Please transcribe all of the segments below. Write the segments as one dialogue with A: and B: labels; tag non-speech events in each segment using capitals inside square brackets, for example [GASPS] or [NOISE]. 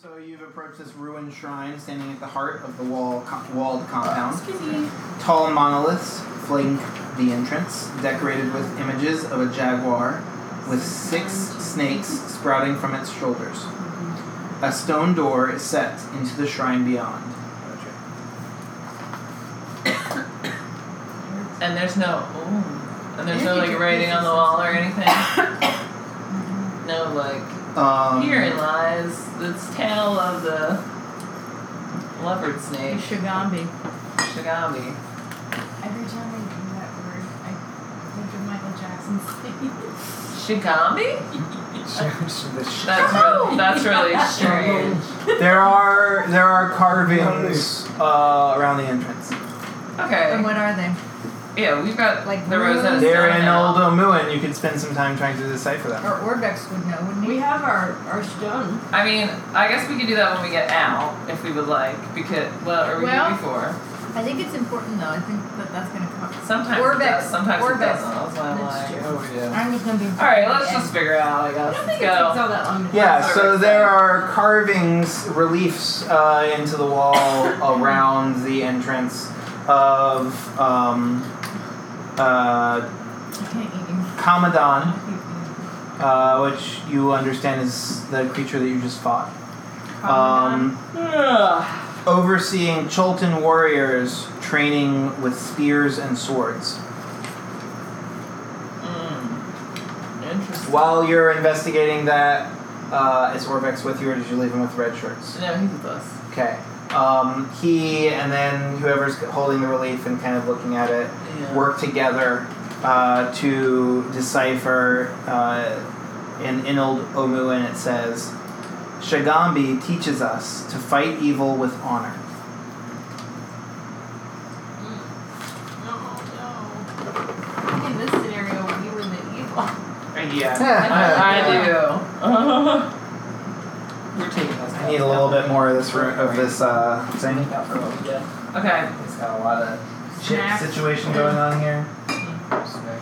A: So you've approached this ruined shrine standing at the heart of the wall, co- walled compound.
B: Excuse me.
A: Tall monoliths flank the entrance, decorated with images of a jaguar with six snakes sprouting from its shoulders. A stone door is set into the shrine beyond.
B: And there's no, ooh, and there's no like
C: Yeah.
B: writing on the wall or
C: [COUGHS]
B: anything. No like
A: Um,
B: here lies this tale of the leopard snake
C: Shigambi.
B: Shigabi.
D: Every time I hear that word, I think of Michael Jackson's
B: Shigabi?
E: Sh-
B: That's re-
C: [LAUGHS]
B: that's really strange.
A: there are there are carvings uh, around the entrance.
B: Okay.
C: And what are they?
B: Yeah, we've got
C: Like
B: the Rosetta
C: runes?
A: They're
B: Stone
A: in
B: now.
A: Old Omuin. You could spend some time trying to decipher them.
C: Or Orbex would know, wouldn't
D: We
C: he?
D: have our, our stone.
B: I mean, I guess we could do that when we get out, if we would like, because well, or we
C: Well-
B: could before.
C: I think it's important though. I think that that's gonna come.
B: Sometimes
C: Orbex-
B: it does, sometimes
C: Orbex.
B: it doesn't. That's why I'm
D: That's
B: like,
D: true.
B: oh yeah.
C: I'm just gonna be.
B: All right, let's just figure it out. I
D: I
B: guess.
D: don't
B: Let's
D: think it takes
B: go.
D: all that long to
A: Yeah,
B: That's
A: so
B: what
A: there
B: I'm
A: are carvings, reliefs uh, into the wall around the entrance of um, uh,
C: I can't eat
B: [LAUGHS]
C: you.
A: Kamadan,
C: I
A: uh, which you understand is the creature that you just fought. Um,
B: Ugh.
A: overseeing Cholton warriors training with spears and swords.
B: Mm. Interesting.
A: While you're investigating that, uh, is Orvex with you or did you leave him with red shirts?
B: No, he's with us.
A: Okay. Um, he and then whoever's holding the relief and kind of looking at it
B: Yeah.
A: work together uh, to decipher. Uh, in in old Omu, and it says, "Shagambi teaches us to fight evil with honor."
D: No, no. In this scenario, we were the evil.
B: Uh, Yeah.
A: I,
B: I do. [LAUGHS] We're taking this.
A: I need a little bit more of this ro- of this uh, thing.
B: Make up for what we did. Okay.
A: It's got a lot of shit
C: Snacks.
A: situation going on here.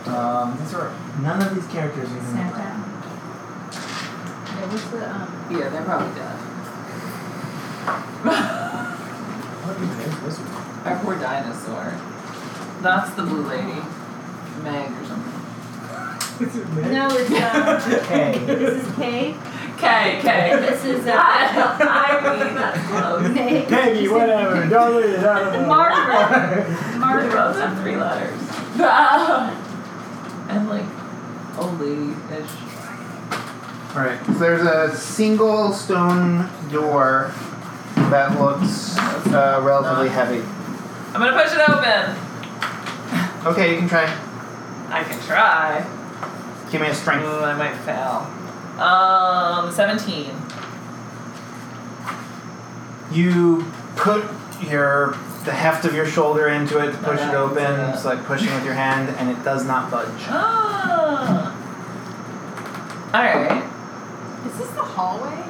A: Um, these are none of these characters are even.
C: Snap down. Yeah, what's the um?
B: Yeah, they're probably dead. [LAUGHS] Our poor dinosaur. That's the blue lady, Meg or something.
D: No,
C: [LAUGHS]
D: it's uh,
A: Okay.
D: this is K.
B: K [LAUGHS] K.
D: This is
B: I,
D: uh,
B: I mean that's close.
D: K.
E: Peggy, whatever. Don't lose it. I don't know.
B: Margaret. Margaret both have three letters. [LAUGHS] and like old lady ish.
A: All right. So there's a single stone door that looks uh, relatively heavy.
B: I'm gonna push it open.
A: Okay, you can try.
B: I can try.
A: Give me a strength.
B: Ooh, I might fail. Um, 17. [GASPS]
A: You put your the heft of your shoulder into it to push it
B: Alright,
A: open.
B: so that-
A: It's like pushing with your hand, and it does not budge.
B: Ah. All right.
D: Is this the hallway?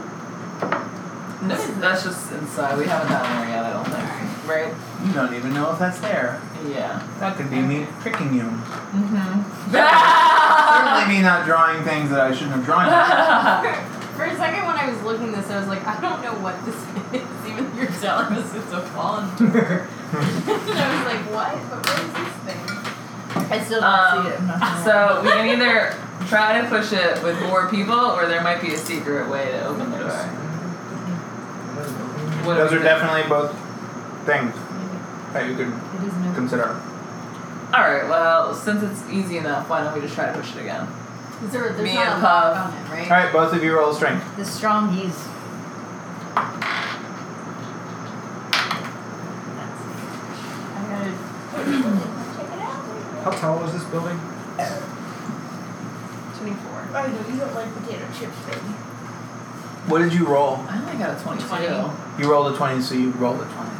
B: No, that's just inside. We haven't gotten there yet. I don't think. Right?
A: You don't even know if that's there.
B: Yeah.
A: That could be me tricking you.
B: [LAUGHS] Mm-hmm.
A: Certainly me not drawing things that I shouldn't have
B: [LAUGHS]
A: drawn.
B: Uh-huh.
D: For a second, when I was looking this, I was like, I don't know what this [LAUGHS] is. Even you're telling us it's a fallen door. [LAUGHS] and I was like, what? But what is this thing?
C: I still don't
B: Um,
C: see it. I'm not gonna lie.
B: so we can either try to push it with more people, or there might be a secret way to open the door. What do
A: Those
B: we
A: are
B: think?
A: definitely both things that you could
C: It is no.
A: consider.
B: All right. Well, since it's easy enough, why don't we just try to push it again?
D: Is there, there's
B: Me
D: not
B: and
D: a lock
B: Puff.
D: on it, right?
A: All right, both of you roll strength.
C: The strongies.
D: I gotta check it out.
E: How tall is this building?
D: 24. I know, you don't like potato chips, baby.
A: What did you roll?
B: I only got a twenty-two.
D: 20.
A: You rolled a twenty, so you rolled a twenty,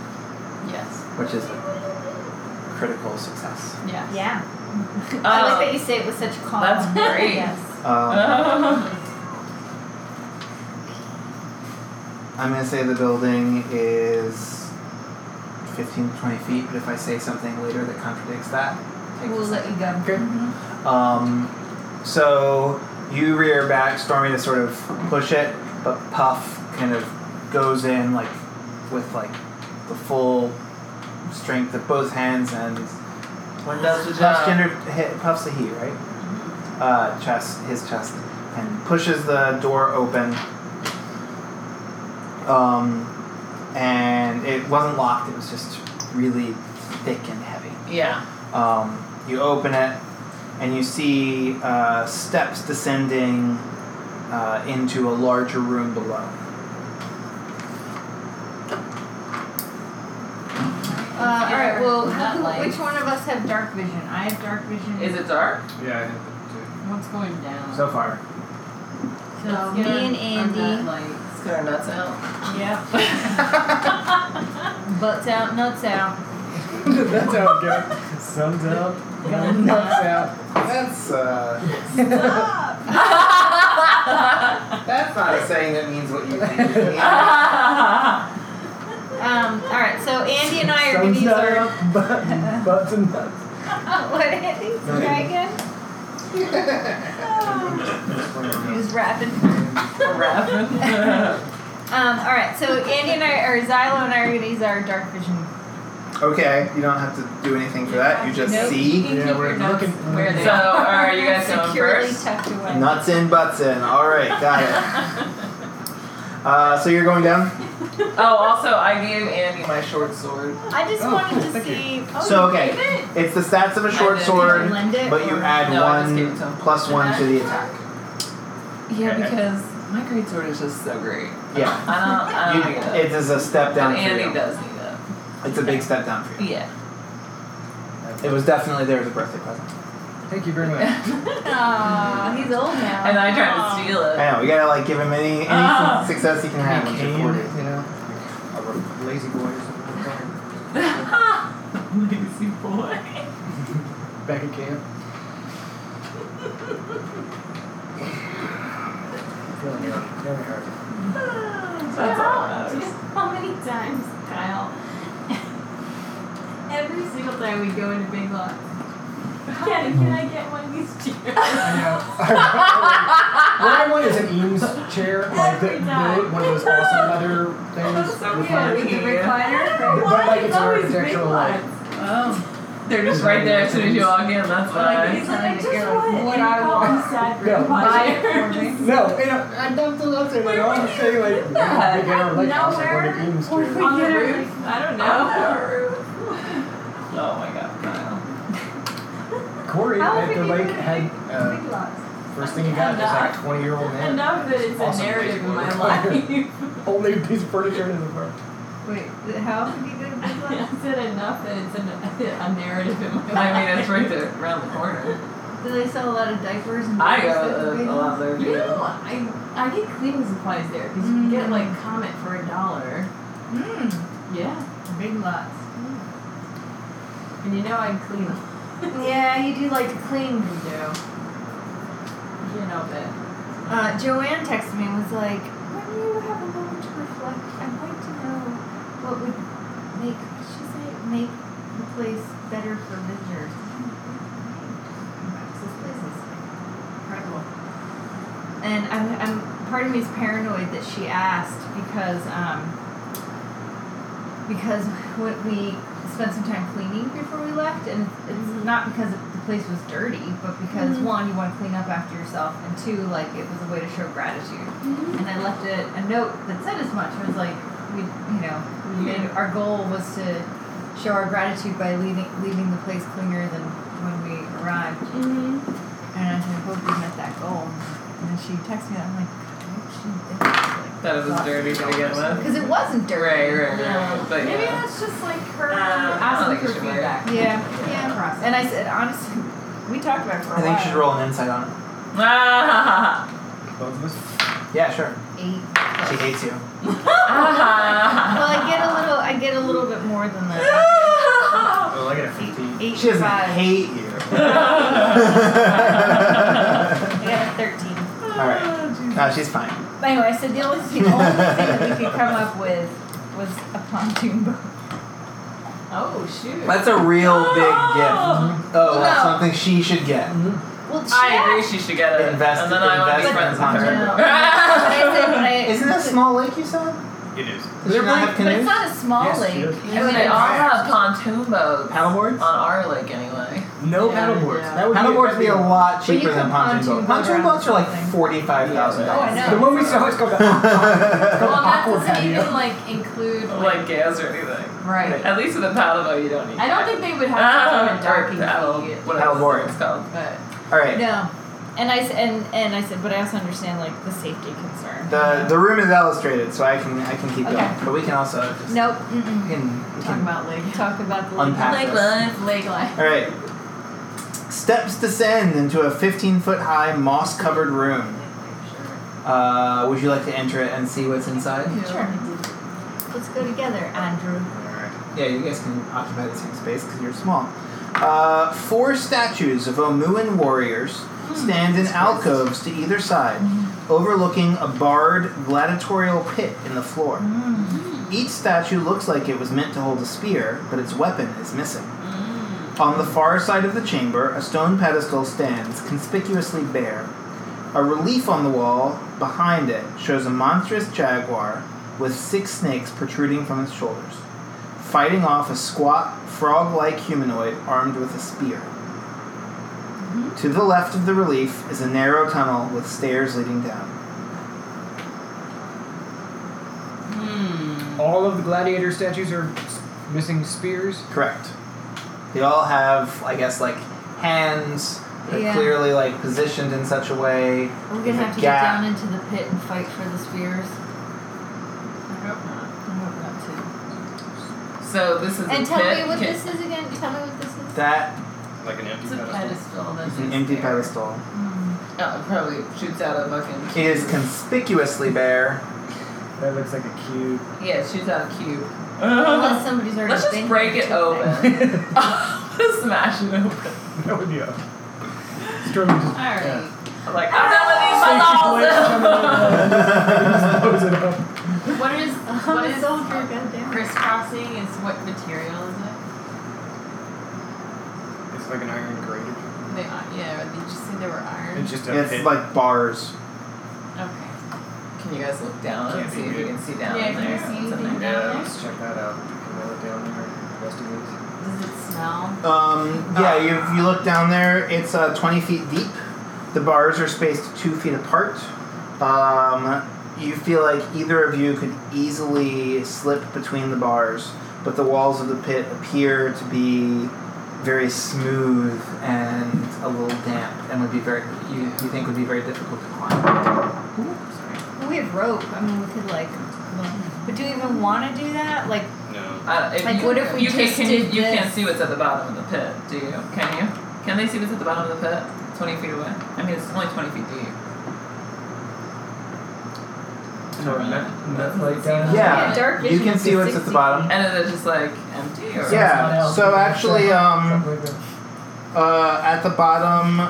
B: Yes.
A: which is a critical success.
D: Yeah.
C: Yeah.
B: [LAUGHS]
C: I like
B: Oh.
C: that you say it with such calm.
D: [LAUGHS]
B: That's great.
C: yes.
A: Um,
B: Oh.
A: I'm gonna say the building is 15 to 20 feet, but if I say something later that contradicts that, take
C: We'll let you go.
D: Mm-hmm. Uh,
A: Um, so you rear back, Stormy to sort of push it, but Puff kind of goes in like with like the full strength of both hands and when does
B: Puffs the
A: puffs
B: job.
A: gender hit, puffs the heat right uh, chest his chest and pushes the door open um, and it wasn't locked it was just really thick and heavy
B: [LAUGHS] Yeah.
A: um, you open it, and you see uh, steps descending uh, into a larger room below.
D: Uh, all right. Well,
B: Not
D: who-
B: light.
D: which one of us have dark vision? I have dark vision.
B: Is it dark?
E: Yeah, I hit
D: What's going down?
E: that too. So far.
D: So
F: Let's
D: me
F: get
D: and
F: on- on
D: Andy.
B: Let's get our nuts
D: [LAUGHS]
B: out. [LAUGHS]
D: Yep. Butts out, nuts out.
E: That's how it goes. Sun's out,
D: Guns
E: nuts out. That's uh,
A: That's not a saying that means what you
D: Um. All right. So Andy and I are gonna
E: sun's
D: use
E: not
D: our.
E: up, but butts and nuts.
D: [LAUGHS] what Andy? Dragon.
B: [LAUGHS]
D: Oh, He was rapping. Um. All right. So Andy and I, or Xylo and I, are gonna use our dark vision.
A: okay, you don't have to do anything for that. You just
D: Nope, You
A: see
D: can
E: Yeah,
D: keep
E: we're
D: your notes
E: looking-
D: where they
B: so,
D: are.
B: are you guys going
D: Securely
B: first?
D: tucked away.
A: nuts in, butts in. All right, got
B: [LAUGHS]
A: it. Uh, so you're going down.
B: [LAUGHS] Oh, also, I gave Andy my short sword.
D: I just
E: Oh,
D: wanted to
E: thank you.
D: see.
A: So,
D: you
A: okay.
D: gave it?
A: It's the stats of a short
B: did.
D: Did you
A: sword,
D: lend it?
A: but you
D: or-
A: add
B: No, I just gave it
A: one
B: to him.
A: plus one to the attack.
B: Yeah, because my great sword is just so great.
A: Yeah, you,
B: I don't, I don't need it.
A: it is a step down
B: Oh But
A: for
B: Andy
A: you.
B: does need it.
A: It's a big step down for you.
B: Yeah.
A: It was definitely there as a birthday present.
E: Thank you very much.
D: [LAUGHS] Aw, he's old now.
B: and I tried to steal it.
A: I know we gotta like give him any any
B: Ah.
A: success he can have.
E: Cane,
A: which
E: you
A: afforded.
E: know, a lazy boy or something. [LAUGHS]
B: Lazy boy.
E: Back at camp. Feeling hurt. Very hurt.
B: That's
D: Kyle,
B: all that
D: do you
B: matters.
D: know how many times, Kyle? [LAUGHS] Every single time we go into Big Lots. Kenny, can I get one of these
A: [LAUGHS]
D: chairs?
E: I know. [LAUGHS] one is an Eames chair, like the,
D: Every
E: the-
D: time.
E: one of those awesome leather things.
B: That's so
E: with
B: weird.
E: like-
D: With the
B: Yeah.
D: recliner?
E: But, like it's
D: It's
E: an
D: always Big
E: architectural like
D: Lots.
B: Oh. They're just right there as soon as you walk in, that's
D: Like,
B: why.
D: he's like, I
F: Trying to
D: just
F: get
D: want it.
F: what
D: And
F: I
D: Kyle
F: want.
D: was sad for
E: Yeah.
D: him.
F: Buy
D: Buy
F: it for
D: it.
F: me.
E: No, and I, I dumped the leather and I want to say like
D: [LAUGHS]
E: we
B: Yeah,
E: get our lake house like one
D: nowhere.
E: of Eames
D: Or [LAUGHS]
E: chairs.
D: we
B: [LAUGHS] On the
D: get a
B: roof?
D: roof.
B: I don't know.
D: On the roof.
B: Oh my god, Kyle.
E: Corey
D: How
E: at
D: often
E: the
D: do you
E: lake
D: go to
E: had uh,
D: Big Lots.
E: first thing he got was like a twenty year old man.
D: Enough that it's
E: Awesome
D: a narrative in my
E: [LAUGHS] place.
D: life. [LAUGHS]
E: Only piece of furniture in the park.
D: Wait, th- how often do you go to Big Lots? I said enough that it's a, a narrative in my life.
B: I mean, it's right there around the corner.
F: [LAUGHS] Do they sell a lot of diapers and
B: I go
F: diapers at the
B: uh,
F: big
B: a lot there.
D: You
B: too.
D: know, I I get cleaning supplies there because you can get
B: Mm.
D: like Comet for a dollar.
F: Mmm,
D: Yeah,
F: big lots.
D: and you know I clean. you
F: [LAUGHS] Yeah, you do like to clean, you do.
D: know that.
F: Uh, Joanne texted me and was like, when you have a moment to reflect, I'd like to know what would make, what did she say, make the place better for visitors. This place is incredible. And I'm, I'm, part of me is paranoid that she asked because, um, because what we spent some time cleaning before we left, and it's not because the place was dirty, but because one, you want to clean up after yourself, and two, like it was a way to show gratitude. And I left a, a note that said as much. It was like we, you know, we made, our goal was to show our gratitude by leaving leaving the place cleaner than when we arrived.
D: Mm-hmm.
F: And I was like, hope we met that goal. And then she texted me, that I'm like, I hope she did. Like,
B: That it was dirty to begin with.
F: because it wasn't
B: Right,
F: dirty.
B: right, right. But
D: Maybe
B: yeah.
D: that's just like her
B: Uh, I
D: asking
B: don't
D: for
B: think she would.
D: feedback.
F: Yeah, yeah. Process. And I said, honestly, [LAUGHS] we talked about it for a
A: I think
F: while.
A: you should roll an insight on it.
B: [LAUGHS] Ah,
E: Both of us.
A: Yeah, sure.
F: Eight.
A: She hates you.
F: Well, I get
B: [LAUGHS]
F: a little, [LAUGHS] I get a little bit more than that.
E: Oh, I got a
F: Eight,
E: fifteen.
F: eight
A: She doesn't
F: five.
A: hate you.
F: I got a thirteen.
A: All right. No, she's fine.
F: Anyway, I said the only, the only thing that we could come up with was a pontoon boat.
D: Oh shoot.
A: That's a real big gift. Oh, that's
F: No.
A: something she should get.
F: Well,
B: I agree she should get it.
A: Invest-
B: and then I want to be
A: invest
F: [LAUGHS]
B: friends
A: in
B: with
F: No.
B: her.
F: But I said, but I,
A: Isn't that a small lake you said?
G: It is.
A: Does she not have
F: But it's
A: canoes?
F: not a small
G: Yes,
F: lake.
G: she does.
B: I mean, they all have pontoon boats.
A: Paddleboards?
B: On our lake, anyway.
G: No
D: Yeah,
G: paddleboards.
D: yeah.
G: That would
A: Paddleboards
G: be,
A: be a lot
F: But you
A: cheaper than
F: can
A: pontoon boats.
F: pontoon boat
A: Pontoon
F: around
A: boats are like
F: something.
A: forty-five thousand
F: Oh, I
A: dollars.
F: know.
G: The one we saw is called the. it's called
D: [LAUGHS] Well, that
G: Aqua
D: doesn't
G: Patio.
D: even like include
B: [LAUGHS] Like gas or anything.
D: right.
B: At least with a paddle boat, you don't need.
D: I don't think they would
B: Ah.
D: have to
B: [LAUGHS]
D: come and
B: paddle.
D: darken you,
B: Whatever
A: Paddleboard.
B: it's called.
D: but
A: All right.
F: No. And I s- and and I said, but I also understand like the safety concern.
A: The the room is illustrated, so I can I can keep
F: Okay.
A: going, but we can also just
F: Nope.
A: we
F: Mm-mm.
A: can, we
D: talk
A: can
D: about like
F: Talk about the
A: unpack
D: Lake
A: this.
D: life, lake life.
A: All right. Steps descend into a 15 foot high moss covered room. Uh, would you like to enter it and see what's inside?
F: lake. Sure. Let's go together, Andrew.
A: Yeah, you guys can occupy the same space because you're small. Uh, four statues of Omuan warriors stand in alcoves to either side, overlooking a barred gladiatorial pit in the floor. Each statue looks like it was meant to hold a spear, but its weapon is missing. On the far side of the chamber, a stone pedestal stands conspicuously bare. A relief on the wall behind it shows a monstrous jaguar with six snakes protruding from its shoulders, fighting off a squat, frog like humanoid armed with a spear. To the left of the relief is a narrow tunnel with stairs leading down.
E: [LAUGHS] All of the gladiator statues are s- missing spears.
A: Correct. They all have, I guess, like hands that are
F: Yeah.
A: clearly like positioned in such a way.
F: We're gonna
A: There's a
F: have to
A: gap.
F: get down into the pit and fight for the spears.
D: I hope not.
F: I hope not too.
B: So this is
F: And
B: a
F: tell
B: pit.
F: me what
B: Can-
F: this is again. Tell me what this is.
A: That
G: Like an empty
D: It's a
G: pedestal.
D: pedestal. That's
A: is an empty pedestal.
B: Oh, it probably shoots out a fucking.
A: It is conspicuously bare.
E: That looks like a cube.
B: Yeah, it shoots out a cube.
F: Unless somebody's already
B: Let's
F: been
B: just break
F: here
B: it
F: to
B: open.
E: [LAUGHS]
B: [LAUGHS]
E: that
B: Smash it open.
E: would be a. Strowman just
D: Alright.
B: I'm like, I'm not
E: Snakes just
B: leaving my dolls.
E: wait for [LAUGHS] someone to expose it up.
D: What [LAUGHS] is
F: Oh,
D: what is
F: soldier, goddamn.
D: crisscrossing? Is what material is it?
E: It's like an iron grater.
D: They uh, yeah. They just said they were iron.
E: It's just a
A: It's
E: pit.
A: like bars.
D: Okay.
B: [LAUGHS] Can you guys look down
E: Can't
B: and
E: be
B: see if you
E: good.
B: can see down
D: Yeah,
B: in
D: can you
B: there?
D: see
B: What's in
D: anything
B: there?
D: down
E: yeah,
D: there?
E: let's check that out. Can I look down there? and Investigate.
D: Does it smell?
A: Um, yeah, you, you look down there. It's uh, 20 feet deep. The bars are spaced two feet apart. Um, you feel like either of you could easily slip between the bars, but the walls of the pit appear to be very smooth and a little damp, and would be very you, you think would be very difficult to climb.
F: We have rope. I mean, we could like. But do we even want to do that? Like,
G: No.
B: I don't, if
F: Like,
B: you,
F: what if we
B: you
F: just
B: can, can you,
F: did
B: you can't
F: this?
B: see what's at the bottom of the pit, do you? Can you? Can they see what's at the bottom of the pit? Twenty feet away. I mean, it's only twenty feet deep.
E: No, not, not like that.
A: Yeah,
F: Yeah, dark
A: you
F: vision
A: can
F: would
A: see
F: be
A: what's at
F: 60
A: the bottom.
B: And is it just like empty or?
E: Someone
A: Yeah.
E: else.
A: So actually, um,
E: Something like that.
A: uh, at the bottom,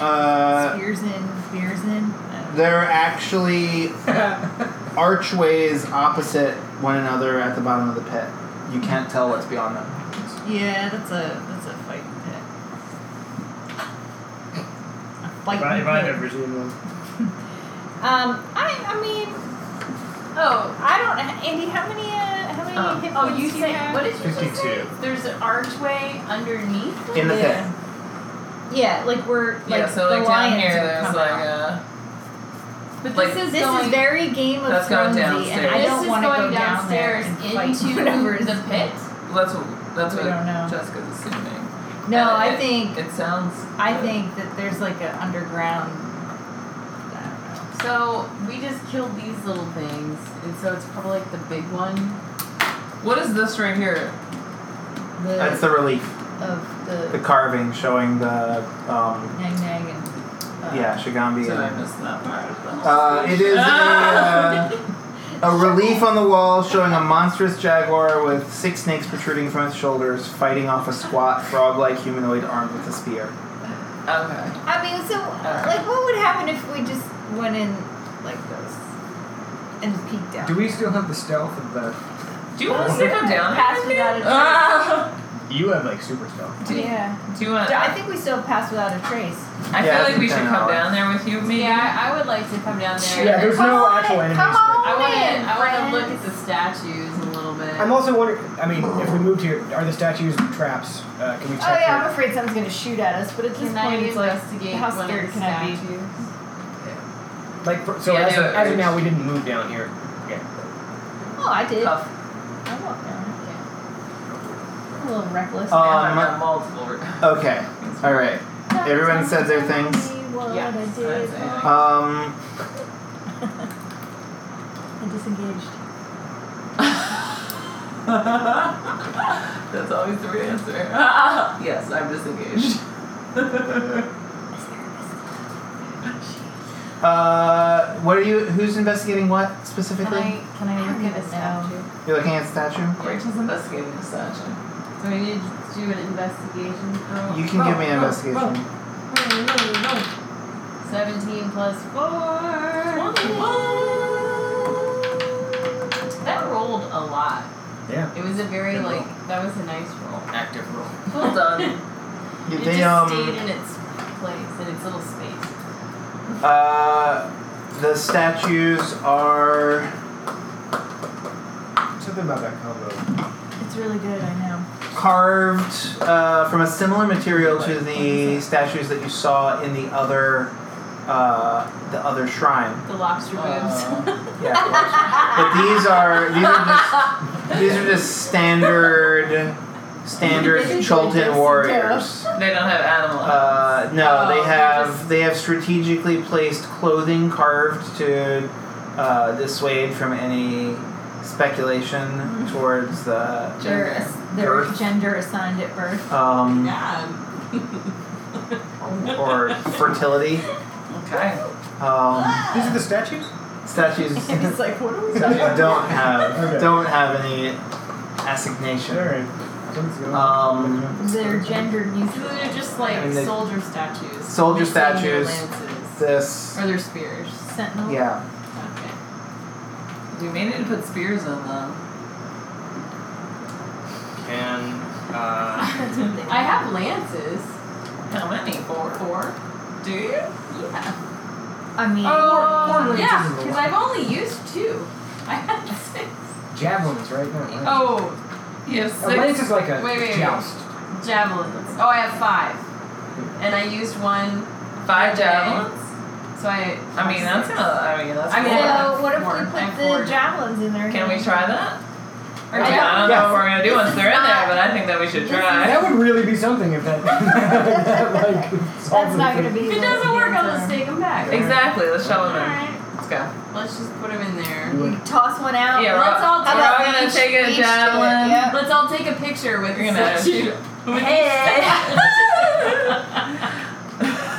A: uh,
F: spears in, spears in.
A: there are actually archways opposite one another at the bottom of the pit. You can't tell what's beyond them.
F: Yeah, that's a that's a fight pit. A fight
E: If I- if I've
F: pit.
E: ever seen one.
F: Um, I I mean,
D: Oh.
F: I don't. Andy, how many uh, how many
B: Um,
F: hit
D: Oh,
F: points
D: you
F: do
D: say
F: have?
D: what did you just say?
G: 52.
D: There's an archway underneath. it?
A: In the pit.
F: yeah. Yeah, like we're like
B: yeah. So
F: the
B: like down
F: lions
B: here,
F: would
B: there's
F: come
B: like
F: out.
B: a.
D: But
B: Like,
D: this is
F: This
D: going
F: is very Game of
B: That's going
F: Thronesy, and
B: downstairs.
F: I
D: this
F: don't
D: is
F: want to
D: going
F: go down there
D: downstairs
F: and
D: into
F: [LAUGHS] fight whatever is-
D: the pit.
B: Well, that's what that's
F: We
B: what
F: don't know.
B: Jessica's assuming.
F: No,
B: Uh,
F: I
B: it-
F: think
B: It sounds.
F: I
B: good.
F: think that there's like an underground. I don't know.
D: So we just killed these little things, and so it's probably like the big one.
B: What is this right here?
F: The
A: That's the relief.
F: of
A: The
F: the
A: carving showing the um,
F: Nang Nang and uh,
A: yeah Shigambi.
B: Did I
A: and-
B: miss that part of the
A: Uh, it is a, uh, a relief on the wall showing a monstrous jaguar with six snakes protruding from its shoulders, fighting off a squat frog-like humanoid armed with a spear.
B: Okay.
F: I mean, so
B: Alright.
F: like, what would happen if we just went in like this and peeked out?
E: Do we still have the stealth of the?
B: Do you want us to go down there? [LAUGHS]
F: Pass without a
B: Ah!
A: You have like super stealth.
F: Do,
D: Yeah.
B: Do you want?
F: I think we still passed without a trace.
B: I
A: Yeah,
B: feel
A: I
B: like we
A: think
B: should
A: ten
B: come
A: hours.
B: down there with you, maybe.
D: Yeah, I would like to come down there.
H: Yeah, there's
F: Come
H: no
F: on,
H: actual enemies.
F: come
H: but-
F: on.
D: I want
F: in,
D: to. I want to
F: friends.
D: look at the statues a little bit.
H: I'm also wondering. I mean, if we moved here, are the statues traps? Uh, can we check?
F: Oh yeah, I'm
H: for-
F: afraid someone's gonna shoot at us, but at this
D: Can I
F: point it's like
D: investigate
F: how
D: one
F: scared
D: of the
F: can I be?
D: statues?
H: like, for, so
B: Yeah,
H: as,
B: no,
H: of, as of
B: it's-
H: now, we didn't move down here. Yeah.
F: Oh, I did.
B: Tough.
F: I walked down. I'm a little reckless.
B: Yeah,
A: Um,
B: I've done Oh, multiple. [LAUGHS] r-
A: Okay. All right.
F: That's
A: everyone said their
F: exactly What
B: Yes,
F: I did.
B: that's it.
A: Um.
F: [LAUGHS] I disengaged.
B: That's always the right answer. [LAUGHS] yes, I'm disengaged.
A: Uh. What are you? Who's investigating what
D: Can
A: specifically?
D: I? Can I look at a statue?
A: You're looking at statue.
B: [LAUGHS] Rachel's investigating the statue.
D: So we need to do an investigation. roll.
A: You can give me an investigation.
D: Seventeen plus four. That rolled a lot.
H: Yeah.
D: It was a very
H: Good roll.
D: like that was a nice roll.
H: Active role.
B: Well [LAUGHS] done.
A: You-
D: it
A: they
D: just
A: um.
D: stayed in its place, in its little space.
A: Uh, the statues are.
E: Something about that combo.
F: It's really good, I know.
A: carved uh, from a similar material to the statues that you saw in the other uh, the other shrine.
D: The lobster
B: Uh,
D: boobs.
B: [LAUGHS]
A: But these are these are just these are just standard standard Cholton warriors.
B: They don't have animal.
A: Uh, no, they
D: Oh, they're
A: have
D: just-
A: they have strategically placed clothing carved to uh, dissuade from any speculation
D: Mm.
A: towards the
F: They're,
B: Gender.
F: ass- they're
A: Birth.
F: gender assigned
A: [LAUGHS]
F: at birth.
A: um,
D: [LAUGHS] yeah. Um,
A: or fertility.
B: okay.
A: Um,
H: These are the statues.
A: statues
F: And it's like, what are we doing?
A: statues don't have
H: [LAUGHS] Okay.
A: don't have any assignation.
H: right. Someone's going.
A: Um,
F: They're gender
D: [LAUGHS] So
F: neutral.
D: they're just like
A: I mean, they-
D: soldier statues.
A: Soldier
D: Missing their
A: statues.
D: lances.
A: This
D: Or their spears.
F: Sentinel.
A: yeah.
D: Okay.
B: We may need to put spears on them.
A: And uh,
F: That's what they
D: I have lances.
B: How many? Four.
D: Four.
B: Do you?
D: Yeah.
F: I mean,
D: Oh,
H: lances
D: yeah,
H: is a
D: because
H: lot.
D: I've only used two. I had [LAUGHS] six.
H: javelins, right? No, right?
D: Oh,
B: You have
H: A lance
B: six.
H: is like a
D: Wait, wait, wait.
H: joust.
D: javelins. Oh, I have five. And I used one.
B: Five
D: today.
B: javelins.
D: So I.
B: I mean, that's not. I mean, that's.
D: I mean,
B: four.
D: yeah.
F: so uh, what if
D: Four.
F: we
D: I'm
F: put
D: four.
F: the javelins in there?
B: Can we try that?
D: Or
B: I mean, I
D: javelins.
B: don't know what we're gonna do once they're in there,
F: not-
B: but I think that we should try.
H: That would really be something if that. [LAUGHS] that like,
F: That's not going to be.
D: If it
F: what
D: doesn't
F: we
D: work,
F: do
D: I'll
F: for-
D: just take them back.
B: Exactly. Let's shove them in.
D: Alright.
B: Let's go.
D: Let's just put them in there.
F: We toss one out.
B: Yeah,
D: let's
B: we're all,
D: all
B: we're
D: do that
B: all
F: for
B: gonna
F: each-
B: take a
F: each to it,
B: javelin.
F: yeah.
D: Let's all take a picture with
B: You're gonna
D: statue.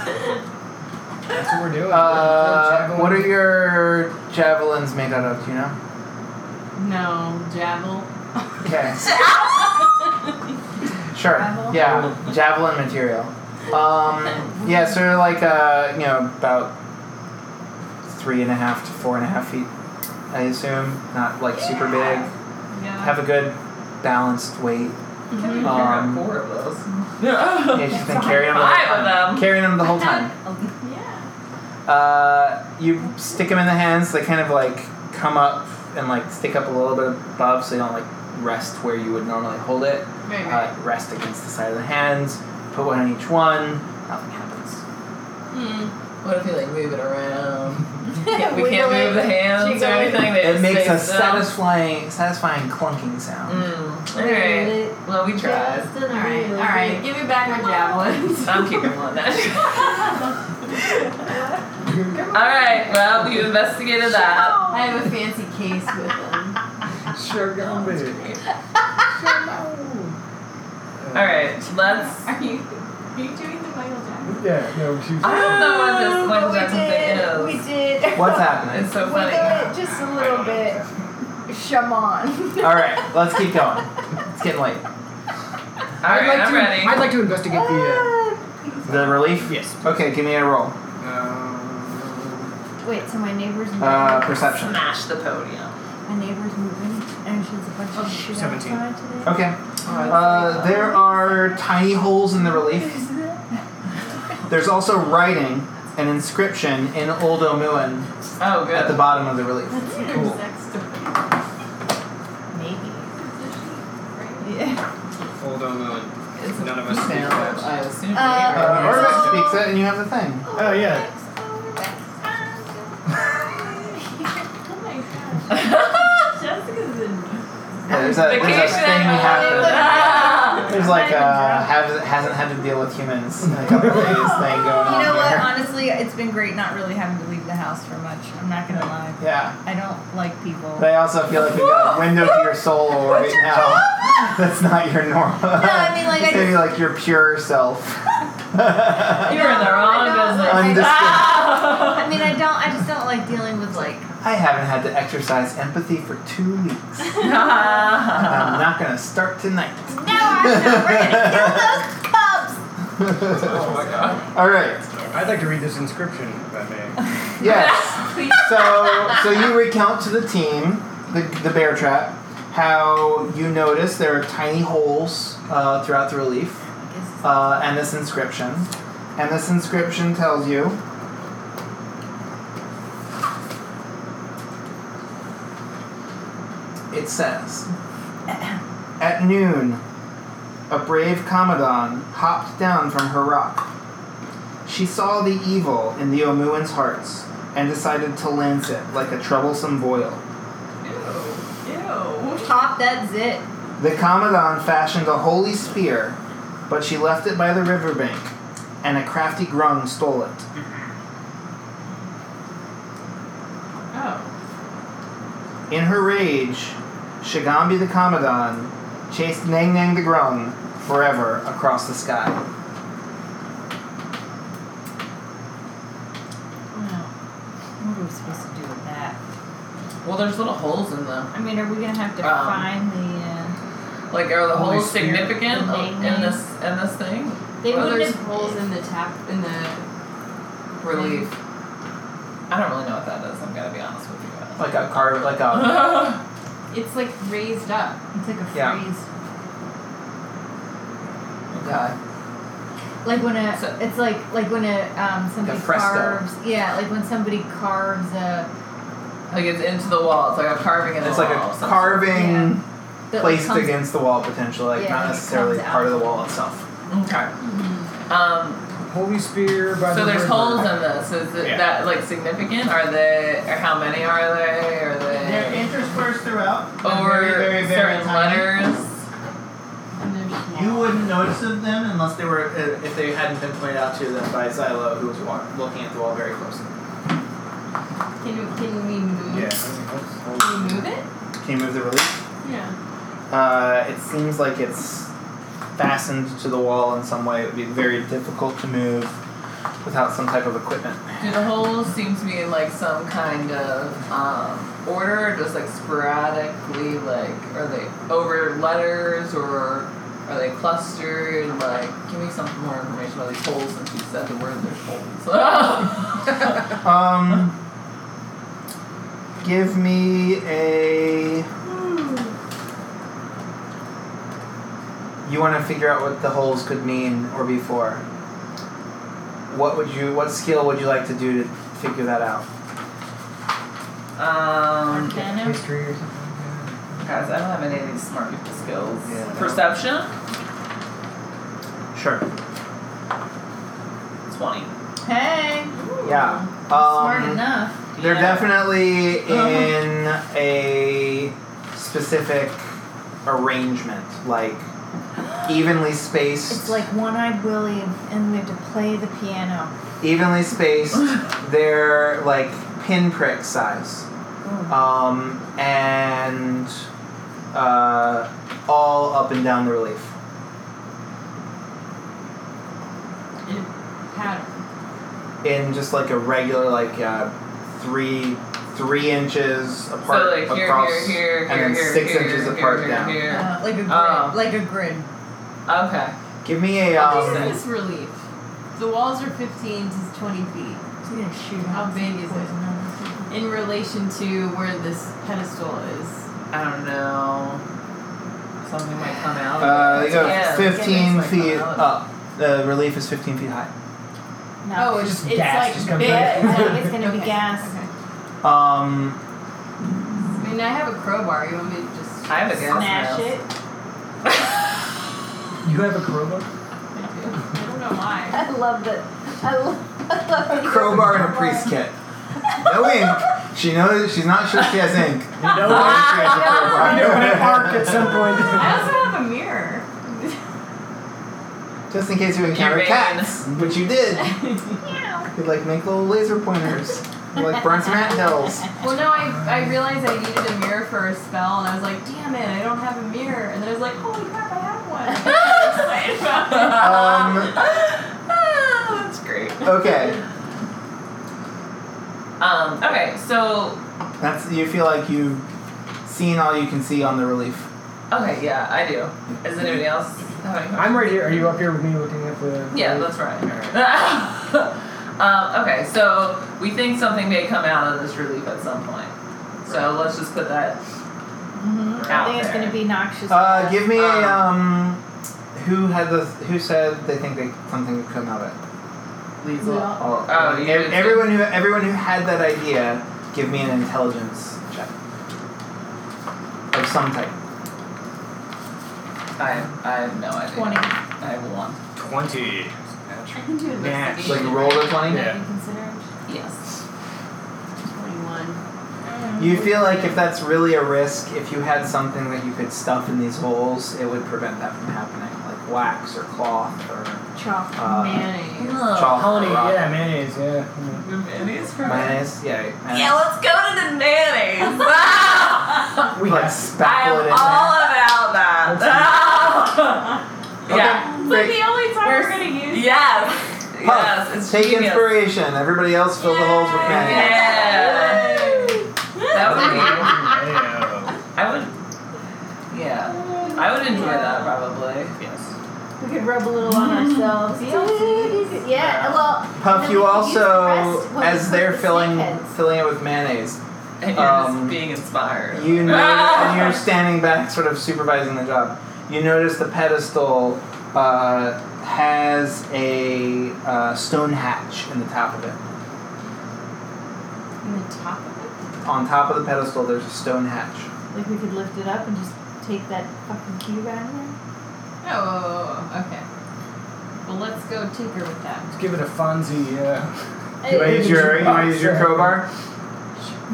F: [LAUGHS]
H: That's what we're doing.
A: uh, what are
H: you?
A: your javelins made out of? Do you know?
D: [LAUGHS] no, javel.
A: Okay. Sure.
F: Javel?
A: Yeah, javelin material. Um, yeah, so they're like uh, you know about three and a half to four and a half feet, I assume. Not like super big.
D: Yeah.
A: Have a good balanced
B: [LAUGHS]
A: weight.
B: Can
A: Um,
B: four of those?
A: [LAUGHS] Yeah, she's been carrying them the
B: Five
A: whole
B: of
A: time.
B: them.
A: Carrying them the whole
B: [LAUGHS]
A: time.
D: Yeah.
A: Uh, you stick them in the hands. They kind of like come up and like stick up a little bit above, so they don't like rest where you would normally hold it.
D: Right, right.
A: Uh, rest against the side of the hands. Put one on each one. Nothing happens.
D: Hmm.
B: What if you like move it around? Can't- we
F: Wiggle
B: can't move
F: it.
B: the hands or
F: Jiggle it.
B: anything. They
A: It
B: just
A: makes
B: stay
A: a
B: still.
A: satisfying, satisfying clunking sound.
B: Mm. All right. Well, we tried.
D: [LAUGHS]
F: Just a
D: All right, all
F: little
D: right.
F: bit.
D: Give me back my [LAUGHS] javelins.
B: I'm keeping one. Then. [LAUGHS] All right. Well, we investigated that.
F: Oh.
D: I have a fancy case with them.
H: [LAUGHS] Sure, go with it.
B: All right. Let's.
D: Are you? Are you doing the Michael Jackson?
H: Yeah, no, she was.
B: I don't know what this
F: But
B: Michael Jackson thing
F: Oh, we
B: is.
F: did. We did.
A: [LAUGHS] What's happening?
B: It's so
F: we
B: funny.
F: did just a little bit. Shaman.
A: All right, let's keep going. It's getting late.
B: All
H: I'd
B: right.
H: like
B: I'm
H: to,
B: ready.
H: I'd like to investigate the. uh,
A: The uh, relief.
H: Yes.
A: Okay, give me a roll.
H: Uh, um,
F: [LAUGHS] Wait, so my neighbor's moving.
A: Uh, perception.
B: Smash the podium.
F: my neighbor's moving, and she has a bunch of shit
H: 17.
F: outside today.
A: Okay. Uh, there are tiny holes in the relief. There's also writing, an inscription in Old Omuan
B: Oh, good.
A: at the bottom of the relief.
D: That's your
E: Cool.
D: sex story.
F: Maybe.
A: [LAUGHS]
D: Right?
F: Yeah.
E: Old Omuan.
B: It's
E: None of us speak
B: fair,
E: Welsh.
B: I assume.
F: Uh,
A: Uh, Orbeck
F: So-
A: speaks it, and you have the thing.
H: Oh, yeah.
D: Oh my gosh. Jessica's in.
A: Yeah, there's, a, there's a
B: Vacation.
A: thing we have.
B: Ah.
A: [LAUGHS] There's like uh, have, hasn't had to deal with humans in a couple of days thing going on
F: You know what?
A: here.
F: Honestly, it's been great not really having to leave the house for much. I'm not gonna lie.
A: Yeah,
F: I don't like people.
A: but I also feel like we got a window to your soul right now. [LAUGHS] That's not your normal. No,
F: I mean, like, I
A: maybe like your pure self. [LAUGHS] I
B: You're in the
F: No,
B: wrong
F: I don't.
B: business.
A: Understood.
B: Ah.
F: [LAUGHS] I mean, I don't. I just don't like dealing with like.
A: haven't had to exercise empathy for two weeks. I'm not gonna start tonight.
F: No, I'm not. We're gonna kill those cubs.
B: oh my god.
A: [LAUGHS] All right.
E: I'd like to read this inscription, if I may.
A: Yes.
B: Please.
A: So, so you recount to the team, the, the bear trap, how you notice there are tiny holes uh, throughout the relief, uh, and this inscription, and this inscription tells you. It says, [CLEARS THROAT] at noon, a brave Commodon hopped down from her rock. She saw the evil in the Omuans' hearts and decided to lance it like a troublesome boil.
B: Ew.
A: [LAUGHS]
B: Ew.
F: Pop. That's it.
A: The Commandant fashioned a holy spear, but she left it by the riverbank, and a crafty grung stole it.
B: Oh.
A: In her rage, Shigambi the Commandant chased Nang Nang the Grung forever across the sky.
F: Wow. What are we supposed to do with that?
B: Well, there's little holes in them.
F: I mean, are we gonna have to
B: Um,
F: find the? uh,
B: Like, are the
E: Holy
B: holes
E: Spirit.
B: significant
F: The
B: in
F: name.
B: this in this thing?
D: They
B: Well,
D: would
B: there's
D: have Oh, holes in the tap in the.
B: Relief. I don't really know what that is. I'm gonna be honest with you guys.
A: Like a car, like
B: [LAUGHS]
F: [GASPS]
A: a
B: oh
D: It's like raised up.
F: Uh, it's like a
A: Yeah.
F: phrase.
A: guy.
F: Like when a.
B: So-
F: it's like like when a um somebody
A: fresco.
F: carves. Yeah, like when somebody carves a.
B: like it's into the wall. It's like a carving in the
A: It's
B: wall.
A: like a
B: of some
A: carving
F: that
A: placed
F: comes,
A: against the wall, potentially, like
F: Yeah,
A: not
F: it
A: necessarily
F: comes
A: part of the wall itself.
B: sort. Okay. Um.
E: Holy Spear by
B: So
E: the
B: there's
E: river.
B: holes in this. Is it
E: Yeah.
B: that like significant? Are they? Or how many are they? Are
I: They're
B: they?
I: interspersed throughout. They're
B: Over
I: very, very, very
B: certain
I: tiny.
B: letters.
D: And they're small.
I: You wouldn't notice of them unless they were uh, if they hadn't been pointed out to them by Xylo, who was wa- looking at the wall very closely.
D: Can, can we move?
E: Yeah. holes.
D: Can we move it?
A: Can you move the relief?
D: Yeah.
A: Uh, it seems like it's fastened to the wall in some way. It would be very difficult to move without some type of equipment.
B: Do the holes seem to be in like some kind of um, order, or just like sporadically? Like, are they over letters, or are they clustered? Like, give me some more information about these holes since you said the word there's holes. [LAUGHS]
A: Um, give me a. You want to figure out what the holes could mean or be for. What would you? What skill would you like to do to figure that out?
B: um,
F: Arcana.
E: History or something like
B: guys, I don't have any of these smart people skills.
E: Yeah, no.
B: Perception,
A: Sure.
B: twenty.
F: Hey,
A: Yeah. Um,
F: smart enough.
A: They're
B: Yeah.
A: definitely in
B: Uh-huh.
A: a specific arrangement, like evenly spaced.
F: It's like one-eyed Willie, and we have to play the piano.
A: evenly
B: [LAUGHS]
A: spaced. They're like pinprick size,
B: Hmm.
A: um, and uh, all up and down the relief.
D: Pattern.
A: In just like a regular, like uh, three three inches apart
B: So like here,
A: across,
B: here, here, here,
A: and then
B: here,
A: six
B: here,
A: inches
B: here,
A: apart
B: here,
A: down.
B: Here.
F: Uh, like a grid.
B: Oh.
F: Like a grid.
B: Okay.
A: Give me a um,
D: what is this relief? The walls are 15 to 20 feet
F: She's gonna shoot
D: How
F: out
D: big is
F: poison
D: it?
F: on this.
D: in relation to where this pedestal is.
B: I don't know. something might come out.
A: Uh, they go
B: Yeah,
A: fifteen
B: like,
A: feet
B: oh. [LAUGHS]
A: up. The relief is fifteen feet high.
D: No, it's
H: Just
D: it's
H: gas
D: like
H: just
D: big.
H: comes
D: I
F: [LAUGHS]
H: out.
D: think Oh, it's gonna be gas.
F: Okay.
A: Um,
D: I mean, I have a crowbar. You want me to just
B: I have a gas
D: smash
B: mask.
D: it?
H: You have a crowbar?
D: I don't know why. [LAUGHS]
F: I love that. I love. [LAUGHS] I love
A: a
F: that you
A: crowbar
F: have
A: and a priest kit. No ink. She knows. She's not sure she
B: [LAUGHS]
A: has ink.
H: You know [LAUGHS] when she has a crowbar.
E: Ah!
H: I know when it arc at some
B: [LAUGHS]
D: I
H: point.
D: also have a mirror.
A: Just in case you encounter
B: You're
A: cats, which you did.
D: Meow.
A: You like make little laser pointers. You like burn some ant hills.
D: Well, no, I, I realized I needed a mirror for a spell, and I was like, damn it, I don't have a mirror. And then I was like, holy crap, I
B: [LAUGHS]
D: have one. [LAUGHS] I'm so excited about it.
A: Um,
B: Ah, [LAUGHS] that's great.
A: okay,
B: Um, okay, so
A: that's you feel like you've seen all you can see on the relief.
B: okay, yeah, I do. Is anybody else having?
H: I'm right here. Are you up here with me looking at the.
B: Yeah, that's right. [LAUGHS] um, okay, so we think something may come out of this relief at some point. So let's just put that.
F: Mhm.
B: Out
F: I think it's
B: there.
F: gonna be noxious.
A: Uh, give me a um.
B: Um,
A: Who had the? Who said they think they something would come out of it?
B: Liesl.
A: Or,
B: Oh, you did.
A: everyone who everyone who had that idea, give me an intelligence check of some type.
B: I, I have no idea.
F: twenty.
B: I have one.
E: 20.
D: I can do
E: Match.
A: Like
D: investigation.
A: roll a twenty.
E: Yeah.
D: Nothing considered.
B: Yes.
D: 21.
B: Mm.
A: You feel like if that's really a risk, if you had something that you could stuff in these holes, it would prevent that from happening, like wax or cloth or
F: Chalk.
A: uh,
D: Mayonnaise.
A: chalk
H: Honey,
A: or rock.
H: yeah, mayonnaise, yeah. Mm.
B: Mayonnaise
A: mayonnaise. Yeah, mayonnaise.
B: Yeah, let's go to the [LAUGHS] mayonnaise. Ah!
H: We
A: like
H: have-
B: I am
A: spackle
B: all
A: it in
B: about that. Ah!
A: Okay.
B: [LAUGHS] Yeah.
D: It's
A: Great.
D: like the only time we're
B: We're-
D: gonna use
B: Yes.
A: there. Puff,
B: Yes. It's
A: take
B: genius.
A: inspiration. Everybody else fill the holes with mayonnaise.
B: Yeah. That would be.
E: Yeah.
B: I would. Yeah. I would enjoy that probably.
A: Yes.
F: We could rub a little on ourselves.
D: BLT.
F: Yeah. Well.
A: Puff,
F: then
A: you
F: we could use the
A: also,
F: rest when we
A: as
F: cook
A: they're
F: the
A: filling
F: snakeheads.
A: filling it with mayonnaise,
B: And you're
A: Um,
B: just being inspired.
A: you know,
B: Ah!
A: and you're standing back, sort of supervising the job. You notice the pedestal uh, has a uh, stone hatch in the top of it.
D: In the top of
A: On top of the pedestal, there's a stone hatch.
F: Like we could lift it up and just take that fucking cube out of there.
D: it? Oh, okay. Well, let's go tinker with that.
H: Let's give it a Fonzie, yeah.
A: You wanna use your, you wanna use your crowbar?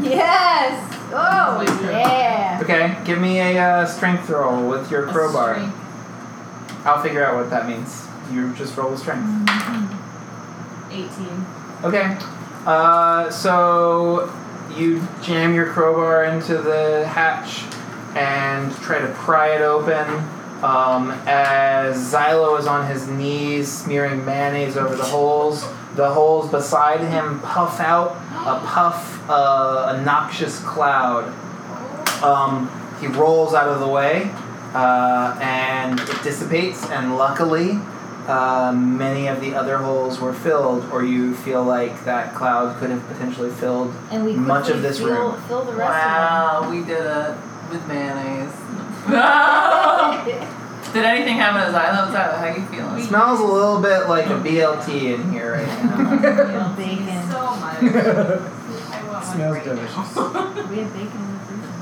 F: Yes. Oh yeah.
A: Okay, give me a uh, strength roll with your
D: A
A: crowbar.
D: string.
A: I'll figure out what that means. You just roll with strength.
D: [LAUGHS] 18.
A: Okay. Uh, so you jam your crowbar into the hatch and try to pry it open. Um, as Xylo is on his knees, smearing mayonnaise over the holes, the holes beside him puff out a puff, uh, a noxious cloud. Um, he rolls out of the way, uh, and it dissipates. And luckily, uh, many of the other holes were filled, or you feel like that cloud could have potentially filled.
F: And we
A: Much of
F: quickly
A: this
F: fill,
A: room.
F: Fill the rest
B: wow, we did it with [LAUGHS] mayonnaise.
F: of it.
B: did anything happen to Xylo? Xylo, how you feeling?
A: It smells a little bit like a BLT in here right now.
D: Yeah,
F: Bacon.
D: So [LAUGHS]
A: [LAUGHS]
D: much. I want one
H: Smells
D: right
H: delicious.
F: [LAUGHS]
D: now.
F: [LAUGHS] we have bacon in the freezer.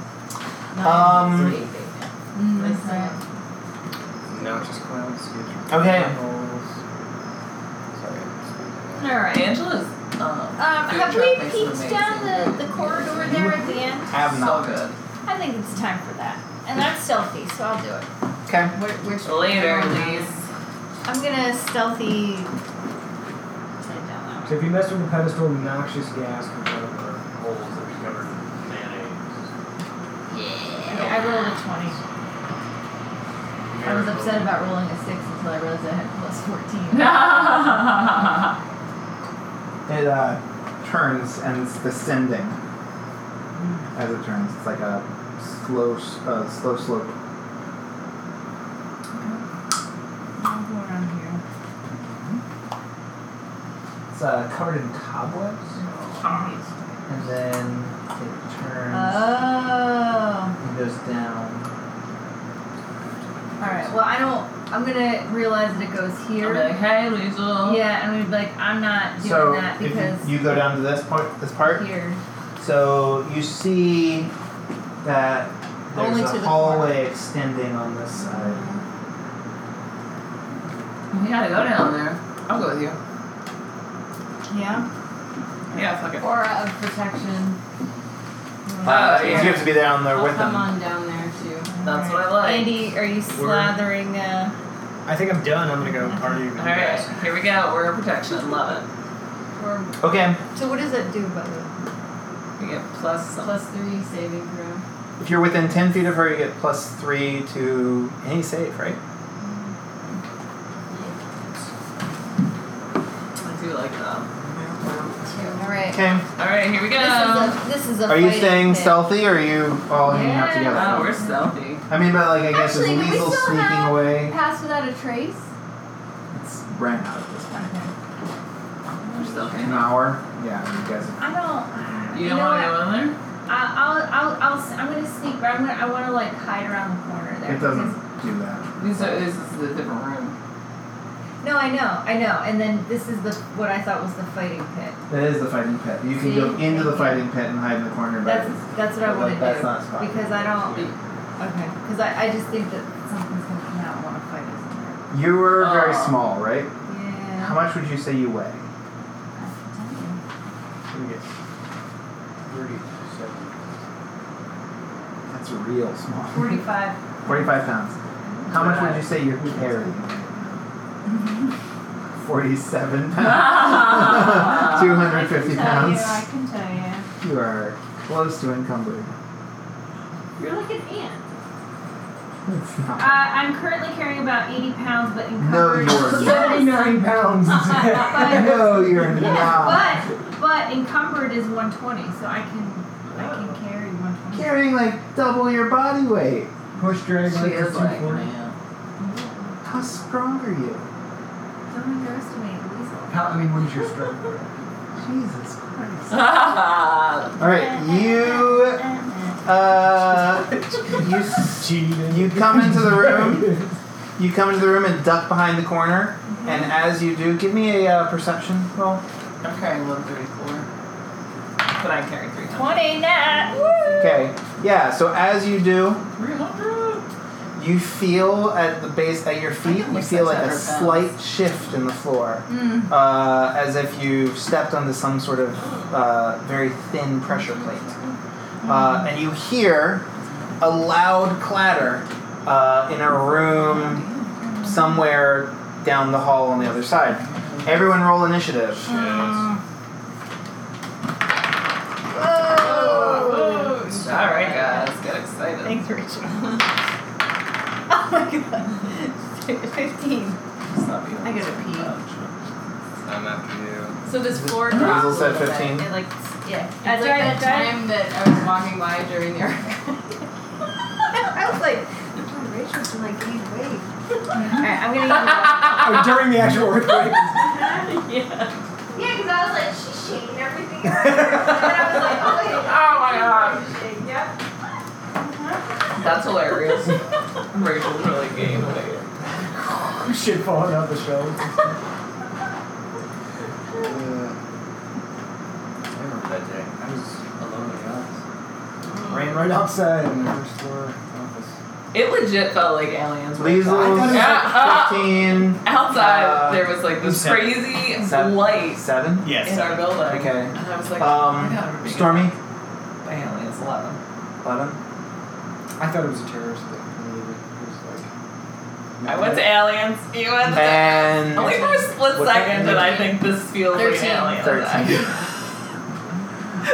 F: [LAUGHS]
A: Um,
D: Sweet bacon.
B: Mm-hmm.
F: Mm,
D: that's right.
E: No, just clouds.
A: Okay.
E: Sorry.
F: All right.
B: Angela's. Um,
F: Um, have
B: Food
F: we
B: truck makes it
F: peeked down
B: amazing.
F: the, the corridor there at the end?
A: Have
B: so
A: not.
B: good.
F: I think it's time for that. And that's stealthy, so I'll do it.
A: Okay.
D: Wh- Which
B: Later,
D: one?
F: [LAUGHS]
B: Elise.
F: I'm gonna stealthy. slide down
H: So if you mess with the pedestal, noxious gas can go over holes that we covered in mayonnaise.
F: that one. Yeah. I rolled a twenty. I was upset about rolling a six until I realized I had plus fourteen.
A: It uh, turns and it's descending. As it turns, it's like a slow, s- uh, slow slope.
F: I'll go around here.
A: It's uh, covered in cobwebs. And then it turns
F: Oh.
A: and goes down.
F: right. Well, I don't. I'm gonna realize that it goes
B: I'm
F: here.
B: like, hey, Liesel.
F: Yeah, and I'm gonna be like, I'm not doing
A: so
F: that
A: if
F: because
A: you, you go down to this point, this part,
F: here.
A: So you see that there's
D: Only
A: a
D: to the
A: hallway extending on this side.
B: We gotta go down there. I'll go with you.
F: Yeah.
B: Yeah, fuck it.
D: Aura of protection.
B: Uh,
A: You have
B: yeah.
A: to be down there
D: I'll
A: with
D: come
A: them.
D: on down there too.
B: That's what I like.
F: Andy, are you slathering? Uh,
H: I think I'm done. I'm gonna go party with you
B: Alright,
H: guys.
B: here we go. We're in protection. Love it.
F: or,
A: Okay.
F: so what does that do, by the way?
B: We get plus something.
D: Plus three saving [LAUGHS] throw.
A: If you're within ten feet of her, you get plus three to any save, right?
B: I do like that.
F: All right.
A: Okay.
B: Alright, here we go.
F: This is a. This is a
A: Are you
F: fighting
A: staying
F: pit.
A: stealthy, or are you all hanging out
F: Yeah.
A: together?
B: Wow, we're stealthy.
A: I mean, but like, I guess
F: Actually,
A: is
F: do we
A: Liesel
F: still
A: sneaking
F: have-
A: away?
D: Pass without a trace.
A: It's ran out of this
F: Okay.
B: We're stealthy.
A: an hour. Yeah, you guys.
F: I don't.
B: You don't
F: know
B: want
F: what?
B: to go in there?
F: I'll, I'll, I'll, I'll, s- I'm gonna sneak, but I'm gonna, I want to like hide around the corner there.
A: It doesn't do that.
B: These are, this is the different room.
F: because- No, I know, I know. And then this is the what I thought was the fighting pit.
A: It is the fighting pit. You can go
F: See?
A: into the fighting pit and hide in the corner, but
F: That's
A: it's-
F: that's what I
A: but
F: want to
A: that's
F: do
A: not spot.
F: because I don't. Okay, because I, I just think that something's gonna come out and want to fight us.
A: you were very
B: Oh.
A: small, right? How
F: Yeah.
A: much would you say you weigh?
E: Thirty-seven.
A: That's real small.
F: Forty-five.
A: 45 pounds. How much would you say you're carrying? 47
D: [LAUGHS] Uh-huh.
A: pounds. 250
D: I
A: pounds.
D: can tell you.
A: You are close to encumbered.
D: You're like an ant.
A: It's
F: Uh,
A: not.
F: I'm currently carrying about eighty pounds, but
A: No,
F: encumbered.
A: you are 79
H: [LAUGHS]
A: pounds. no, you're
F: Yeah,
A: not.
F: but but encumbered is one twenty, so I can I can carry one twenty.
A: Carrying like double your body weight.
E: Push drag
B: She
E: like
B: is
E: the
B: like,
E: 240.
B: man.
A: How strong are you?
F: Don't underestimate Liesel.
E: How, I mean, what is your strength?
A: Jesus Christ.
B: Ah,
A: All right, you uh, you
H: Cheating.
A: You come into the room. You come into the room and duck behind the corner, and as you do, give me a uh, perception roll.
B: [LAUGHS] I'm carrying 134. But I carry 300.
F: Twenty nat. Woo!
A: Okay. Yeah. So as you do,
B: 300?
A: you feel at the base at your feet. You feel like a slight shift in the floor, uh, as if you stepped onto some sort of uh, very thin pressure plate, uh, and you hear a loud clatter uh, in a room somewhere down the hall on the other side. Everyone roll initiative.
F: Whoa!
B: Alright, Oh, guys, get excited.
F: Thanks, Rachel. [LAUGHS] oh my god. [LAUGHS] Fifteen.
B: Stop you.
F: I
B: [LAUGHS]
F: gotta pee.
H: I'm after
D: So this floor
A: Hazel
D: dropped. a
A: said
D: little bit.
A: 15.
F: It like yeah.
D: It's like that time that I was walking by during the [LAUGHS]
F: I was like, oh, Rachel's like gained weight. Alright, I'm gonna
H: you. Oh, [LAUGHS] during the actual earthquake.
D: yeah.
F: [LAUGHS] Yeah, because I was like, she's shaking everything. [LAUGHS] and I was like, oh, yeah.
B: Oh my god.
F: Shake, yeah.
B: That's hilarious. Rachel really gained weight.
H: Shit falling out the shelves.
E: Uh, I remember that day. I was alone in the office. Ran right outside in the first floor office.
B: It legit felt like aliens. were
A: Liesel's
B: Yeah.
A: 15.
B: [LAUGHS] Outside,
A: Uh,
B: there was like this
H: seven.
B: crazy
A: Seven.
B: light
A: Seven?
H: Yes.
B: in our building.
A: Okay.
B: And I was like, oh my god, we're
A: Um,
B: being
A: Stormy?
B: attacked by aliens. 11.
A: 11.
E: I thought it was a terrorist thing. Really, It was like.
B: I went to aliens. You went to
A: And.
B: Only for a split
A: What's
B: second did I
D: Thirteen.
B: think this feels like
D: Thirteen.
B: aliens.
A: 13. [LAUGHS]
B: [LAUGHS]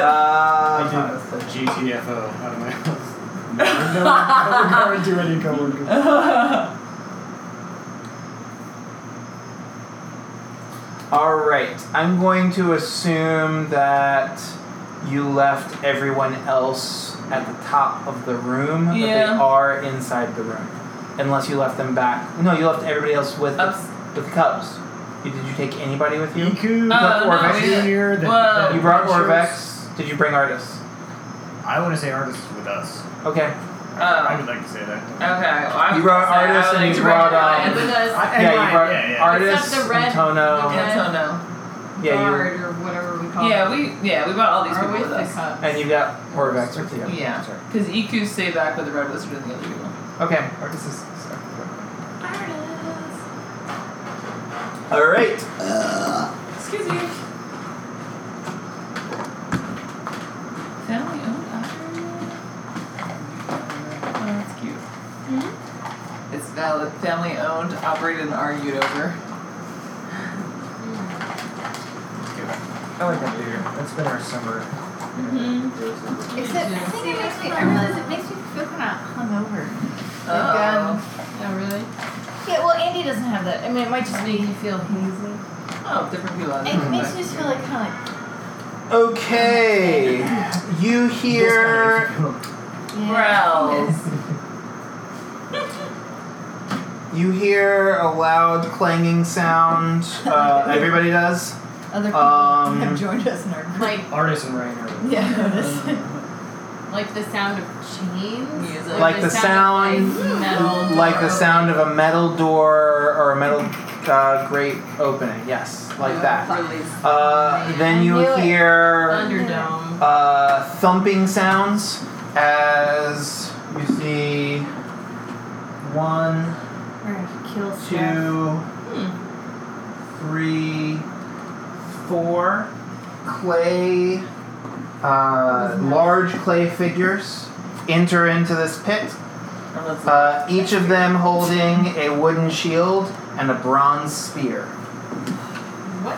H: I
A: Uh,
H: did a GTFO out of my
E: [LAUGHS]
H: house. No, no, I would never do any coworker.
A: Alright, I'm going to assume that you left everyone else at the top of the room, but they
B: Yeah.
A: are inside the room. Unless you left them back. No, you left everybody else with the,
B: Ups-
A: with the cubs. You, did you take anybody with you?
H: Iku,
B: Oh,
H: or
A: no,
H: Vex
B: yeah.
H: Junior, the,
B: Whoa.
H: the
A: You brought
H: adventures.
A: Orvex. Did you bring Artis?
H: I want to say artists with us.
A: Okay.
H: I
B: Oh.
H: would like to say that.
B: Okay. Well, I was
A: You brought
B: gonna say,
A: artists
B: I would
A: and
B: like
A: you
B: to bring
A: brought, um,
B: Ryan, but that's-
H: I-
A: yeah,
H: Ryan,
A: you brought
H: yeah, yeah.
A: artists,
D: Except the red-
A: Antono.
D: okay.
B: that's all no.
A: Yeah, you
D: Guard or whatever we call
B: Yeah,
D: it.
B: we yeah we brought all these
D: Are
B: people
D: with
B: with
D: the
B: us.
D: cups.
A: and you got
E: Horvax are
A: uh,
E: together.
B: Yeah.
E: Sorry.
B: Because EQ stayed back with the red wizard and the other people.
A: okay.
E: Artist is sorry.
D: Artists.
A: All right.
D: Excuse
B: Family
D: me.
B: owned operated. Oh, that's cute.
F: Mm-hmm.
B: It's valid. Family owned, operated, and argued over.
E: I like that beer. That's been our summer.
D: Mhm.
F: Except I think it makes me. I realize it makes me feel kind of hungover.
B: Oh.
D: Oh, really?
F: Yeah. Well, Andy doesn't have that. I mean, it might just be.
D: you feel hazy?
B: Oh, different people. have
F: It
B: different
F: makes
B: effects.
F: me just feel like kind of
A: Okay. You hear
F: like. Yeah,
B: Growls.
A: you hear a loud clanging sound. Uh, everybody does.
F: Other people
A: Um,
F: have joined us in our group.
D: Like,
E: Artist and Rainer.
F: [LAUGHS] Yeah.
D: [LAUGHS] like the sound of chains?
B: Music.
D: Or
A: Like the sound-
D: sound, of, like, metal
A: Like the
D: door
A: sound of a metal door or a metal uh, grate opening. Yes, like that.
B: Release.
A: Uh, then
F: I
A: you
F: knew it.
A: hear
D: opening. Thunderdome.
A: uh, thumping sounds as you see one,
F: We're gonna kill Sarah.
A: two,
F: Hmm.
A: three, four clay, uh, large clay figures enter into this pit.
B: And let's-
A: Uh, each of them holding a wooden shield and a bronze spear.
D: What?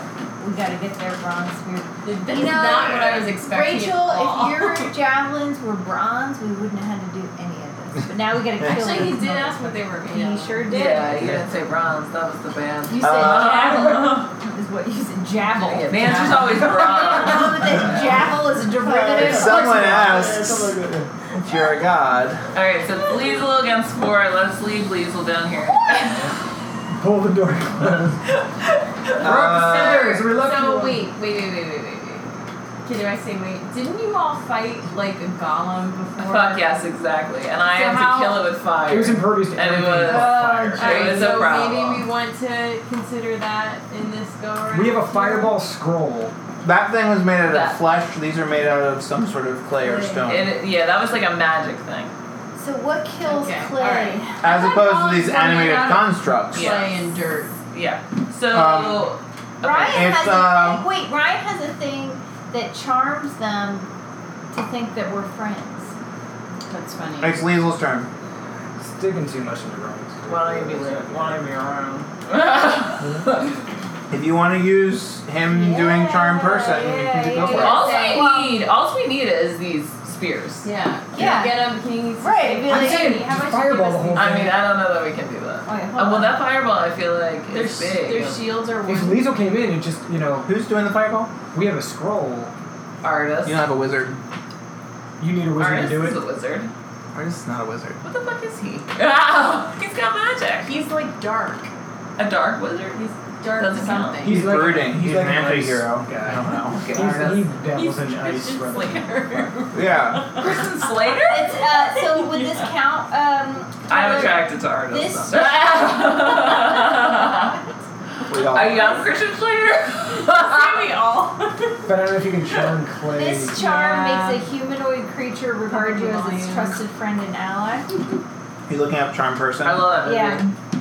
F: We gotta get their bronze spear.
D: That's
F: know,
D: not what I was expecting.
F: Rachel,
D: at all. [LAUGHS]
F: if your javelins were bronze, we wouldn't have had to do any of this. But now we gotta kill
D: Actually, he
F: this
D: did
F: mother-
D: ask what they were made
F: He
D: of.
F: sure did.
B: yeah, you didn't say bronze. That was the band. Uh-huh.
F: You said
A: Uh,
B: [LAUGHS]
F: javelin. Is what you said. Javel.
B: Yeah, the answer's [LAUGHS] always
F: No,
B: bronze.
F: but that javel is a derivative.
A: If
F: of
A: someone
F: bronze.
A: asks if you're a god,
B: Alright, so it's Liesel against four. Let's leave Liesel down here.
E: Pull the door closed.
A: uh,
B: Scissors, we're looking
D: so
B: for-
D: wait, wait, wait, wait, wait, wait, wait. Okay, do I say wait? Didn't you all fight like a golem before?
B: Fuck yes, exactly. And I
D: So
B: had
D: how-
B: to kill it with fire.
E: It was impervious to
B: And it
E: everything
B: was-
E: but
B: Oh,
E: fire.
B: It
D: Alright,
B: was a
D: so maybe
B: problem.
D: we want to consider that in this go around.
E: We have a fireball scroll.
A: that thing was made out of
B: That-
A: flesh. These are made out of some sort of clay or stone.
B: It- yeah, that was like a magic thing.
F: So what kills
D: Okay,
F: clay?
D: alright.
A: As
D: I thought
A: opposed
D: all
A: to these
D: these were made
A: animated
D: out of-
A: constructs.
D: Clay
B: Yeah.
D: and dirt.
B: Yeah. So.
A: Um,
B: okay.
F: Ryan
A: It's,
F: has
A: uh,
F: a thing. Wait, Ryan has a thing that charms them to think that we're friends.
D: That's funny.
A: It's Liesl's turn.
E: It's digging too much into drawings.
B: Why don't you be lit? Why don't you be [LAUGHS] around?
A: If you want to use him doing charm person, you can go for
F: yeah.
A: it.
B: All
F: Say,
B: we
F: well-
B: need, all we need is these spears.
D: Yeah.
F: Yeah.
D: Get him. Can you
F: Right, be
D: I'm
F: like-
D: saying,
E: Just
D: how much
E: fireball
D: you
E: the
D: give
E: whole
D: us?
B: I mean, I don't know that we can do that.
F: Wait, Oh, hold
B: Uh, well,
F: on.
B: that fireball, I feel like
D: Their,
B: is big.
D: their shields are
E: If
D: wood.
E: Liesel came in and just, you know,
A: Who's doing the fireball?
E: we have a scroll,
B: Artist.
A: You don't have a wizard.
E: you need a wizard to
B: Artist
E: do
B: is
E: it.
B: a wizard.
A: Artist's not a wizard.
B: What the fuck is he? Ah, he's got magic.
D: He's like dark.
B: A dark wizard.
D: He's dark
B: Doesn't count.
D: something.
E: He's like-
A: brooding.
E: he's
A: He's,
E: like
A: an
E: an ice
A: anti-hero.
E: guy.
A: I don't
E: [LAUGHS]
B: Okay,
E: He's,
B: artist.
E: he dabbles
D: He's
E: in ice.
D: Christian
E: brother.
D: Slater.
A: know.
B: [LAUGHS]
A: Yeah.
B: Kristen Slater.
F: It's uh, so would this count? Um,
B: I'm
F: for-
B: attracted to artists.
F: This-
B: so. [LAUGHS] Are
A: We all
B: you on Christian Slater?
D: we all.
E: But I don't know if you can charm clay.
F: This charm
D: Yeah.
F: makes a humanoid creature regard you as its
D: Lion.
F: trusted friend and ally.
A: You looking up charm person?
B: I love that movie.
F: Yeah.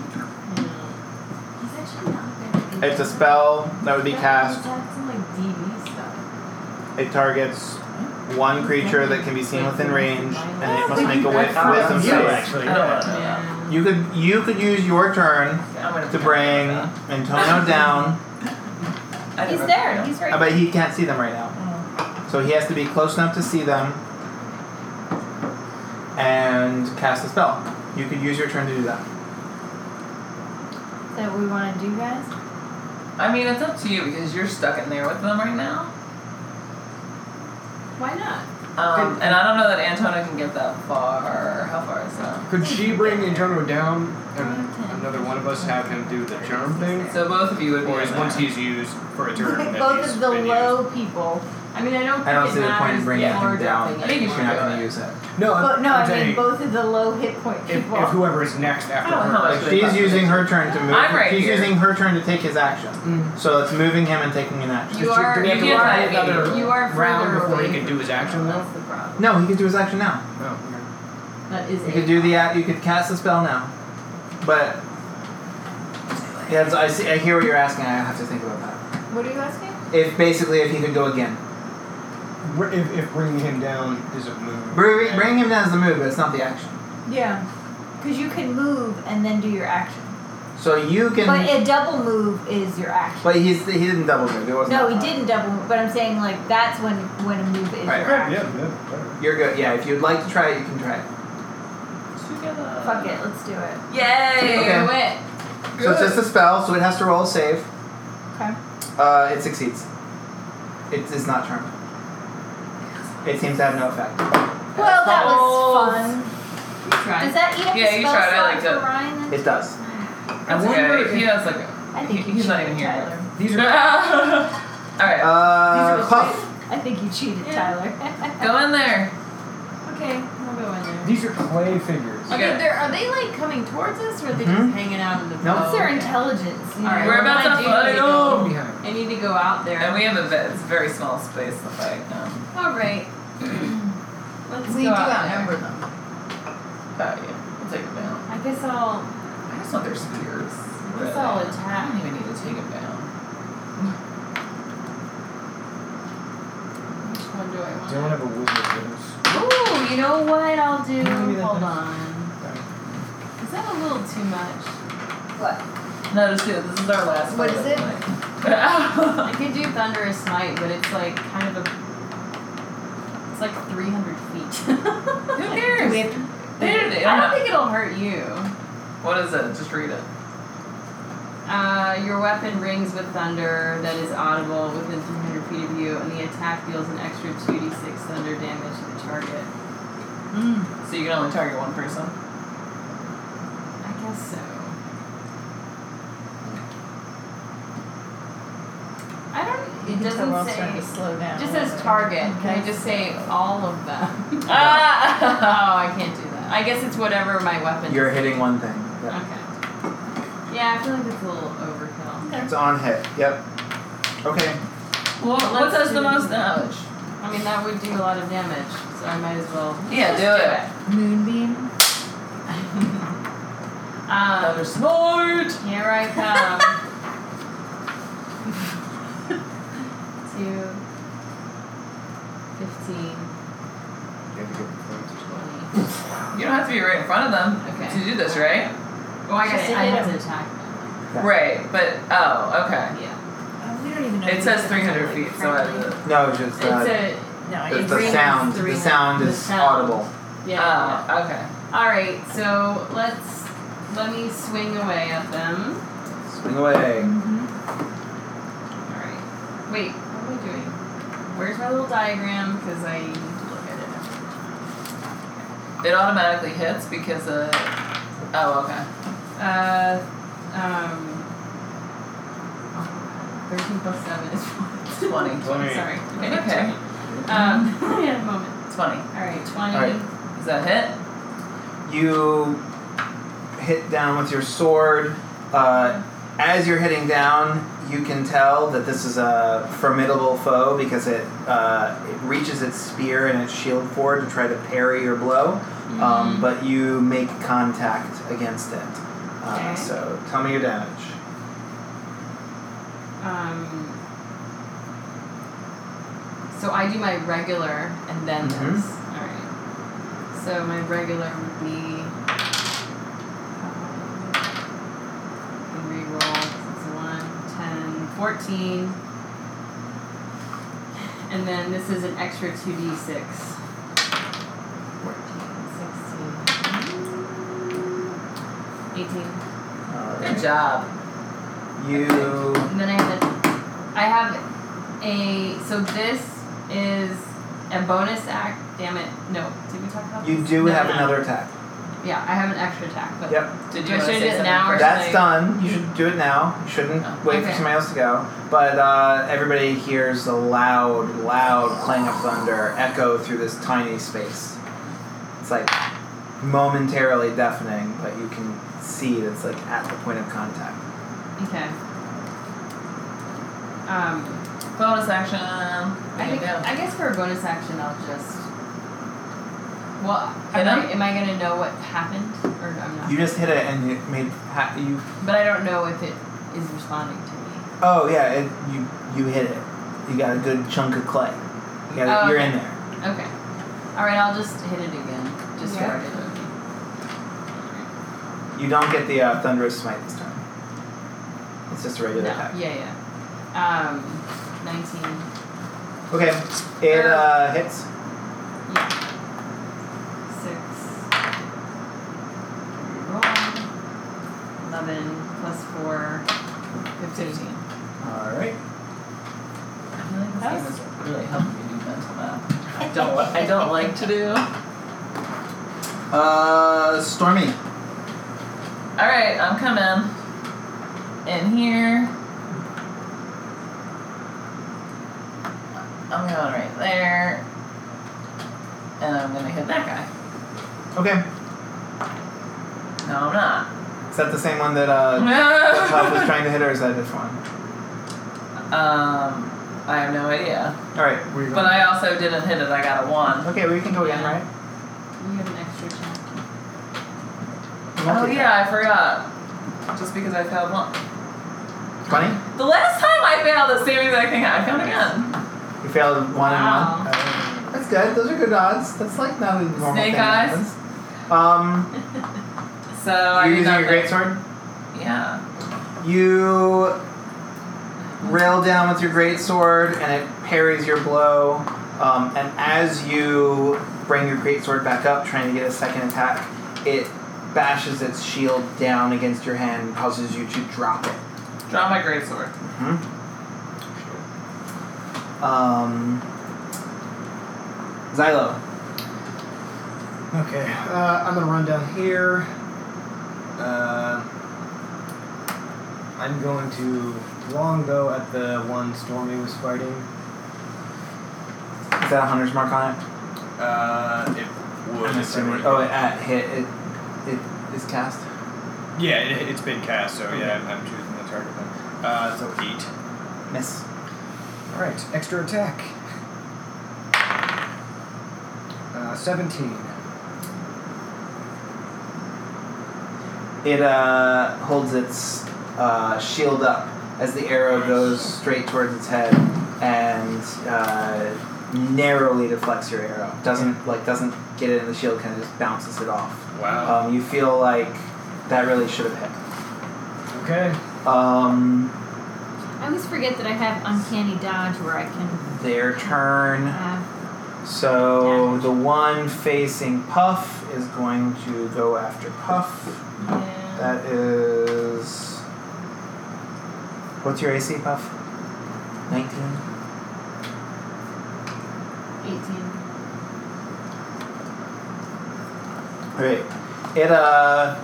D: He's actually not very good.
A: It's a spell that would be
D: Yeah,
A: cast.
D: He's got some like DV stuff.
A: It targets one creature that can be seen within range, and it must
E: Thank
A: make a
E: you.
A: wi-
E: That's
A: wisdom
E: you,
A: save.
E: actually.
B: I don't
E: yeah.
B: want that.
A: You could you could use your turn
B: I'm gonna
A: to bring Antonio down,
B: I
F: He's
B: never-
F: there. He's right.
A: but he can't see them right now. So he has to be close enough to see them and cast a spell. You could use your turn to do that.
F: Is that what we want to do, guys?
B: I mean, it's up to you because you're stuck in there with them right now.
D: Why not?
B: Um, and I don't know that Antonio can get that far. How far is that?
E: Could she bring Antonio down and another one of us have him do the charm thing?
B: So both of you would be
H: Or is
B: in
H: once
B: there.
H: he's used for a turn,
F: Like
H: then
F: both
H: he's
F: of the
H: been
F: low people.
H: used.
D: I mean, I don't think
I: I don't
D: it
I: see the point
D: matters
I: in bringing
D: the
I: him
D: hard
I: down.
D: thing
I: if
B: you
I: You're
D: anymore.
I: not going to use it.
E: No, I'm,
F: But no,
E: I'm
F: I
E: telling
F: mean
E: you,
F: both of the low hit point
E: if,
F: people.
E: if whoever is next
B: I
E: after
B: don't know how
E: her,
B: much
A: Like,
B: they
A: she's
B: cost.
A: using her turn to move.
B: I'm right
A: she's
B: here.
A: using her turn to take his action. So it's moving him and taking an action.
D: You
E: But you-
D: are,
E: Mm. do we have
D: you
B: to
D: are,
B: wait another
D: you are further
E: round before
D: away
E: he can do his action, though?
D: That's the problem.
A: No, he could do his action now.
E: Oh,
D: That is
A: You
D: a
A: could do the act. You could cast the spell now. But yeah, I see. I hear what you're asking. I have to think about that.
F: what are you asking?
A: If basically if he could go again,
E: okay. Br- If, if bringing him down is a move.
A: bringing bring him down is the move, but it's not the action.
F: Yeah, because you can move and then do your action,
A: So you can.
F: but a double move is your action.
A: but he's he didn't double move. It wasn't.
F: No,
A: that
F: he
A: far.
F: didn't double move. But I'm saying like that's when when a move is
A: Right.
F: your
E: Yeah,
F: action.
E: yeah, yeah.
A: You're good. Yeah, if you'd like to try it, you can try it.
B: Together.
F: Fuck it, let's do it.
D: Yay!
A: Okay.
D: I went.
A: So it's just a spell, so it has to roll a save.
F: Okay.
A: Uh, it succeeds. It is not charmed. It seems to have no effect.
F: Well, that
B: Balls.
F: was fun.
D: You tried.
F: Does that eat up
B: Yeah,
F: the
B: you
F: spell
B: tried it, I
F: slot
B: liked
F: for
B: it.
F: Ryan? Then?
A: It does.
E: I
B: That's
E: wonder
B: okay.
E: if-
B: He has like a.
F: I think
B: He-
F: you
B: he's not
F: cheated,
B: even here.
F: Tyler.
B: [LAUGHS]
E: These are.
B: Alright,
D: are
A: Uh,
D: the
A: Clough.
F: I think you cheated,
D: Yeah.
F: Tyler. [LAUGHS]
B: go in there.
D: Okay, I'll go in there.
E: These are clay figures.
B: Okay.
D: Okay, they're, are they like coming towards us or are they
A: Mhm.
D: just hanging out in the
A: No.
F: What's their
D: okay.
F: intelligence? You
D: All right,
F: know?
B: We're
D: what
B: about
D: am I
B: to
D: doing?
B: fight him.
E: Behind.
D: I need to go out there.
B: And we have a ve- it's a very small space to fight. Um,
D: All right. Let's
B: We do
D: go out there.
B: outnumber them. Got you. We'll take it down.
D: I guess I'll.
B: I just want their spears.
D: I
B: really.
D: guess I'll
B: I don't
D: attack.
B: even need to take it down.
D: Which one do I want?
E: Don't have a wizard with us.
D: Ooh, you know what I'll do?
E: Maybe that
D: Hold
E: does.
D: on. Is that a little too much?
F: What?
B: No, just do it. This is our last
F: What
B: fight of
F: is it?
B: [LAUGHS] the
D: I
B: night.
D: could do thunderous smite, but it's like kind of a. It's like 300
B: [LAUGHS]
D: feet.
B: Who
D: Who
B: cares?
F: We have to-
B: There it is.
D: I don't think it'll hurt you.
B: What is it? Just read it.
D: Uh, your weapon rings with thunder that is audible within 300 feet of you, and the attack deals an extra 2d6 thunder damage to the target.
B: So you can only target one person.
D: I guess so. I don't. It
F: I think the
D: doesn't
F: world's starting to
D: say.
F: slow down.
D: It
F: a
D: just
F: little
D: says
F: bit.
D: target. Can I
F: Okay.
D: just say all
B: [LAUGHS]
D: of them? oh,
B: Ah!
D: I can't do that. I guess it's whatever my weapon.
A: You're
D: is.
A: hitting one thing.
D: Okay.
A: Yep.
D: Yeah, I feel like it's a little overkill.
A: It's on hit. Yep. Okay.
B: What, what
D: Let's
B: does
D: do-
B: the most damage?
D: I mean, that would do a lot of damage, so I might as well.
B: Yeah,
D: [LAUGHS] just
B: do it.
F: Moonbeam.
D: Um,
B: Another snort!
D: Here I come. [LAUGHS] Two, fifteen, twenty.
B: You don't have to be right in front of them
D: Okay.
B: to do this, right?
D: Well, I
F: Just
D: gotta,
F: to
D: I
F: hit
D: have
F: him.
D: to attack them.
B: Right, but oh, okay.
D: Yeah.
F: Oh, we don't even know.
B: It
F: if
B: says
F: it's
B: 300
F: like
B: feet, so I.
A: No, it's just
D: It's
A: uh,
D: a
F: No, I
A: the,
D: it
F: didn't.
A: the
D: rings
A: sound.
D: three
A: The sound
D: the
A: is
D: sound.
A: audible.
D: yeah.
B: Oh, okay.
D: All right, so let's let me swing away at them.
A: Swing away.
F: Mhm.
D: All right. Wait, what am I doing? Where's my little diagram? Because I need to look at it.
B: It automatically hits because uh Oh, okay.
D: Uh, um, 13 plus 7 is [LAUGHS] 20.
B: 20.
E: Twenty.
D: Sorry. Okay.
B: Okay.
D: [LAUGHS] Um, I had a moment.
B: 20.
D: Alright, 20.
A: Alright.
B: Is that hit?
A: You hit down with your sword. Uh, as you're hitting down, you can tell that this is a formidable foe because it uh, it reaches its spear and its shield forward to try to parry your blow.
D: mm-hmm.
A: Um, but you make contact against it. Uh,
D: Okay.
A: So tell me your damage.
D: Um, so I do my regular and then
A: Mhm.
D: this. Alright. So my regular would be. um, and Reroll. 6, 1, 10, 14. And then this is an extra 2d6. 14, 16. 18.
A: All
B: Good
A: right.
B: job.
A: Uh, You
D: And then I have a, I have a, so this is a bonus act. Damn it. No. Did we talk about
A: you
D: this?
A: do
D: No,
A: have
D: no.
A: another attack.
J: Yeah, I have an extra attack, but
A: Yep.
B: Did
J: Do I
B: you want
J: should do
B: to say
J: it
B: something
J: now or
B: first?
A: That's
J: I-
A: done. You should do it now. You shouldn't
B: Oh,
A: wait for
J: okay.
A: somebody else to go. But uh, everybody hears a loud, loud clang of thunder echo through this tiny space. It's like momentarily deafening, but you can see that it's like at the point of contact.
J: okay. Um,
B: Bonus action.
J: I think I guess for a bonus action, I'll just. Well,
B: Hit
J: am I,
B: him?
J: am I gonna know what happened, or I'm not?
A: You just hit it and it made ha- you.
J: but I don't know if it is responding to me.
A: Oh yeah, it, you you hit it. You got a good chunk of clay. You got it,
J: Oh,
A: you're
J: okay.
A: in there.
J: Okay. All right, I'll just hit it again, just
F: Yeah.
J: for it.
A: You don't get the uh, thunderous smite this time. It's just a regular
J: No,
A: attack.
J: yeah, yeah. Um, 19.
A: Okay, it
J: Er-
A: uh, hits.
J: Yeah. Six. Roll. Eleven plus four. Fifteen.
A: All right.
B: That was really helping me do mental math. I don't. li- I don't like to do.
I: Uh, Stormy.
B: All right, I'm coming in here. I'm going right there, and I'm gonna hit that guy.
A: Okay.
B: No, I'm not. [LAUGHS]
A: Is that the same one that uh, Todd was trying to hit, or is that a different one?
B: um, I have no idea.
A: All right. Where you
B: But I also didn't hit it. I got a one.
A: okay, we can go again, right?
J: You have an extra check.
A: We won't
B: Oh
A: take
B: yeah, I forgot. Just because I failed one.
A: that. Twenty.
B: The last time I failed the same exact thing, I failed again.
A: You failed one
J: Wow.
A: and one. That's good. Those are good odds. That's like not a normal thing
B: Snake
A: that
B: eyes?
A: happens. Um,
B: So I
A: you're
B: did
A: using
B: not
A: your
B: make-
A: greatsword.
B: Yeah.
A: You rail down with your greatsword, and it parries your blow. Um, and as you bring your greatsword back up, trying to get a second attack, it bashes its shield down against your hand, and causes you to drop it.
B: Draw my greatsword.
A: Um, Xylo.
E: Okay, uh, I'm gonna run down here. Uh, I'm going to longbow at the one Stormy was fighting.
A: Is that a hunter's mark on it?
E: Uh, it would.
H: I'm assuming-
A: Oh, it at hit. It, it is cast.
E: Oh, Yeah, it, it's been cast, so yeah, I'm, I'm choosing the target then. Uh, so eight.
A: Miss.
E: All right, extra attack. Uh, Seventeen.
A: It uh, holds its uh, shield up as the arrow goes straight towards its head and uh, narrowly deflects your arrow. Doesn't like doesn't get it in the shield. Kind of just bounces it off.
E: Wow.
A: Um, you feel like that really should have hit.
E: Okay.
A: Um,
D: I always forget that I have uncanny dodge where I can
A: their turn.
D: have.
A: So the one facing Puff is going to go after Puff.
J: Yeah.
A: That is. What's your AC, Puff? 19.
J: 18.
A: Alright. It, uh.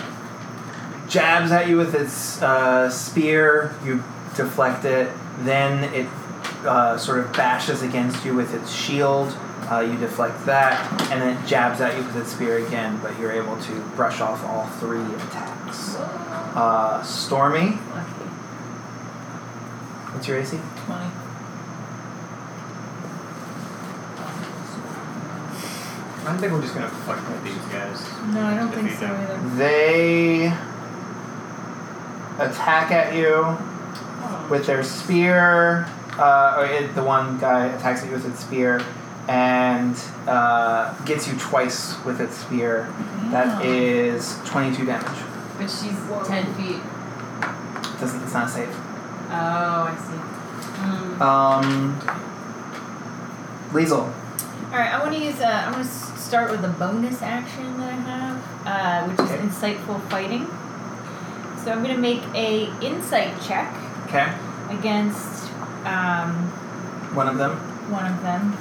A: jabs at you with its uh, spear. You deflect it. Then it uh, sort of bashes against you with its shield. Uh, you deflect that. And then it jabs at you with its spear again, but you're able to brush off all three attacks. Uh, Stormy. What's your AC?
B: Twenty.
E: I think we're just gonna fuck with these guys.
F: No, I don't think
E: Defeat
F: so
E: them.
F: either.
A: They attack at you with their spear. Uh, or it, the one guy attacks at you with its spear and uh, gets you twice with its spear. That is 22 damage.
J: But she's 10 feet.
A: Doesn't it's not safe.
J: Oh, I see. Mm.
A: Um, Liesel.
F: All right, I want to use. Uh, I'm going to start with a bonus action that I have, uh, which is
A: Okay.
F: insightful fighting. So I'm going to make a insight check
A: Okay,
F: against um,
A: one of them.
F: one of them.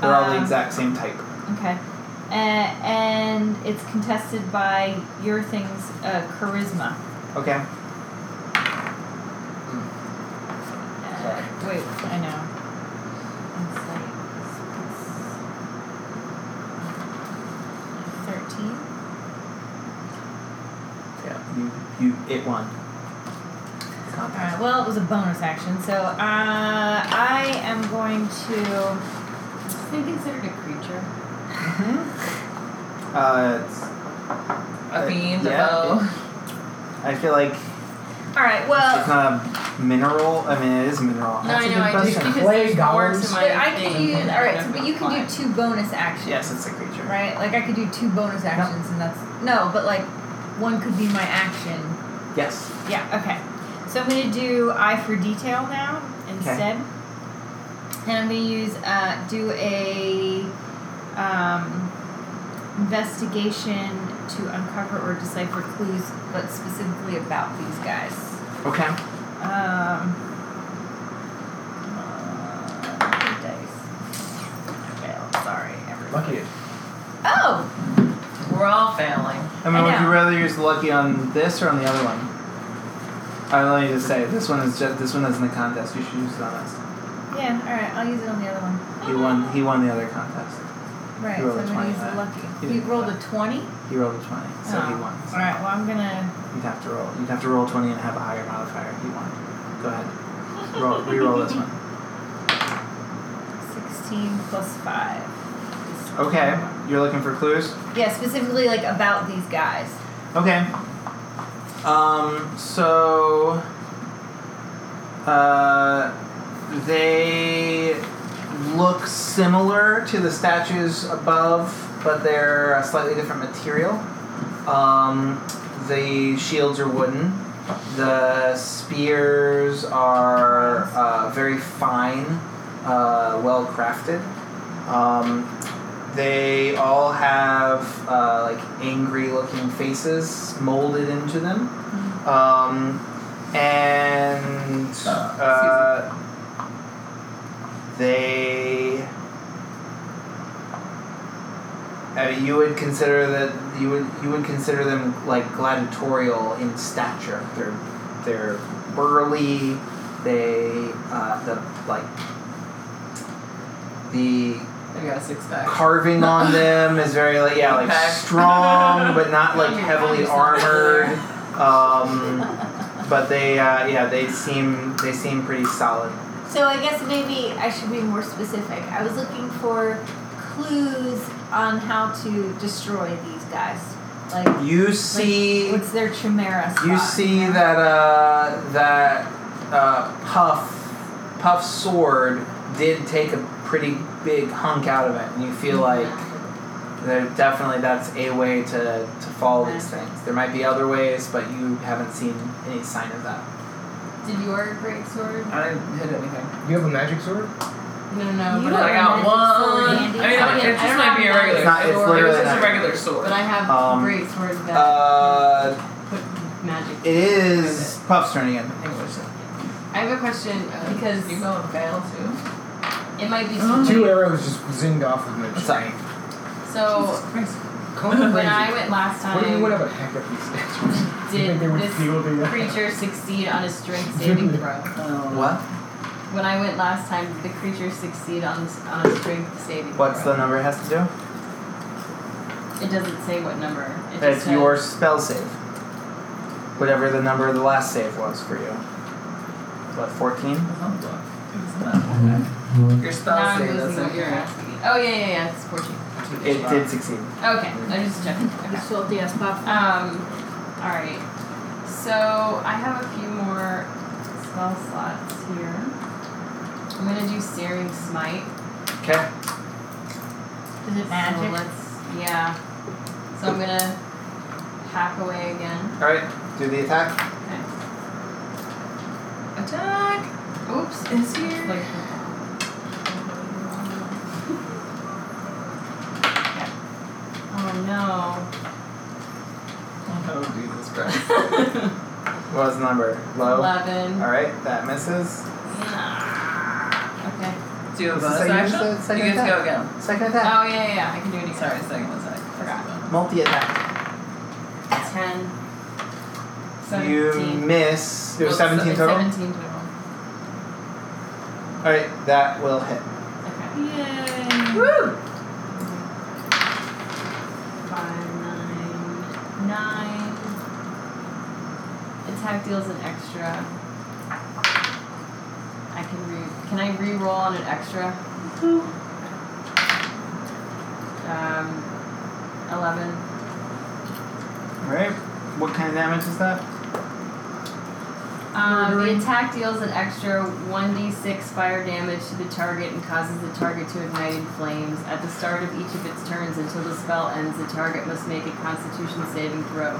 A: They're all the
F: Um,
A: exact same type.
F: Okay. Uh, and it's contested by your thing's uh, charisma.
A: Okay.
F: Uh, wait, I know. Insight. Thirteen.
A: Yeah. You you it won. It's not
F: All right. Well, it was a bonus action, so uh, I am going to.
J: Is considered a creature?
A: Uh, it's,
B: A bean,
A: yeah,
B: a bow.
A: I feel like
F: All right. Well,
A: it's not a mineral. I mean, it is a mineral.
D: No, I know,
E: good
D: I do
E: question.
D: because
E: Clay
D: there's more
E: goblins.
D: to my
F: but I can
D: thing.
F: use. All right. So,
D: I'm
F: but you can
D: fine.
F: do two bonus actions.
A: Yes, it's a creature.
F: Right. Like I could do two bonus actions, and that's no. But like, one could be my action.
A: Yes.
F: Yeah, okay. So I'm going to do eye for detail now instead. And I'm going to use, uh, do a um, investigation to uncover or decipher clues, but specifically about these guys.
A: Okay.
F: Um, uh, dice. Fail. Sorry, everyone.
E: Lucky.
F: Oh,
B: We're all failing.
A: I mean,
F: I
A: would you
F: know.
A: rather use lucky on this or on the other one? I let you just say this one is just this one isn't a contest. You should use it on us.
F: yeah. All right, I'll use it on the other one.
A: He won. He won the other contest.
F: Right,
A: You
F: so
A: rolled a
F: I'm
A: 20,
F: going to use the
A: right?
F: lucky.
A: You
F: You
A: didn't
F: rolled a
A: roll.
F: twenty.
A: He rolled a twenty, so he
F: Oh.
A: won.
F: All right. Well, I'm gonna.
A: You'd have to roll. You'd have to roll twenty and have a higher modifier if you want. Go ahead. Roll. Re-roll this one.
F: 16 plus 5.
A: Okay. You're looking for clues.
F: Yeah, specifically like about these guys.
A: Okay. Um, so uh, they look similar to the statues above, but they're a slightly different material. Um, the shields are wooden. The spears are uh, very fine, uh, well crafted. Um, they all have uh, like angry looking faces molded into them. Um, and uh, they. I mean, you would consider that you would you would consider them like gladiatorial in stature. They're they're burly. They uh, the like the
B: I've got a six pack.
A: carving on them is very like yeah like
B: Okay.
A: strong but not like
B: Yeah,
A: heavily
B: it's not
A: armored um, but they uh, yeah they seem they seem pretty solid
F: So I guess maybe I should be more specific. I was looking for clues on how to destroy these guys. Like,
A: you see
F: what's their chimera spot?
A: you see that uh, that uh, puff puff's sword did take a pretty big hunk out of it and you feel like there definitely that's a way to to follow these things there might be other ways but you haven't seen any sign of that
D: Did your great sword?
B: I didn't hit anything.
E: Do you have a magic sword?
D: No, no, but
F: You don't
B: I
D: I
F: have
B: got one.
F: magic sword handy.
B: I mean,
A: I
B: it
D: don't-
B: just
D: I don't
B: might be a
D: have
B: regular
D: magic
A: It's not- it's
B: sword. It was
A: literally
B: just
A: not-
B: a regular sword.
D: But I have
A: Um,
D: great sword that
A: Uh,
D: put magic.
A: it is Puff's turn again.
B: English.
D: I have a question uh, because
B: you go and fail too.
D: it might be
B: Oh.
D: stupid.
E: Two arrows just zinged off of my
A: What's
E: chain.
D: So
E: Conan
D: when
E: Raging.
B: uh,
D: I went last
E: What do you
D: time,
E: would have a heck of these statues? [LAUGHS] you
D: did
E: think they would
D: this
E: feel the uh, [LAUGHS]
D: creature succeed on a strength saving throw?
A: What?
D: When I went last time, did the creature succeed on on a strength saving
A: What's
D: throw?
A: the number it has to do?
D: It doesn't say what number. It just
A: It's
D: says-
A: your spell save. Whatever the number of the last save was for you. What, 14?
D: Mm-hmm.
B: Your
D: Now
B: spell
D: I'm
B: save
D: losing
B: doesn't
D: what you're asking. me. Oh yeah, yeah, yeah. It's fourteen.
A: It did succeed.
D: Okay, I'm just checking. Okay.
J: sold the pop.
D: Um, alright. So I have a few more spell slots here. I'm gonna do Searing Smite.
A: Okay.
F: Is it
D: So
F: magic?
D: let's, yeah. So I'm gonna hack away again.
A: Alright, do the attack.
D: Attack! Oops, it's here. Like, oh [LAUGHS] no.
B: Oh, Jesus
A: [LAUGHS]
B: Christ.
A: What was the number? Low?
D: Eleven.
A: Alright, that misses.
D: Okay.
B: Do you have a
A: Is this
B: bonus
A: how you
B: action?
A: said second
B: you get to
A: attack?
B: go again.
A: Second
D: Oh
A: attack.
D: yeah, yeah, I can do it again.
B: Sorry, second was
D: Oh.
A: Multi attack.
D: Ten.
A: You
D: Seventeen.
A: miss. It was
D: Well,
A: 17
D: se-
A: total?
D: Seventeen total.
A: Alright, that will hit.
D: Okay.
F: Yay.
D: Woo! Five, nine, nine. Attack deals an extra. I can re. Can I re-roll on an extra? Um, eleven.
A: Alright. What kind of damage is that?
D: Um, the attack deals an extra 1d6 fire damage to the target and causes the target to ignite in flames. At the start of each of its turns until the spell ends, the target must make a constitution saving throw.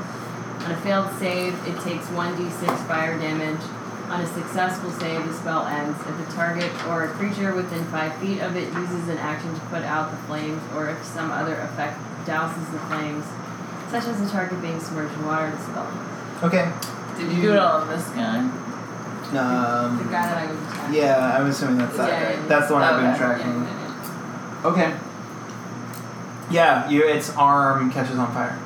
D: On a failed save, it takes 1d6 fire damage. On a successful save, the spell ends. If the target or a creature within 5 feet of it uses an action to put out the flames, or if some other effect douses the flames, such as the target being submerged in water, the spell ends.
A: Okay.
B: Did you do it all on this guy?
D: The
A: Um,
D: guy that I was attacking.
A: yeah, I'm assuming that's that.
D: Yeah, yeah, yeah.
A: That's the one I've been
B: Okay.
A: tracking.
D: Yeah, yeah, yeah.
A: Okay. Yeah, you, its arm catches on fire.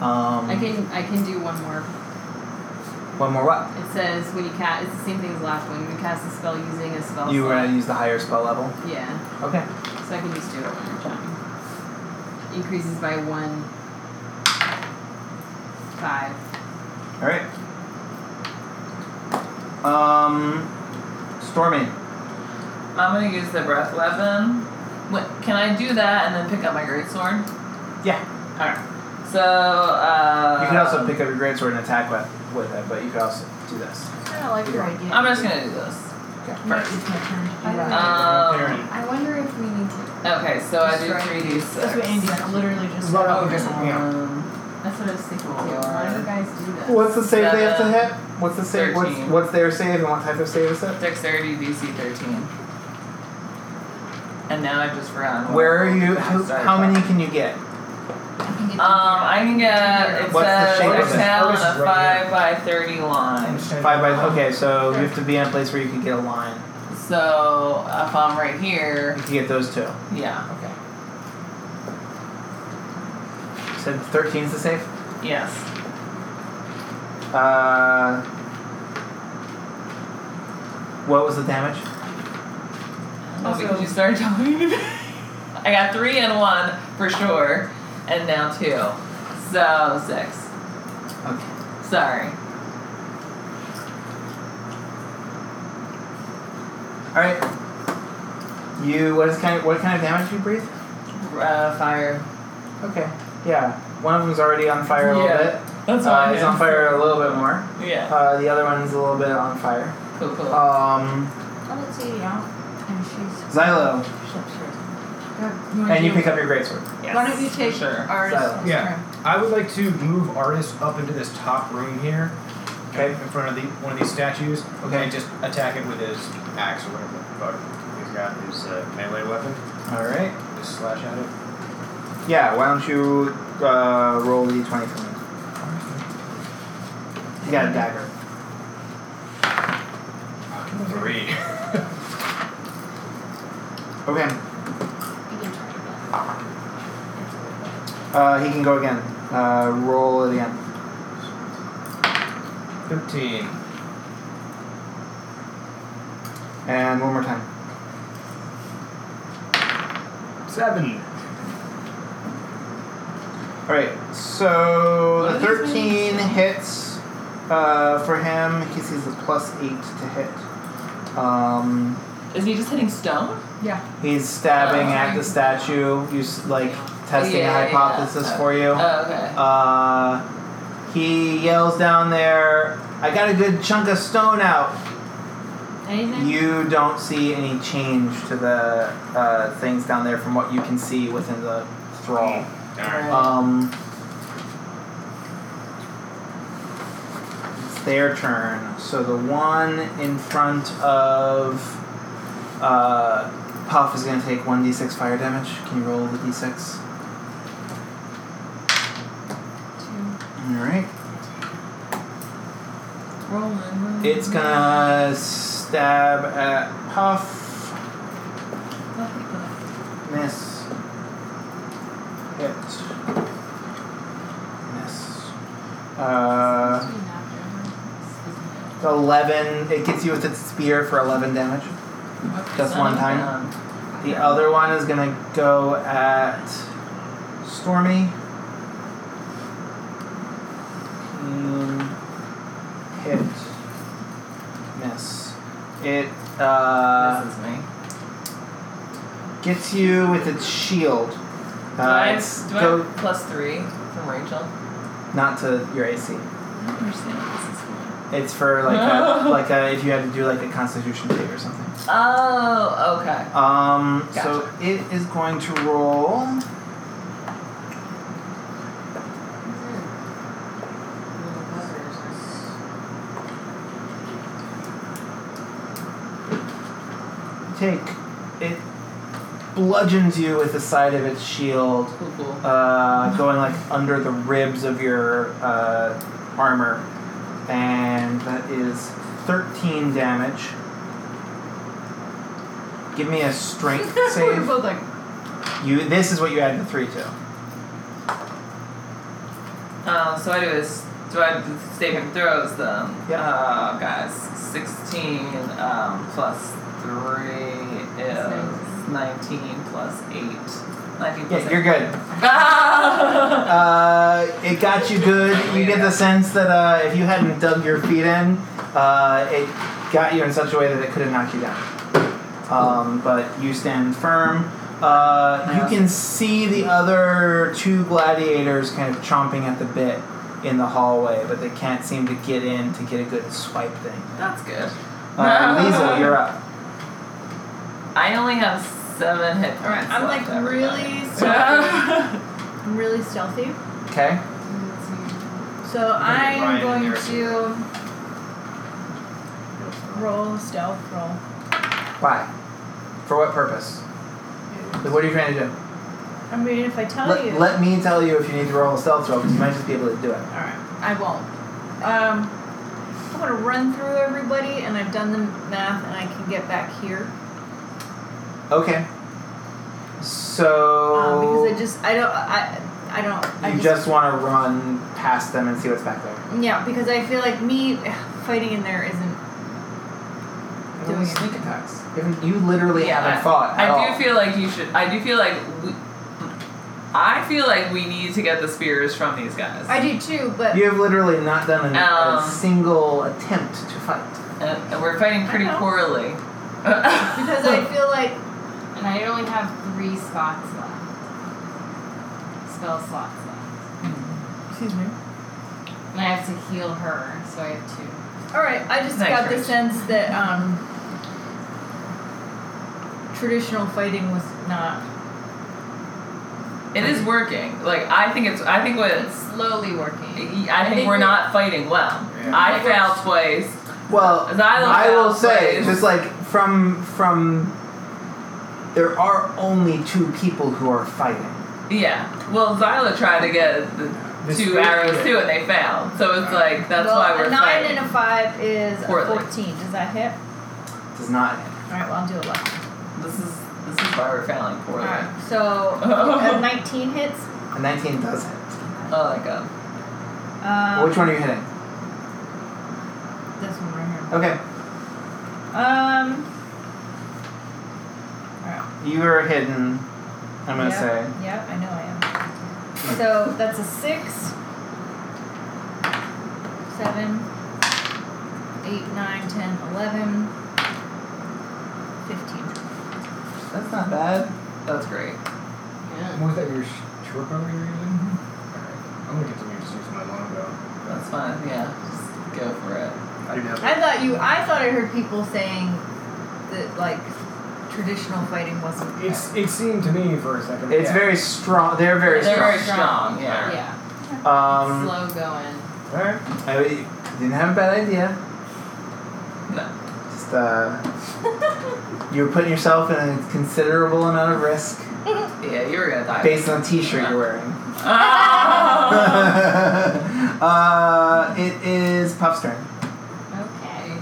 A: Um,
D: I can I can do one more.
A: one more what?
D: It says when you cast it's the same thing as last one. When you cast a spell using a spell
A: You were
D: slot.
A: gonna use the higher spell level.
D: Yeah.
A: Okay.
D: So I can just do it one more time. Increases by one five.
A: All right. Um, Stormy.
B: I'm gonna use the breath weapon. What, can I do that and then pick up my greatsword?
A: Yeah.
B: Alright. So, uh.
A: You could also pick up your greatsword and attack with, with it, but you could also do this.
F: I like your idea.
B: I'm just gonna do this.
F: It's my turn.
D: I don't know.
B: Um,
F: I wonder if we need to.
B: okay, so I do
F: Strike.
B: 3d6.
F: That's what Andy did. Literally just.
E: Right up
B: Oh, Okay.
E: against me.
B: Um,
D: That's what I was thinking too. Why do guys do this?
A: What's the save they have to
B: Seven.
A: hit? What's the save? What's,
B: Thirteen.
A: what's their save and what type of save is it?
B: dexterity DC 13. And now I've just forgotten.
A: Where are you? How,
B: Sorry.
A: how many can you get?
B: Um, I can get.
A: What's
B: It
A: the
B: says
A: shape
B: a
A: of it?
B: tail and
E: Focus is
B: a
E: right
B: 5 by 30 line.
A: Five by. Okay, so you have to be in a place where you can get a line.
B: So if I'm right
A: You
B: here,
A: can get those two.
B: yeah,
A: You said 13 is the save?
B: yes.
A: Uh. What was the damage?
B: Oh, because you started talking to me. I got three and one for sure, and now two. So six.
A: Okay.
B: Sorry.
A: Alright. You. What is kind of, What kind of damage do you breathe?
B: Uh, fire.
A: Okay. Yeah. One of them's already on fire a little
B: Yeah,
A: bit.
B: That's
A: Uh,
B: fine.
A: he's on fire a little bit more.
B: Yeah.
A: Uh, the other one's a little bit on fire.
B: Cool. Cool.
A: Um.
F: I'll let Sadie out, and she's
A: Xylo.
F: she's upstairs.
A: And you pick up your greatsword.
B: yes.
F: Why don't you
B: for
F: take
B: sure.
F: artist's
E: Yeah.
F: turn?
E: I would like to move artists up into this top room here.
A: Okay.
E: In front of the one of these statues.
A: Okay.
E: And just attack it with his axe or whatever the fuck he's got his uh, melee weapon.
A: Alright.
E: Just slash at it.
A: Yeah, why don't you uh, roll the d20 for me? You got a dagger.
E: Three.
A: Okay.
F: You can try that.
A: Uh, he can go again. Uh, roll it again.
E: [LAUGHS] Fifteen.
A: And one more time.
E: Seven.
A: Alright, so
B: What
A: the
B: are these
A: 13
B: things?
A: hits uh, for him. He sees a plus 8 to hit. Um,
B: Is he just hitting stone?
A: he's stabbing
B: Oh,
A: at the
B: right.
A: statue. You s- like testing
B: Yeah,
A: a
B: yeah, yeah.
A: hypothesis for you.
B: Oh, okay.
A: Uh, he yells down there, I got a good chunk of stone out.
D: Anything?
A: You don't see any change to the uh, things down there from what you can see within the thrall. Um, it's their turn. So the one in front of uh, Puff is going to take 1d6 fire damage. Can you roll the d6? Alright.
B: Rolling.
A: It's gonna stab at Puff. Miss. Hit. Uh, eleven. It gets you with its spear for eleven damage. Just one time. The other one is gonna go at Stormy. Mm, hit. Miss. It uh,
B: this is me.
A: gets you with its shield.
B: do I,
A: Uh,
B: have-
A: it's
B: do I
A: go-
B: have plus three from Rachel?
A: not to your AC.
B: I don't understand what this is for.
A: It's for like
B: [LAUGHS]
A: a, like a, if you had to do like a Constitution save or something.
B: Oh, okay.
A: Um, so
B: Gotcha.
A: it is going to roll. Take it bludgeons you with the side of its shield,
B: Cool, cool.
A: uh, going like under the ribs of your uh, armor, and that is thirteen damage. Give me a
B: [LAUGHS]
A: strength
F: [LAUGHS] We're
A: save.
F: both like,
A: You this is what you add the three to.
B: Uh, so I do this. Do I have to save and throws then?
A: Yep.
B: Uh, guys, sixteen um, plus three is nineteen plus eight. Nineteen plus
A: Yeah,
B: eight.
A: you're good.
B: Ah!
A: Uh, it got you good. You get the sense that uh, if you hadn't dug your feet in, uh, it got you in such a way that it could have knocked you down. Um, but you stand firm. Uh, you can see the other two gladiators kind of chomping at the bit in the hallway, but they can't seem to get in to get a good swipe thing.
B: [LAUGHS] That's good.
A: Uh, Lisa, you're up.
B: I only have seven hit points.
F: Alright, I'm,
B: left, [LAUGHS]
F: like,
B: everybody.
F: really
B: Yeah.
F: [LAUGHS] I'm really stealthy.
A: Okay.
F: So
K: Ryan
F: I'm
K: in
F: going
K: there.
F: to roll stealth roll.
A: Why? For what purpose? What are you trying to do?
F: I mean, if I tell you,
A: Let, let me tell you if you need to roll a stealth roll because you might just be able to do it.
F: all right, I won't. Um, I'm gonna run through everybody, and I've done the math, and I can get back here
A: Okay. So
F: um, because I just I don't I I don't I
A: Oh. you just want to run past them and see what's back there.
F: yeah because I feel like me [SIGHS] fighting in there isn't Doing it.
A: sneak attacks. You haven't- You literally
B: Yeah,
A: haven't fought at
B: I
A: all.
B: do feel like you should. I do feel like we. I feel like we need to get the spears from these guys.
F: I do too, but
A: you have literally not done an, a
B: Um.
A: single attempt to fight.
B: and, and we're fighting pretty
F: I know.
B: poorly. [LAUGHS]
F: because I feel like
D: And I only have three spots left. Spell slots left.
F: excuse me.
D: And I have to heal her, so I have two.
F: All right, I just
B: Nice
F: got the
B: choice.
F: sense that um, traditional fighting was not.
B: It is working. Like I think it's. I think what.
D: It's slowly working.
B: I think
D: think
B: we're
D: we-
B: not fighting well.
K: Yeah.
B: I failed twice.
A: Well,
B: As I look
A: will
B: out,
A: say,
B: please.
A: just like from from, there are only two people who are fighting.
B: Yeah. Well, Zyla tried to get the
K: The
B: two
K: spear-
B: arrows too, and they failed. So it's like that's
F: well,
B: why we're
F: a nine
B: fighting.
F: and a five is a
B: Poorly.
F: fourteen. Does that hit?
A: Does not.
F: All right, well I'll do eleven.
B: This is this is why we're failing
F: All
B: poorly.
F: right, so a nineteen hits.
A: A 19 does hit.
B: Oh my god.
F: Um,
A: Which one are you hitting?
F: This one right here.
A: Okay.
F: Um. All right.
A: You are hidden. I'm gonna
F: yeah,
A: say. Hmm.
F: Yeah, I know I am. So that's a six, seven, eight, nine, ten, eleven, fifteen.
A: That's not bad.
B: That's great.
E: What was that, your sh- shortbow you were using? Alright. I'm gonna get to me just use my longbow.
B: That's fine. Yeah. Just go for it.
E: I didn't have
F: I thought you. I thought I heard people saying that like traditional fighting wasn't.
E: It's, it seemed to me for a second.
A: It's
E: yeah.
A: very strong. They're very
B: They're
A: strong.
B: very strong. Yeah.
D: Yeah.
A: Um,
D: Slow going.
E: Alright.
A: I didn't have a bad idea.
B: No.
A: Just uh, [LAUGHS] you were putting yourself in a considerable amount of risk
B: Yeah. You were gonna die.
A: based on the T-shirt you're wearing. [LAUGHS]
B: Oh!
A: uh, it is Puff's turn.
D: Okay.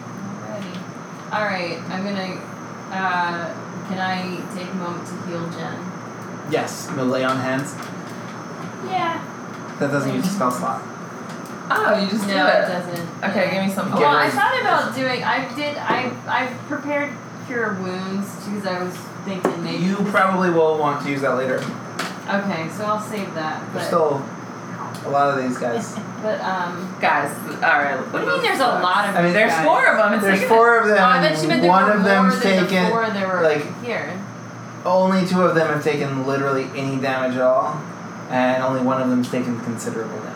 D: Alrighty. Alright, I'm gonna uh can I take a moment to heal Jen?
A: Yes, no lay on hands.
D: Yeah.
A: That doesn't use a spell slot.
B: [LAUGHS] Oh, you just
D: No,
B: do
D: it
B: it.
D: doesn't.
B: Okay, give me some.
D: Well, I thought about doing. I did. I I prepared cure wounds because I was thinking maybe.
A: You probably will want to use that later.
D: okay, so I'll save that. But
A: There's still a lot of these guys.
D: but um.
B: Oh, Guys, alright.
D: What do you mean? There's a lot
A: I
D: of.
A: mean,
D: these
B: There's
D: guys.
B: four of them. It's
A: There's
B: like
A: four of them.
D: Oh, I bet you meant there
A: One
D: were
A: of
D: more
A: them's
D: than the
A: taken.
D: Four there were
A: like-
D: here.
A: Only two of them have taken literally any damage at all, and only one of them's taken considerable damage.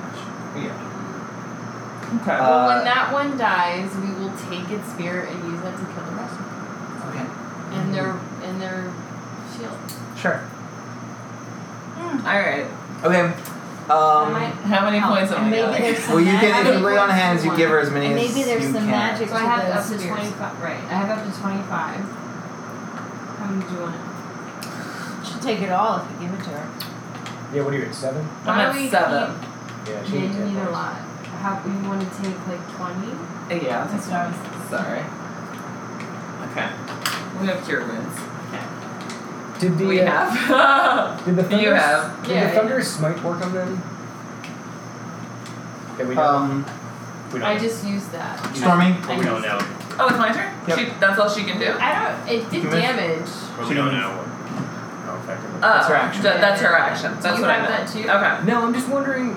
B: Okay.
A: Uh,
D: well, when that one dies, we will take its spirit and use that to kill the rest. of Mm-hmm.
A: Okay.
D: them. And their and their shield.
A: Sure.
B: alright.
A: Okay.
D: I
A: Um,
D: might-
B: How many
D: Mm. Oh,
B: points
F: And
B: am I
F: maybe
A: [LAUGHS]
B: getting?
F: there's some
A: well, you can
F: magic.
A: if you lay on hands, you give her as many
F: And
A: as
F: maybe there's
A: you
F: some
A: can.
F: magic
D: So I
F: to
D: have
F: those
D: up to
F: spears.
D: twenty five. Right, I have up to twenty five. How many do you want? it?
F: She'll take it all if you give it to her.
E: Yeah, what are you at? Seven?
D: Why
B: I'm
D: don't
B: at
D: we
B: seven.
E: Yeah,
D: keep-
E: she
D: Yeah,
E: did
D: you need a
E: that first.
D: lot. How you want to take like twenty?
B: Yeah.
D: That's what I was.
B: Sorry. Okay. We have cure wounds.
E: Did the
B: We
E: uh,
B: have. [LAUGHS]
E: did the
B: You
E: thunders-
B: have.
E: did
D: Yeah,
E: the thunder's smite work on them? Okay, we don't.
A: Um,
E: we don't.
D: I just used that.
A: Stormy.
L: But we don't know.
B: oh, it's my turn.
A: Yep.
B: She, that's all she can do.
D: I don't. It did
A: You missed-
D: damage.
L: But we don't know Oh, how effective. it-
B: That's
A: her action.
B: Oh, that's her action. That's
D: you
B: what I
D: have
B: meant.
D: that too?
B: Okay.
E: No, I'm just wondering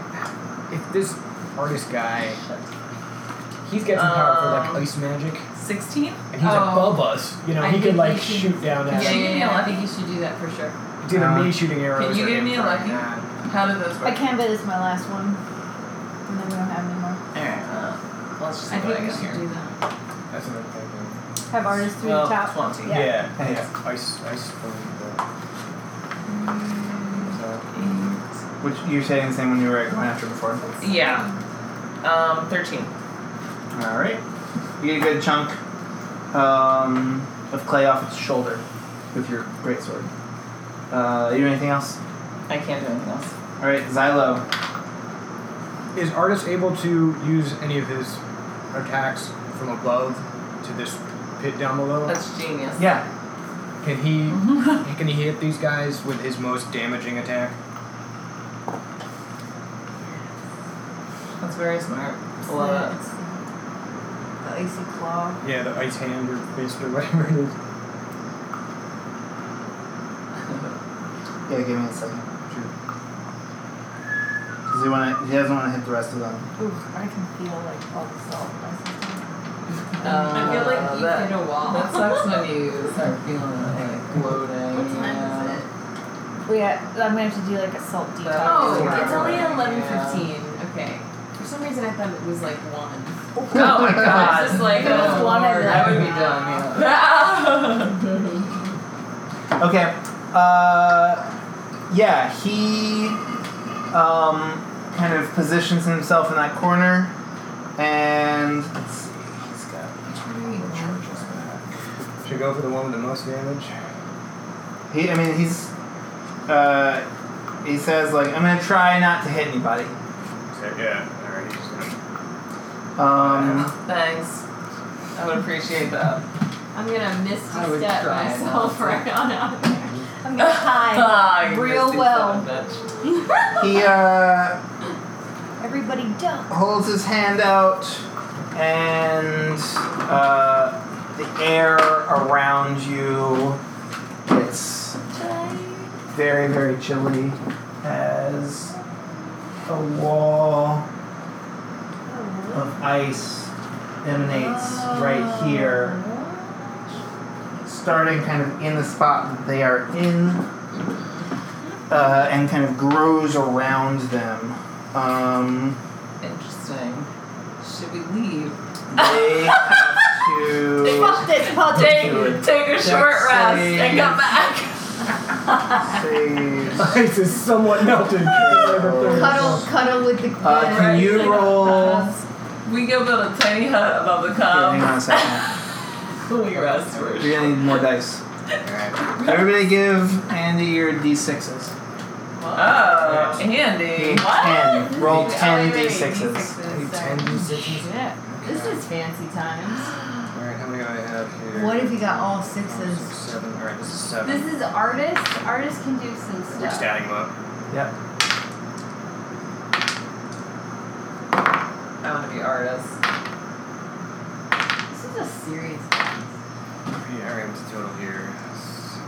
E: if this artist guy, he's got some powerful like
B: Um,
E: ice magic,
B: Sixteen.
E: and he's
D: oh.
E: above us. You know,
D: I
E: he
D: think
E: could like
D: he should-
E: shoot down
D: Yeah,
E: at
B: Yeah,
E: us.
B: you
D: yeah,
B: need a
D: yeah, I
B: lucky.
D: think you should do that for sure.
E: Dude,
L: Uh,
A: Um,
E: me shooting arrows.
B: you
E: are
B: give me a
E: different.
B: lucky? How did those
F: A
B: work?
F: canvas is my last one. And then we don't have any more.
B: All right. Uh, let's just
D: I
B: go
D: think we
B: again
D: should
B: here.
D: do that.
E: That's another thing. though.
F: Have artists through
B: Well,
F: the top.
B: twenty.
F: Yeah.
E: Yeah. yeah. Ice, ice for the.
A: Which you're saying the same one you were going after before.
B: Yeah. Um, thirteen.
A: All right. You get a good chunk um, of clay off its shoulder with your greatsword. Uh, you do anything else?
B: I can't do anything else.
A: All right, Xylo.
E: So. Is artist able to use any of his attacks from above to this pit down below?
F: Uh,
B: That's genius.
A: Yeah.
E: Can he
F: [LAUGHS]
E: Can he hit these guys with his most damaging attack?
B: That's very smart. Uh, Love it.
F: It's The icy claw.
E: Yeah, the ice hand or fist or whatever it is.
A: Yeah. Give me a second. Sure. Does he want to? He doesn't want to hit the rest of them.
F: Ooh, I can feel like all the salt.
B: Uh,
D: I feel like you
B: that,
D: hit a wall.
B: that
D: [LAUGHS]
B: sucks when you start feeling like gloating.
D: What time is it?
F: We ha- I'm gonna have to do like a salt detox.
D: Oh,
B: Yeah.
D: it's only
B: Yeah.
D: eleven fifteen. Okay. For some reason, I thought it was like one.
B: Oh
J: [LAUGHS]
B: my god!
D: It's just like,
B: oh,
F: oh, Lord,
B: that would be
D: yeah.
B: dumb. Yeah. [LAUGHS]
D: No.
A: Okay. Uh, yeah. He um, kind of positions himself in that corner, and let's see. He's got.
E: Should go for the one with the most damage.
A: He, I mean, he's. Uh, he says like, "I'm gonna try not to hit anybody."
L: So, yeah. All right. He's just gonna
A: Um,
B: Thanks. I would appreciate that.
D: I'm gonna misty
B: I would
D: step
B: try
J: [LAUGHS]
D: myself
B: not.
D: right on out. there.
F: [LAUGHS] I'm gonna
B: [LAUGHS]
F: hide.
B: Ah, you
F: Real
B: misty
F: well.
B: son of a bitch.
A: he uh,
F: Everybody dump.
A: holds his hand out, and uh, the air around you gets very, very chilly as a wall of ice emanates right here, starting kind of in the spot that they are in, uh, and kind of grows around them. Um,
B: Interesting. Should we leave?
A: they have
B: [LAUGHS]
A: to
F: this pod.
B: Take, take a short rest and come back. [LAUGHS]
A: save.
E: [LAUGHS] Ice is somewhat [LAUGHS] melted.
F: Cuddle, cuddle with the.
A: Uh, can you roll?
B: We go build a tiny hut above the
A: Hang on
B: clouds.
A: a second.
B: We rest for a
A: You're gonna need more
B: [LAUGHS]
A: dice. Everybody give Andy your d6s.
B: Oh, Andy.
A: Need 10. Roll 10
D: Oh, wait, wait,
A: d6s.
D: D6s, sorry.
E: Ten D6s.
D: Shit. This is fancy times.
E: Alright, how many do I have here?
F: What if you got all
E: One,
F: sixes?
E: six, seven. Alright, this is seven.
D: This is artist. Artist can do some
L: We're
D: stuff.
L: statting him up.
B: I want to be artist.
J: This is a serious.
E: Yeah, Rams total here. is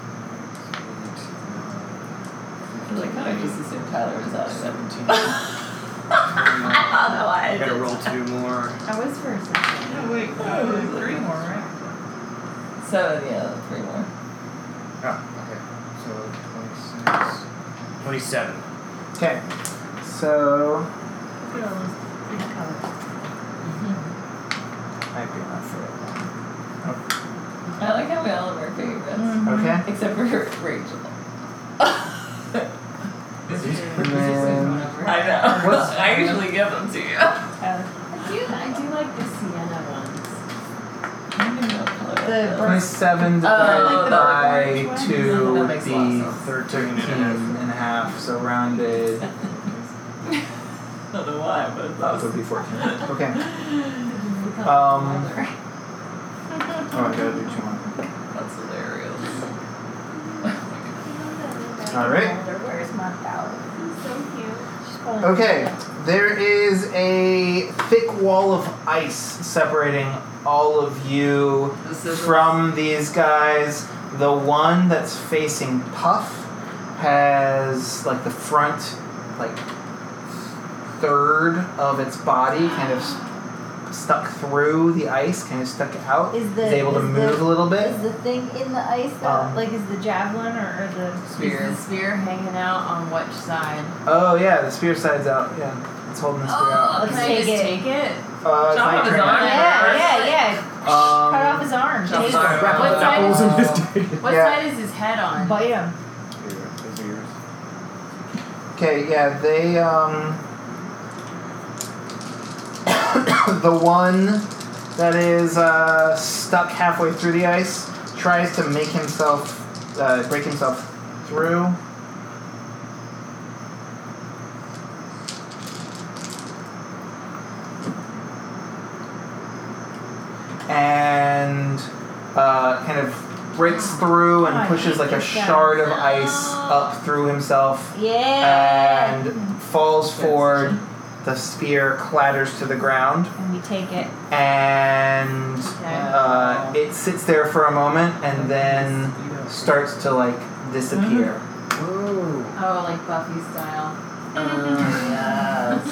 B: I was like, I just assumed Tyler was out of it.
E: 17.
D: I thought
E: I
D: that
E: gotta
D: was.
E: roll two more.
J: I was for a second.
B: Oh, wait,
I: Oh, three more, right?
B: So, yeah, three more.
E: Oh, okay. So 26. 27.
A: Okay. So
J: Look at all those pretty colors.
A: I agree on that.
B: I like how we all have our favorites.
F: Mm-hmm.
A: Okay.
B: Except for Rachel. I
A: And then
B: know.
A: What's-
B: [LAUGHS] [LAUGHS] I usually give them to you. I
J: I do, I do like the sienna ones.
B: don't even know what color that
J: The
B: is.
J: brown-
A: twenty-seven
B: Oh,
A: divided
B: the
A: by
J: orange one.
A: two
B: That
A: would
B: makes a lot of
A: be
B: sense.
A: thirteen and a half. So rounded,
B: I don't know why, but it's
A: that
B: awesome.
A: would be fourteen. Okay.
J: We call
A: Um,
J: it [LAUGHS] leather.
A: Oh, I gotta do two more.
B: That's hilarious.
A: All right.
D: Where's my towel? He's so cute.
A: Okay, there is a thick wall of ice separating all of you
B: This is
A: from these guys. The one that's facing Puff has like the front, like third of its body kind of s- stuck through the ice, kind of stuck out.
F: Is the
A: is able to
F: is
A: move a little
F: The,
A: bit.
F: is the thing in the ice though?
A: Um,
F: like, is the javelin or, or the
B: spear.
J: Is the spear hanging out on which side?
A: Oh yeah, the spear side's out. Yeah, it's holding the spear out.
J: Oh,
F: Let's
J: can I
F: take
J: just
F: it.
J: take it?
A: Uh, it's
B: Chop
A: not
B: his
A: your turn
B: arm
A: yet.
F: Yeah,
B: first.
F: yeah, yeah.
A: Um,
F: Oh. Cut off his arm.
B: Chop
F: Take
B: his arm.
F: it.
B: Wrap
J: What
B: up
J: side
E: Apples
J: is,
E: in his dick.
J: what
A: Yeah.
J: side is his head on?
F: Bite him.
E: Those are yours.
A: Okay, yeah, they um [COUGHS] the one that is uh, stuck halfway through the ice tries to make himself uh, break himself through. And uh, kind of breaks through
F: Oh, I
A: and pushes
F: hate
A: like a
F: this guy.
A: shard of ice up through himself
F: Yeah.
A: and falls forward. The spear clatters to the ground,
F: and we take it.
A: and uh, it sits there for a moment, and then starts to like disappear.
E: Whoa.
J: Oh, like Buffy style.
E: [LAUGHS]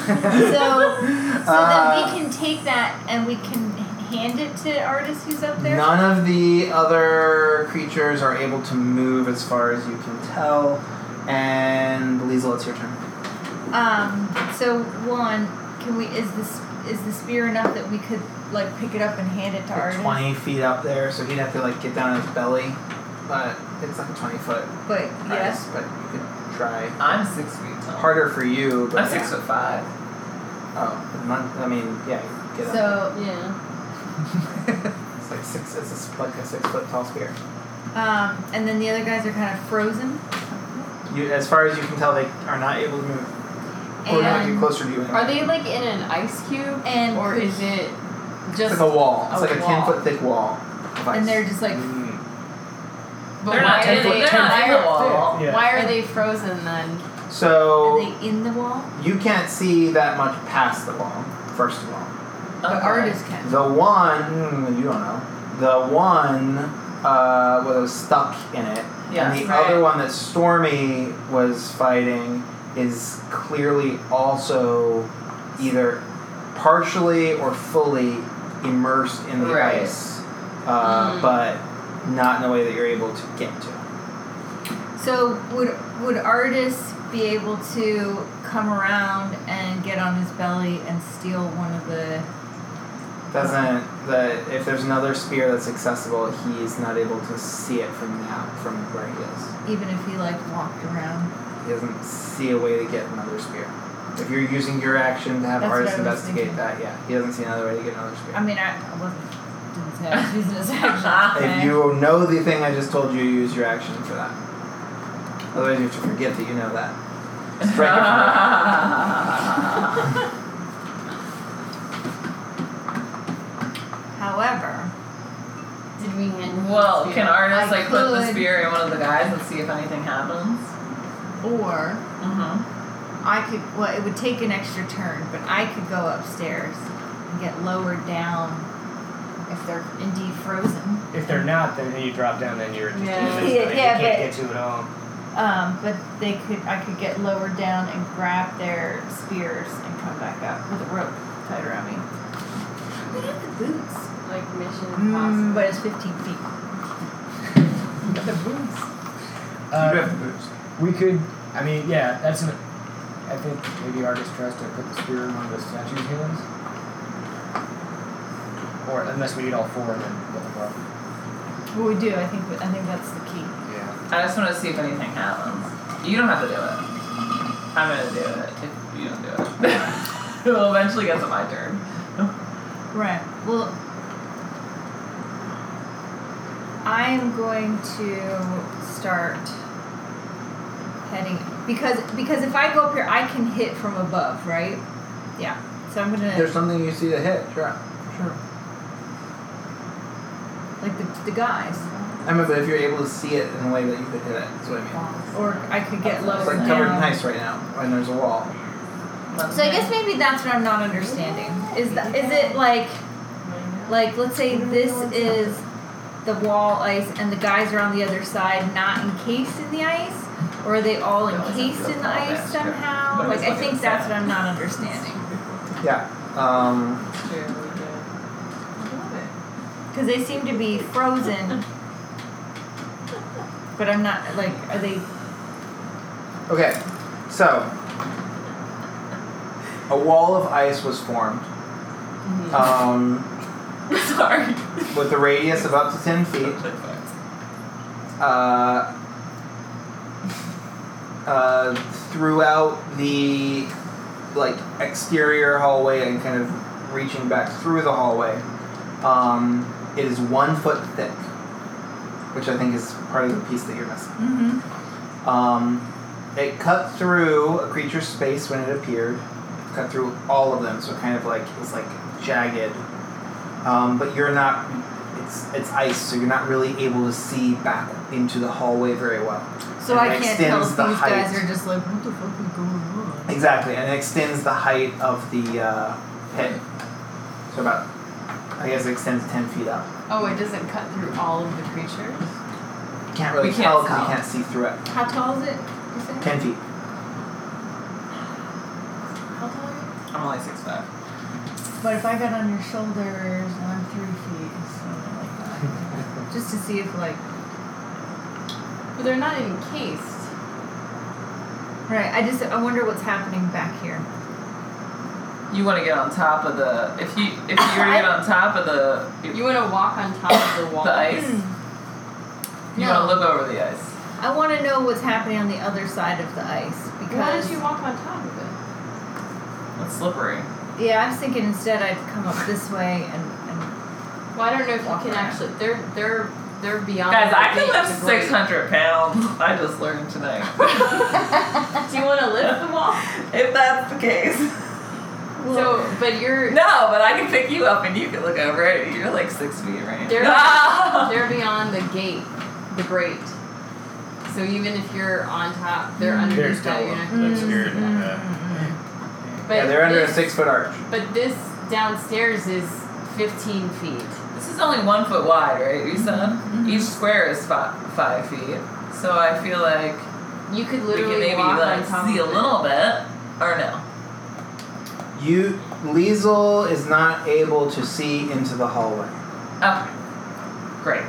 F: So, so
A: Uh,
F: then we can take that and we can hand it to artist who's up there.
A: None of the other creatures are able to move, as far as you can tell. And Liesl, it's your turn.
F: Um. So one, can we? Is this is the spear enough that we could like pick it up and hand it to
A: Like
F: artist?
A: Twenty feet up there, so he'd have to like get down on his belly, but it's like a twenty foot
F: But
A: ice,
F: yes.
A: but you could try.
B: I'm six feet tall.
A: Harder for you, but
B: I'm six foot five.
A: Oh, not, I mean, yeah, get up.
F: So
J: Yeah.
A: It's like six. It's a, s- like a six foot tall spear.
F: um, and then the other guys are kind of frozen.
A: You, as far as you can tell, they are not able to move or not get
F: And
A: closer to you. Anymore.
J: Are they like in an ice cube?
F: and
J: Or is it
A: It's
J: just.
A: like a wall.
J: a
A: It's like a ten
J: wall.
A: foot thick wall. Of ice.
F: and they're just like
J: but
B: They're
J: why
B: not
J: are
B: ten
J: they,
B: foot. They're not in the wall.
H: Yeah.
J: Why are they frozen then?
A: so
F: are they in the wall?
A: you can't see that much past the wall. First of all,
F: But
B: [LAUGHS]
D: [LAUGHS]
F: artist can.
A: the one mm, you don't know. The one uh, was stuck in it,
B: Yeah.
A: and the
J: right.
A: other one that Stormy was fighting is clearly also either partially or fully immersed in the
B: Right. Mm-hmm.
A: ice, uh,
J: Mm.
A: but not in a way that you're able to get to.
F: So would would artist be able to come around and get on his belly and steal one of the?
A: Doesn't the if there's another spear that's accessible, he's not able to see it from now from where he
F: Even if he like walked around.
A: is. He doesn't see a way to get another spear. If you're using your action to have
F: That's what
A: artists
F: I was
A: investigate
F: thinking.
A: that, yeah, he doesn't see another way to get another spear.
F: I mean, I, I wasn't didn't say [LAUGHS] I was using his action.
A: If you know the thing I just told you, you use your action for that. Otherwise, you have to forget that you know that.
F: [LAUGHS] However,
J: Did we hand
B: well,
J: the spear?
B: can artists
F: I
B: like put the
F: could-
B: spear in one of the guys and see if anything happens?
F: or
B: Mm-hmm.
F: I could. Well, it would take an extra turn, but I could go upstairs and get lowered down if they're indeed frozen.
H: If they're not, then you drop down, then you're just
J: Yeah.
H: invisible.
F: Yeah,
H: you
F: yeah,
H: can't
F: but-
H: get to it all.
F: Um, but they could. I could get lowered down and grab their spears and come back up with a rope tied around me. We have the boots.
J: Like Mission
F: Mm,
J: Impossible.
F: but it's 15 [LAUGHS] feet. But the boots.
H: Uh,
A: you do have the boots.
H: We could, I mean, yeah, that's an. I think maybe Argus tries to put the spear in one of the statue's hands. Or unless we eat all four and then get them up.
F: Well, we do. I think. I think that's the key.
H: Yeah.
B: I just want to see if anything happens. You don't have to do it. I'm gonna do it [LAUGHS] if you don't do it. It'll eventually get to my turn.
F: Right. Well, I am going to start heading because because if I go up here, I can hit from above, right? Yeah. So I'm gonna
E: There's something you see to hit, sure.
F: like the, the guys,
A: Emma, but if you're able to see it in a way that you could hit it, that's what I mean.
F: or I could get low.
A: It's like covered in ice right now, and there's a wall.
F: So I guess maybe that's what I'm not understanding. Is that is it like like let's say this is the wall ice and the guys are on the other side not encased in the ice? Or are they all
B: No, it's
F: encased in the
B: not
F: ice
B: that.
F: somehow?
B: But
F: Like
B: it's
F: I
B: like
F: think
B: it's
F: that's
B: that.
F: what I'm not understanding.
A: Um,
F: Because they seem to be frozen. But I'm not like are they
A: okay, so a wall of ice was formed
D: Mm-hmm.
J: Mhm.
A: um,
B: Sorry.
A: with a radius of up to ten feet. uh, uh, throughout the like exterior hallway and kind of reaching back through the hallway. Um, it is one foot thick, which I think is part of the piece that you're missing.
F: mm-hmm.
A: Um, it cut through a creature's space when it appeared, cut through all of them, so it kind of like it was like jagged. Um, but you're not. It's it's ice, so you're not really able to see back into the hallway very well.
F: So
A: And
F: I
A: it
F: can't tell
A: extends
F: if
A: the
F: these guys
A: height.
F: are just like, what the fuck is going on?
A: Exactly, and it extends the height of the uh, pit. So about, I guess it extends ten feet up.
D: Oh, it doesn't cut through all of the creatures.
A: You can't really
B: We can't
A: tell 'cause
B: tell.
A: you can't see through it.
F: How tall is it? you said?
A: Ten feet.
D: How tall are you?
B: I'm only six five.
F: But if I got on your shoulders and I'm three feet, something like that. [LAUGHS] Just to see if like
D: But they're not encased.
F: right, I just I wonder what's happening back here.
B: You want to get on top of the if you if you were
F: [LAUGHS]
B: to get on top of the
D: You want to walk on top of the wall. Hmm.
B: the ice. You
F: Mm. No.
B: want to look over the ice.
F: I want to know what's happening on the other side of the ice
D: Why
F: because
D: don't you walk on top of it?
B: It's slippery.
F: yeah, I was thinking instead I'd come up this way and, and
D: Well, I don't know if
F: Walk
D: you can
F: around.
D: actually. They're they're they're beyond.
B: Guys,
D: the
B: I can
D: reach
B: lift
D: of weight.
B: six hundred pounds. I just learned
F: [LAUGHS]
B: today.
D: Do you want to lift the wall?
B: if that's the case.
D: so, but you're
B: No, but I can pick you up and you can look over it. You're like six feet, right?
D: There-
B: No!
D: they're beyond the gate, the grate. So even if you're on top,
B: Mm-hmm.
D: they're
H: There's
D: underneath that.
H: no
D: You're not
H: looks weird.
F: Mm,
D: But
A: yeah, they're under a
D: this-
A: six foot arch.
B: Mm-hmm.
D: But this downstairs is 15 feet.
B: [LAUGHS] This is only one foot wide, right? You said
D: Mm-hmm.
B: each square is fi- five feet. So I feel like
D: You could
B: we
D: literally
B: can maybe
D: walk
B: like
D: on top
B: see a
D: of it.
B: little bit, or no?
A: You Liesel is not able to see into the hallway.
B: Okay. Great.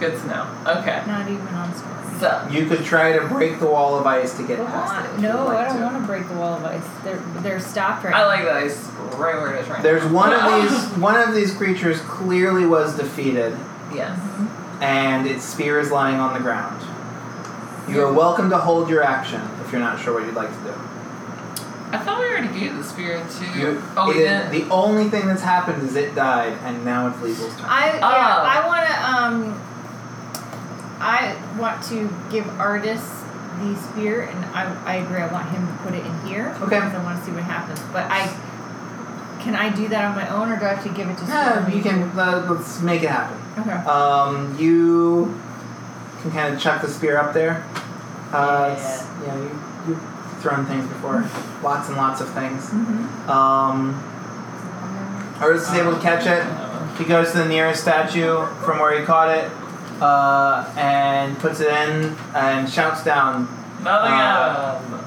B: Good to know. Okay.
F: mm. not even on square.
B: So
A: You could try to break the wall of ice to get past it. if you would
F: No,
A: like
F: I don't
A: to.
F: want to break the wall of ice. They're they're stopped right
B: I like that ice right where it is right
A: There's one
B: Wow.
A: of
B: [LAUGHS]
F: [LAUGHS]
A: these one of these creatures clearly was defeated
B: now. Yes.
A: and its spear is lying on the ground. You are welcome to hold your action if you're not sure what you'd like to do.
B: I thought we already gave the spear to.
A: You-
B: oh, we
A: it is-
B: didn't.
A: The only thing that's happened is it died and now it's Liesel's turn.
F: I yeah,
B: Oh.
F: I want to um. I want to give artists the spear, and I, I agree. I want him to put it in here
A: Okay.
F: because I want to see what happens. But I can I do that on my own, or do I have to give it to?
A: Yeah,
F: someone?
A: you can uh, let's make it happen.
F: Okay.
A: Um, you can kind of chuck the spear up there. Uh, it's- yeah, you, you thrown things before. Lots and lots of things.
F: Mm-hmm.
A: Um, Artis is able to catch it. He goes to the nearest statue from where he caught it uh, and puts it in and shouts down.
B: Nothing
A: Uh,
B: happened.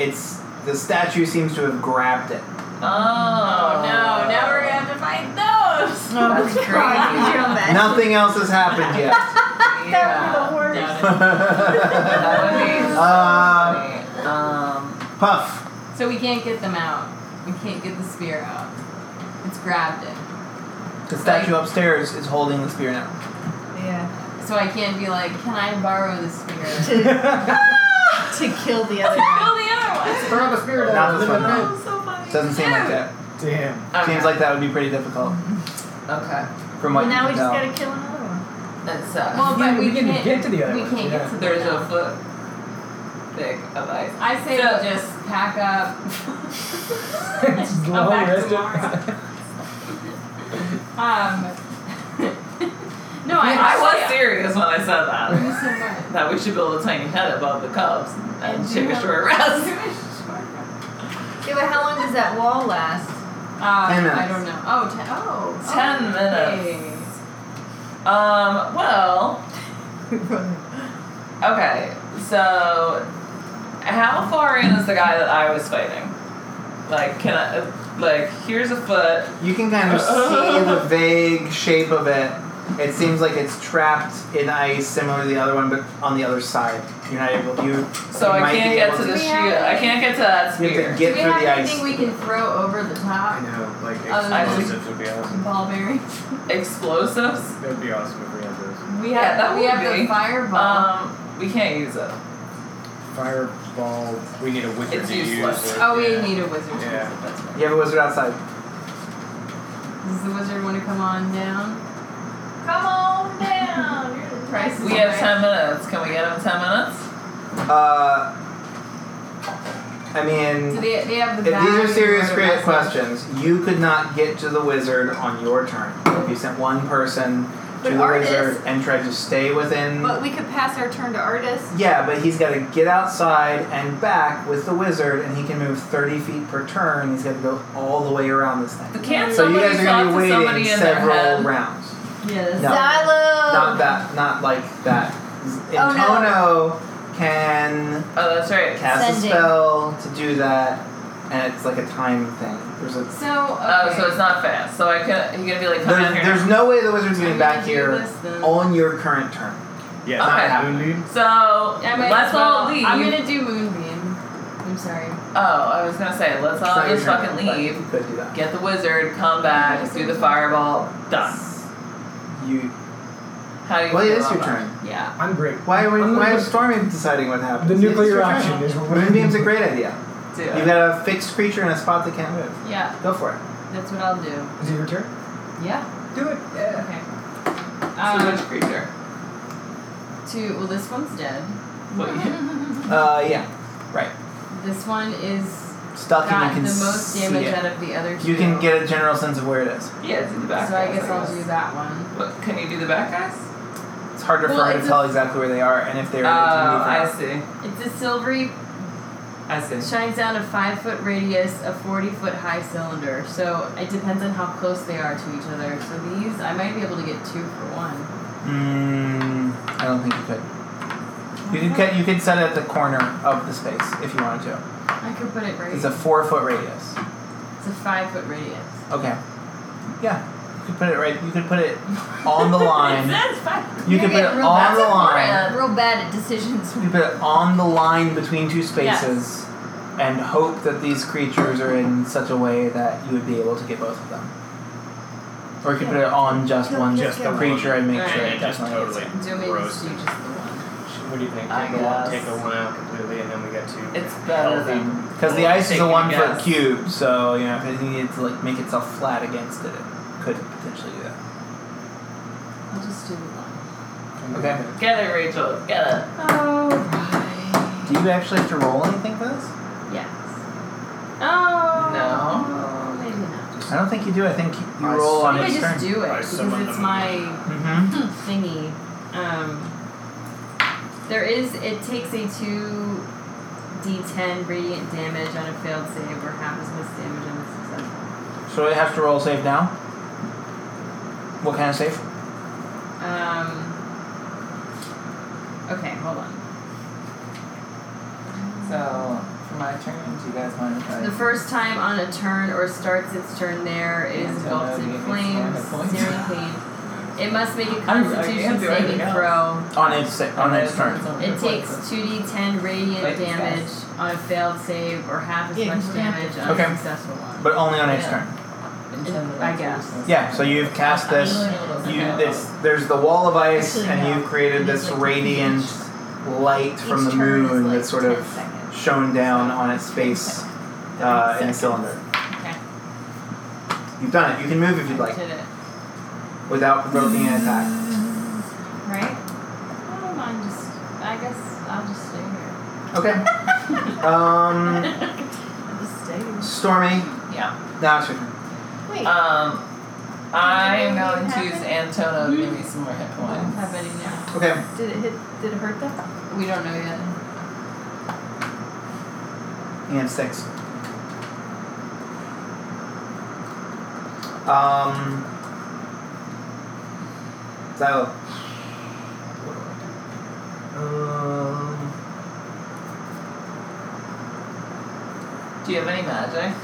A: It's the statue seems to have grabbed it.
B: Oh,
D: Oh no, now we're gonna have to find those!
B: That's
F: That's
B: crazy.
A: Nothing else has happened
F: [LAUGHS]
A: yet.
F: That
B: Yeah.
F: would be the worst.
B: Doubt it. [LAUGHS] That would be so
A: Uh,
B: funny. Um,
A: Puff.
D: So we can't get them out. We can't get the spear out. It's grabbed it.
A: The statue upstairs is holding the spear now.
F: Yeah.
D: So I can't be like, can I borrow
B: [LAUGHS]
D: the spear?
F: To kill the
D: [LAUGHS]
F: other guy.
D: Kill the other
H: Throw the spirit
A: Not
H: out
A: this one, no.
D: one. That's so funny.
A: Doesn't seem like that.
H: Damn.
F: Oh,
B: okay.
A: Seems like that would be pretty difficult
B: Okay.
A: from what
F: Well, now
A: you can
F: we just
A: tell.
F: gotta kill another one.
B: That's uh,
D: Well, but we
H: we didn't
D: can't
H: get to the other
D: We
H: one,
D: can't
H: yeah.
D: get to
B: There's
D: them.
B: a foot thick of ice.
D: I say
B: So-
D: we just pack up. [LAUGHS]
H: Just
D: Come
H: long
D: back
H: rest.
D: tomorrow. Um. [LAUGHS] no, I.
B: I was serious when I said that.
D: was serious.
B: That we should build a tiny hut above the cubs and
D: do
B: take a
D: have-
B: short rest.
F: Yeah, but how long does that wall last?
D: Um,
A: Ten minutes.
D: I don't know. Oh, ten. Oh,
B: Ten
D: oh,
B: minutes. Um, well,
F: Oh,
B: okay, so how far in is the guy that I was fighting? Like, can I, like, here's a foot.
A: You can kind of see
F: [LAUGHS]
A: the vague shape of it. It seems like it's trapped in ice, similar to the other one, but on the other side. You're not able. You
B: So
A: You
B: I
A: might
B: can't
A: be
B: get
A: able
B: to
A: to-
B: the
D: Do we
B: shield.
D: have
B: I can't get to that
A: you have to
B: spear.
D: Do
A: get
D: we
A: through
D: have
A: the
D: anything
A: ice.
D: we can throw over the
H: [LAUGHS] I
D: top?
H: know, like
D: Other than-
H: explosives would be awesome.
D: Ball
B: [LAUGHS]
D: bearings.
B: Explosives.
H: That would be awesome if we had those.
D: We have.
B: Yeah, that
D: we
B: would
D: have
B: be.
D: the fireball.
B: Um, we can't use it.
H: Fireball. We need a wizard
B: It's
H: to use.
B: useless.
H: it,
D: oh, we
H: yeah.
D: need a wizard.
H: Yeah.
B: That's right.
A: You have a wizard outside.
D: Does the wizard want to come on down? Come on down. You're the price. is
B: We have
D: right.
B: ten minutes. Can we get him ten minutes?
A: Uh, I mean,
D: So they, they have
A: if
D: the
A: these are
D: bag
A: serious
D: or the
A: great
D: rest of it.
A: questions, you could not get to the wizard on your turn. If you sent one person
F: But
A: to the
F: artists-
A: wizard and tried to stay within
F: But we could pass our turn to artists.
A: Yeah, but he's got to get outside and back with the wizard, and he can move 30 feet per turn. He's got to go all the way around this thing.
B: Can
A: so you
B: somebody
A: guys are
B: talk
A: gonna
B: to
A: be
B: somebody
A: waiting
B: in their head?
A: several rounds.
J: Yes.
A: No,
F: Silo!
A: not that, not like that.
F: Oh,
A: Intono can
B: Oh, that's right.
A: cast
F: Sending.
A: a spell to do that, and it's like a time thing. There's a
D: So. Okay.
B: Oh, so it's not fast. So I can. You're gonna be like, come down
A: there's,
B: here.
A: there's no way the wizard's
D: I'm
A: getting back
D: gonna do
A: here Oh,
D: This, then.
A: on your current turn.
H: Yeah,
B: Okay.
H: not Moon Dude.
B: so
D: I might
B: let's
D: as well.
B: all leave.
D: I'm gonna do moonbeam. I'm sorry.
B: oh, I was gonna say, let's
A: It's
B: all
A: not your
B: just
A: turn,
B: fucking
A: but
B: leave.
A: You could do that.
B: Get the wizard. Come back. Do the fireball. Done.
A: You.
B: How do you?
A: Well,
B: feel
A: it is your
B: about
A: turn.
D: Yeah.
H: I'm great.
A: Why are we,
H: I'm
A: why
H: gonna-
A: is Stormy deciding what happens?
H: The
A: It's
H: nuclear
A: your turn.
H: option is what
A: Moon beam's a great idea.
B: that? Do it.
A: You've got a fixed creature in a spot that can't move.
D: Yeah.
A: Go for it.
D: That's what I'll do.
H: Is it your turn?
D: Yeah.
H: Do it. Yeah.
D: Okay.
B: so
D: Um,
B: which creature?
D: two. Well, this one's dead.
B: What
D: [LAUGHS]
B: you-
A: Uh, yeah.
D: This one is
A: Stuck and you
D: got
A: Oh, can
D: the most
A: see
D: damage
A: it.
D: out of the other two.
A: You can get a general sense of where it is.
B: yeah, it's in the back.
D: So I
B: guys,
D: guess I'll do that one.
B: What, can you do the back guys?
A: It's harder
D: Well,
A: for her
D: it's
A: to
D: a-
A: tell exactly where they are and if
B: Oh,
A: they're able to move.
B: I
A: out.
B: see.
D: It's a silvery
B: I see.
D: shines down a five foot radius, a forty foot high cylinder. So it depends on how close they are to each other. So these I might be able to get two for one.
A: Mm, I don't think you could. You could cut- you could set it at the corner of the space if you wanted to.
D: I could put it right.
A: It's a four foot radius.
D: it's a five foot radius.
A: Okay. Yeah. You could put it right. You could put it on the
D: [LAUGHS]
A: line.
D: That's five.
A: You could put it
F: Maybe a real-
A: on the line.
F: Real bad at decisions.
A: You put it on the line between two spaces and hope that these creatures are in such a way that you would be able to get both of them. Or you could put it on just
F: Kill,
A: one
F: kill,
A: just
F: kill.
A: creature and make
B: Alright,
A: sure it
H: and just
A: definitely
H: totally
D: So maybe
H: roast
D: just do
H: it.
D: just the one.
H: What do you think? Take
B: I
H: the one,
B: guess.
H: take the one out completely, and then we got two.
B: It's better
H: healthy-
B: than.
A: Because the ice is a
H: Taking a
A: one foot
B: guess.
A: cube, so you know if it needed to like make itself flat against it, it could potentially do that.
D: I'll just do the one.
A: Okay.
B: Get it, Rachel. Get it.
D: Oh.
A: Do you actually have to roll anything for this?
D: Yes. Oh.
B: No.
D: Maybe not.
A: I don't think you do. I think you
H: I
A: roll on
D: Maybe
A: each
D: I
A: turn.
D: just do it
H: I
D: because
H: summoned
D: it's
H: them.
D: my
A: Mm-hmm.
D: thingy. Um, there is. It takes a two d10 radiant damage on a failed save, or half as much damage on a successful.
A: So I have to roll a save now. What kind of save?
D: Um, okay, hold on.
B: So for my turn, do you guys mind if I?
D: The first time on a turn or starts its turn there, it is
B: Yeah,
D: engulfed in
B: don't know, you can
D: flames,
B: explain the point.
D: searing clean. It must make a
B: [LAUGHS] I don't- I
D: Constitution
B: can't do anything
D: saving
B: else.
D: throw.
A: On its sa- on its turn.
D: It takes 2d10 radiant
B: Wait,
D: damage
B: guys.
D: on a failed save or half as
F: Yeah,
D: much
F: we're gonna have
D: damage on
A: Okay.
D: a successful one.
A: But only on its
B: Yeah.
A: turn.
D: I guess.
A: Yeah, so you've cast this you this there's the wall of ice
F: Actually,
A: and
F: no.
A: you've created this
F: Like,
A: radiant light from
F: Each
A: the
F: turn is,
A: moon
F: like,
A: that's sort
F: 10
A: of
F: seconds.
A: shone down on its face uh, in a cylinder.
D: Okay.
A: You've done it. You can move if you'd like
D: Did it.
A: without provoking an attack.
F: Right?
M: I don't mind just. I guess I'll just stay here.
A: Okay.
F: [LAUGHS]
A: Um,
M: I'll just stay here.
A: Stormy.
B: Yeah.
A: Now it's your turn.
F: Wait.
A: Uh.
B: Um, I Mm-hmm. am
F: Did
B: going
F: it
B: to
F: happen?
B: use Antono to give me some more hit points.
D: Have any now?
A: Okay.
F: did it hit? Did it hurt them?
D: We don't know yet.
A: And six. Um. So. Um.
B: Do you have any magic?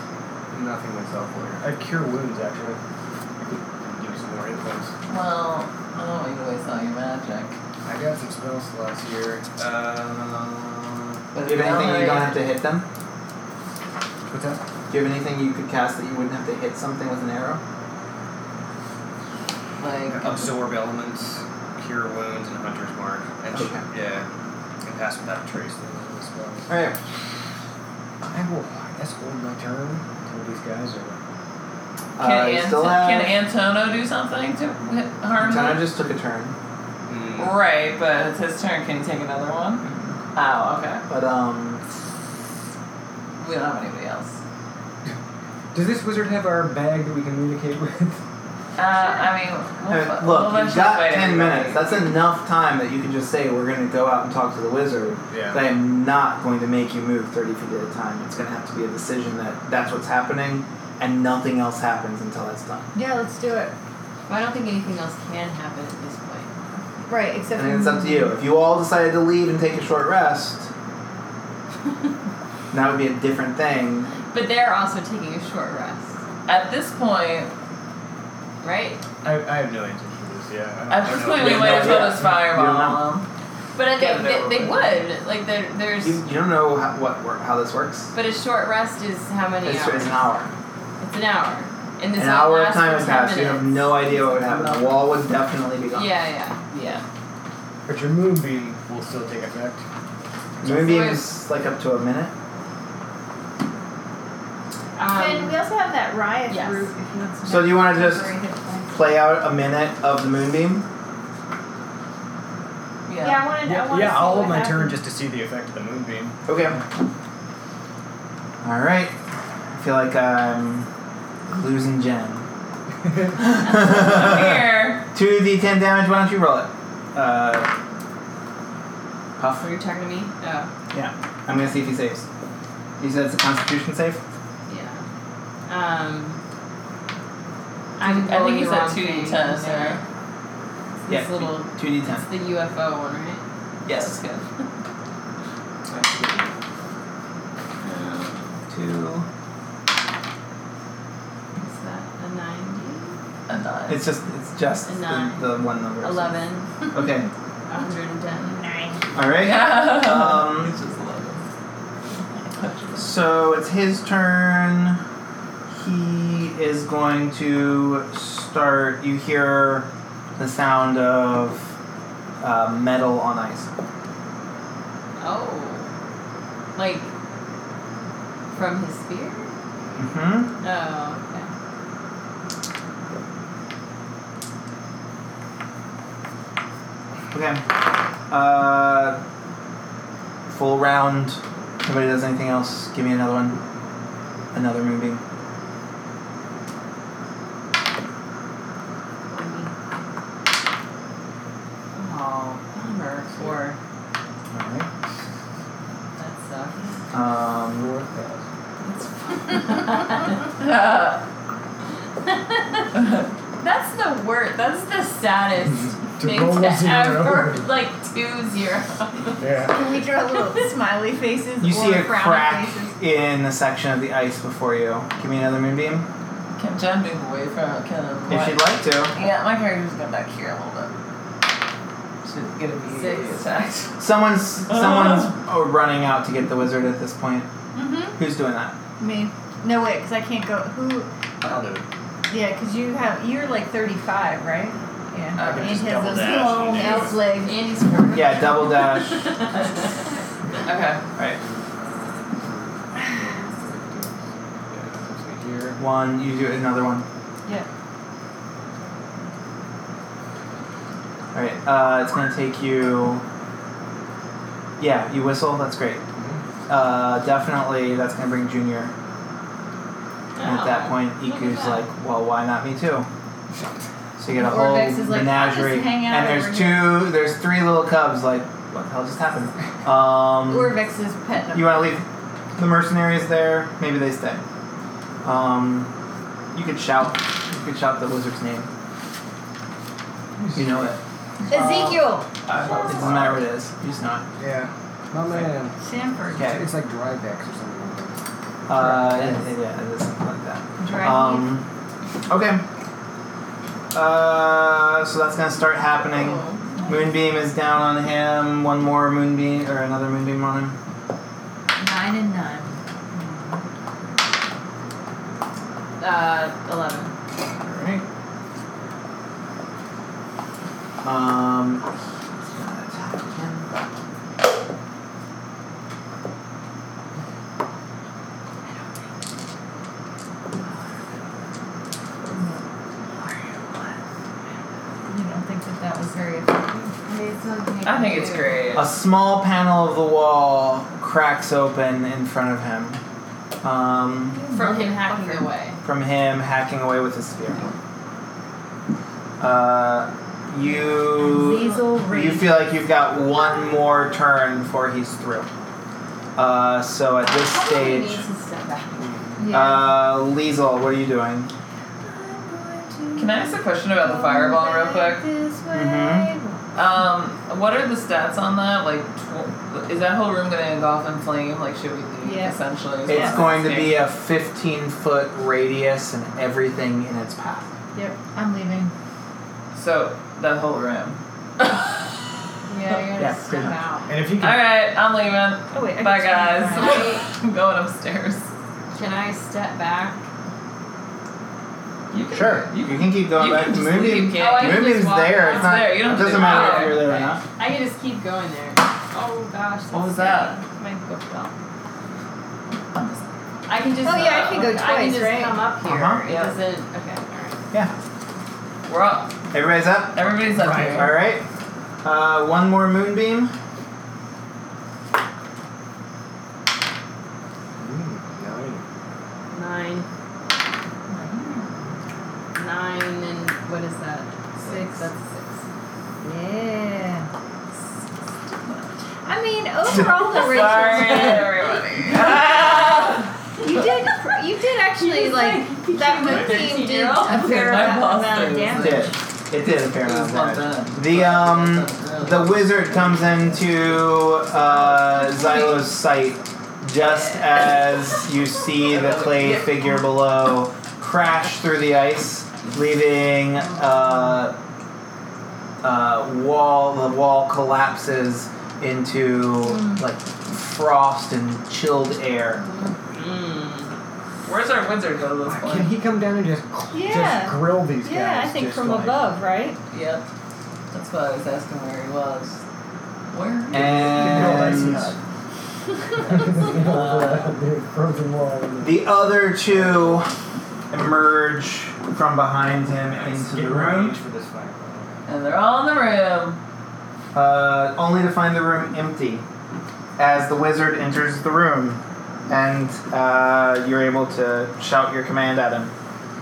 E: Nothing myself later. I cure wounds actually. I could give you some more infos.
B: Well, I don't want you to waste all your magic.
E: I got some spell slots here. Uh,
B: But
A: Do you
B: if
A: have anything you don't
B: Valerie-
A: have to hit them?
E: what's that?
A: Do you have anything you could cast that you wouldn't have to hit something with an arrow?
B: Like
E: um, Absorb elements, cure wounds, and hunter's mark. And sh-
A: Okay.
E: yeah, and pass without trace. Those are the spells.
A: Alright.
E: I will. I guess hold my turn until these guys are.
A: uh,
B: can,
A: you
B: Ant-
A: still have.
B: can Antono do something to hit, harm
A: Antonio
B: them?
A: just took a turn.
E: Mm,
B: Right, but it's his turn. Can he take another one? Oh, okay.
A: But, um.
B: We don't have anybody else.
N: Does this wizard have our bag that we can communicate with?
B: Uh, I mean, we'll,
A: I
B: fi-
A: mean,
B: we'll
A: look, you've
B: eventually
A: got
B: fight
A: 10
B: everybody.
A: minutes. That's enough time that you can just say, we're going to go out and talk to the wizard.
E: yeah.
A: I am not going to make you move 30 feet at a time. It's going to have to be a decision that that's what's happening and nothing else happens until that's done.
F: Yeah, let's do it.
D: But I don't think anything else can happen at this point.
F: Right, except
A: And it's up to you. If you all decided to leave and take a short
B: [LAUGHS]
A: rest, that would be a different thing.
D: But they're also taking a short rest,
B: At this point,
D: right?
E: I, I have no intention for this. Yeah. I
B: at
E: don't, I
B: this
E: don't
B: point,
E: know.
B: we
A: Yeah,
B: might as
A: no,
B: well
A: yeah.
B: just
A: You don't know.
B: fireball him.
D: But
B: Yeah,
D: I think
B: but
D: they,
B: they-
D: they would. Like there, there's.
A: You, you don't know how, what work, how this works.
D: But a short rest is how many
A: It's,
D: hours?
A: it's an hour.
D: It's an hour. And this
A: an
D: only
A: hour of
D: lasts
A: time
D: for
A: has
D: 10
A: passed. You have
D: minutes.
A: no idea what would happen. The wall would definitely be gone.
D: Yeah, yeah.
B: Yeah.
E: But your moonbeam will still take effect.
A: Moonbeam's like up to a minute.
F: And we
D: Um,
F: also have that riot
D: Yes.
F: group. If you want some
A: So do you wanna just-
F: temporary hit points.
A: Play out a minute of the moonbeam.
F: Yeah,
B: Yeah.
F: I want
E: yeah,
F: to. I want to
E: yeah
F: see
E: I'll
F: what
E: hold my turn
F: happens.
E: just to see the effect of the moonbeam.
A: Okay. All right. I feel like I'm losing Jen.
D: [LAUGHS]
B: Here.
A: [LAUGHS] Two d10 damage. Why don't you roll it? Uh,
D: were
A: Puff.
D: you talking
F: [LAUGHS]
D: to me? Oh,
A: I'm gonna see if he saves. You said it's a Constitution save.
D: yeah. Um, I'm
B: I
D: rolling
B: think he
D: the
B: said
D: wrong
B: two
D: thing.
B: D10,
D: Sorry.
B: sorry.
D: It's
A: yeah.
D: This little.
A: Two d10.
D: It's the UFO one, right?
B: Yes. That's good.
A: [LAUGHS]
D: Um,
A: Two.
D: Is that a ninety?
B: A [LAUGHS] nine.
A: It's just it's just
D: A
A: the,
D: nine.
A: the one number.
D: Eleven.
A: [LAUGHS] Okay.
D: hundred and ten.
A: All right. Um,
B: It's just eleven.
A: So it's his turn. He is going to start. You hear the sound of uh, metal on ice.
D: Oh. Like from his spear?
A: Mm-hmm.
D: Oh,
A: Okay. Uh, full round. Nobody does anything else. Give me another one. Another moonbeam.
D: okay. Twenty. Oh, bummer. Four.
A: All right.
B: [LAUGHS]
A: Um,
D: That sucks. the worst. That's the saddest
E: To
D: thing
E: roll a
D: to
E: zero.
D: ever like two zero.
E: Yeah.
F: Can we draw [LAUGHS] little smiley faces
A: You
F: or
A: see a
F: frowny
A: crack
F: faces?
A: in the section of the ice before you. Give me another moonbeam
B: [LAUGHS] Can Jen move away from Can
A: if you'd like to.
B: Yeah, my character's going back here a little bit. She's gonna be
J: Six.
A: [LAUGHS]
B: attacked.
A: Someone's someone's uh, running out to get the wizard at this point.
F: Mm-hmm.
A: Who's doing that?
F: Me. No wait, because I can't go. Who?
H: I'll do it.
F: Yeah, because you have you're like 35, right? Yeah.
A: Uh,
H: I can
F: and
H: just
F: has
H: double
F: those
H: dash
F: long
H: and
F: out legs.
D: Andy's work.
A: Yeah,
D: [LAUGHS]
A: double dash.
B: Okay.
A: Right,
E: Yeah, here.
A: one. You do another one.
F: Yeah.
A: All right. Uh, it's gonna take you. Yeah, you whistle. That's great. Uh, definitely, that's gonna bring Junior. And at
F: Oh,
A: that point,
D: look at
A: Iku's
D: that.
A: like, well, why not me too? So you get a whole
F: Orbex is like, "I'll just
A: menagerie,
F: hang out
A: and
F: over
A: there's two, there's three little cubs. Like, what the hell just happened? Um,
F: Orvex is petting them.
A: you want to leave the mercenaries there? Maybe they stay. Um, you could shout, you could shout the wizard's name. You know it.
F: Ezekiel.
A: It doesn't matter what it is. You just know it.
E: Yeah. My man.
F: Sanford.
A: Okay.
E: It's like dry decks or something.
A: Uh, it- it- yeah, it is something like that.
F: Dragon.
A: Um, okay. Uh, so that's gonna start happening. Moonbeam is down on him. One more moonbeam or another moonbeam on him.
F: nine and nine.
J: Uh, eleven.
A: All right. Um, he's gonna attack again.
F: You don't think that that was very effective?
B: I think it's great.
A: A small panel of the wall cracks open in front of him. Um,
J: From him hacking away.
A: from him hacking away with his spear. Uh, you
F: Zazel
A: you
F: Reed.
A: feel like you've got one more turn before he's through. Uh, so at this
J: Probably
A: stage,
J: needs to step back.
F: yeah.
A: uh, Liesel, what are you doing?
B: Can I ask a question about the fireball real quick?
F: Mm-hmm.
A: Mhm.
B: Um, what are the stats on that? Like, tw- is that whole room gonna engulf in flame? Like, should we leave
F: Yeah.
B: essentially? is what
A: It's
B: I'm
A: going to
B: asking.
A: be a 15 foot radius and everything in its path.
F: Yep, I'm leaving.
B: So the
A: [LAUGHS]
B: whole room.
F: Yeah, you're gonna
A: Yeah,
F: step
A: pretty much.
F: out.
H: And if you
B: All
H: can,
B: right, I'm leaving.
F: Oh wait, I
B: Bye,
F: can turn
B: guys.
F: around.
B: [LAUGHS] I'm going upstairs.
J: Can I step back?
B: You can,
A: Sure, you
B: You can,
A: can keep going
B: you
A: back.
B: can just
A: Moonbeam-
B: leave, can't
J: Oh, I
B: you?
J: can
A: Moonbeam's
J: just walk
A: there.
J: out.
A: It's not.
B: There, you don't
A: it
B: have to
A: doesn't
B: do
A: matter
B: that.
A: if you're there or not.
J: I can just keep going there. Oh gosh.
B: What
J: that's
B: was that?
J: scary. My book fell. I can just.
F: Oh, yeah, I can go
J: I can
F: twice,
J: just
F: right?
J: come up here.
A: Uh-huh.
J: It
B: Yeah.
J: doesn't. Okay. All right.
B: We're up.
A: Everybody's up.
B: Everybody's up
H: Right.
B: here.
A: All right. Uh, one more moonbeam.
E: Mm, nine.
J: Nine. Nine and what is that? Six. That's six.
F: Yeah. I mean, overall
B: [LAUGHS]
F: the
B: Sorry,
F: ratio.
B: everybody.
F: you did, you did actually like that
H: like,
F: moonbeam did
J: 13-year-old.
F: a fair
B: My boss
F: amount of
B: did.
A: It
F: damage.
A: did. It did a fair
B: It
A: amount
B: was
A: of
B: not
A: damage.
B: done.
A: The um,
B: Done
A: the
B: early.
A: wizard comes into uh, Xylo's sight just as you see the clay figure below crash through the ice, leaving uh, uh, wall. The wall collapses into like frost and chilled air.
J: Mm.
B: Hmm. Where's our wizard go at this
E: Can
B: point?
E: he come down and just
F: Yeah.
E: just grill these guys?
F: Yeah, I think
E: just
F: from
E: like, [LAUGHS]
F: above, right?
B: Yep. That's why I was asking where he was. Where?
A: And
F: [LAUGHS]
E: the frozen wall. and
A: the other two emerge from behind him into the
H: get
A: room.
H: range for this fire.
B: And they're all in the room.
A: uh, only to find the room empty as the wizard enters the room and uh, you're able to shout your command at him.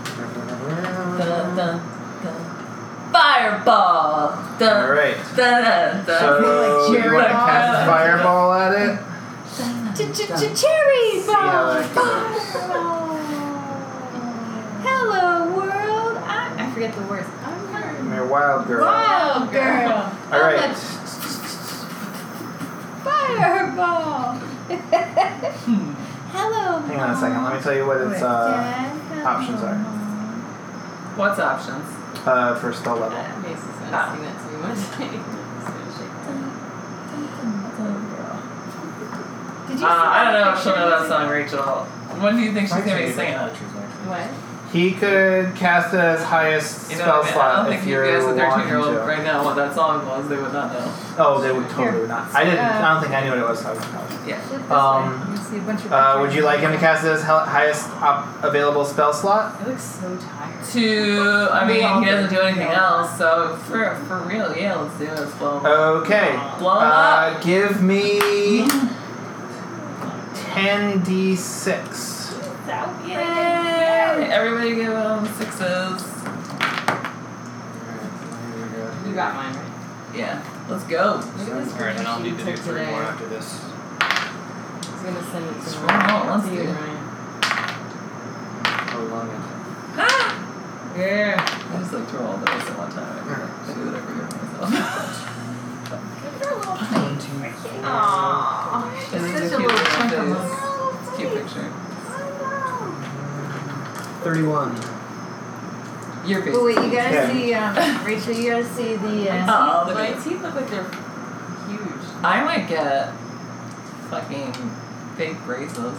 B: Dun, dun, dun. Fireball. Dun,
A: Alright.
B: dun, dun, dun.
A: So
F: Like
A: you want to cast
B: Jerry.
A: fireball at it?
F: Cherry
A: See how
F: bomb.
A: that goes.
F: Hello world. I, I forget the words. I'm
A: from your wild girl.
F: Wow, girl!
A: All right.
F: Fireball!
B: hmm.
F: Hello.
A: Hang on a second. Let me tell you what its uh, options are.
B: What's options?
A: uh, for spell level.
J: Uh, Mason's gonna
B: Ah.
J: sing that to me one [LAUGHS] day. He's gonna shake that.
F: Did you
B: Uh, I don't know if she'll
F: see
B: know
F: that
B: that song, Rachel. When do you think she's
E: Might
B: gonna be
E: take
B: singing
E: it.
B: it?
J: What?
A: He could cast it as highest
B: You
A: spell
B: know, what I, mean? I
A: slot
B: don't
A: if
B: think
A: you're
B: you guys, a 13
A: wanting
B: year old,
A: to.
B: right now, what that song was, they would not know.
A: Oh, they would totally not. I didn't. I don't think I knew what it was. So I was probably-
F: picture? Flip this
A: Um,
F: way. You see a bunch of
A: uh, would you like him to cast it as hel- highest op- available spell slot?
J: I look so tired.
B: To, I
J: We all
B: mean, he doesn't
J: did.
B: do anything
J: Yeah.
B: else, so for for real, yeah, let's do it. Blow him up.
A: Okay.
B: Blow him up.
A: Uh, give me ten d six.
B: Yay! Everybody give him sixes.
J: You got mine right.
B: Yeah, let's go.
J: Look at this
H: Alright, and I'll need to do
J: took
H: three
J: today.
H: more after this.
J: He's gonna send it to
B: Scroll
J: Ryan.
B: out, let's
J: to
B: do
J: you,
B: it.
J: Ryan.
E: Prolong
B: Yeah. I just like throw all those at one time. I do whatever good for myself. [LAUGHS]
D: Aww.
B: It's
F: such a little chunk of
B: It's a cute picture.
E: it. Thirty-one.
B: Your face.
F: Oh wait, you gotta
A: Yeah.
F: see, um, Rachel. You gotta see the. Uh,
B: Oh, look
D: My
B: at it.
D: teeth look like they're huge.
B: I might get fucking fake braces.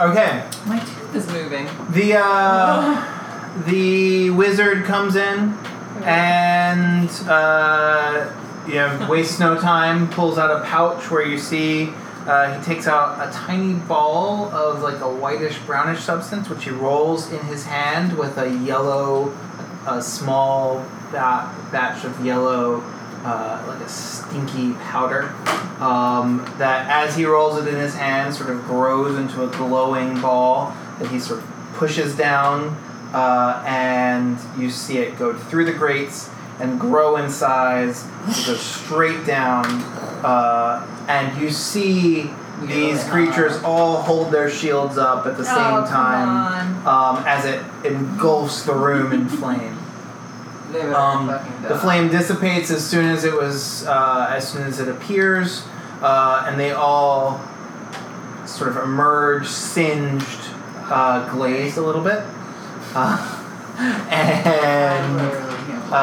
A: Okay.
B: My tooth is moving.
A: The
B: [LAUGHS]
A: uh, the wizard comes in and uh, you know, wastes no time. Pulls out a pouch where you see uh, he takes out a tiny ball of like a whitish brownish substance, which he rolls in his hand with a yellow, a small ba- batch of yellow, uh, like a stinky powder. Um, that as he rolls it in his hand, sort of grows into a glowing ball that he sort of pushes down, uh, and you see it go through the grates and grow in size, go straight down, uh, and you see these
B: Yeah.
A: creatures all hold their shields up at the same
F: oh,
A: time
F: Come on.
A: um, as it engulfs the room in flame.
B: They would
A: Um,
B: fucking die.
A: The flame dissipates as soon as it was, uh, as soon as it appears, uh, and they all sort of emerge singed, uh, glazed a little bit, uh, [LAUGHS] and.
F: [LAUGHS]
A: Uh,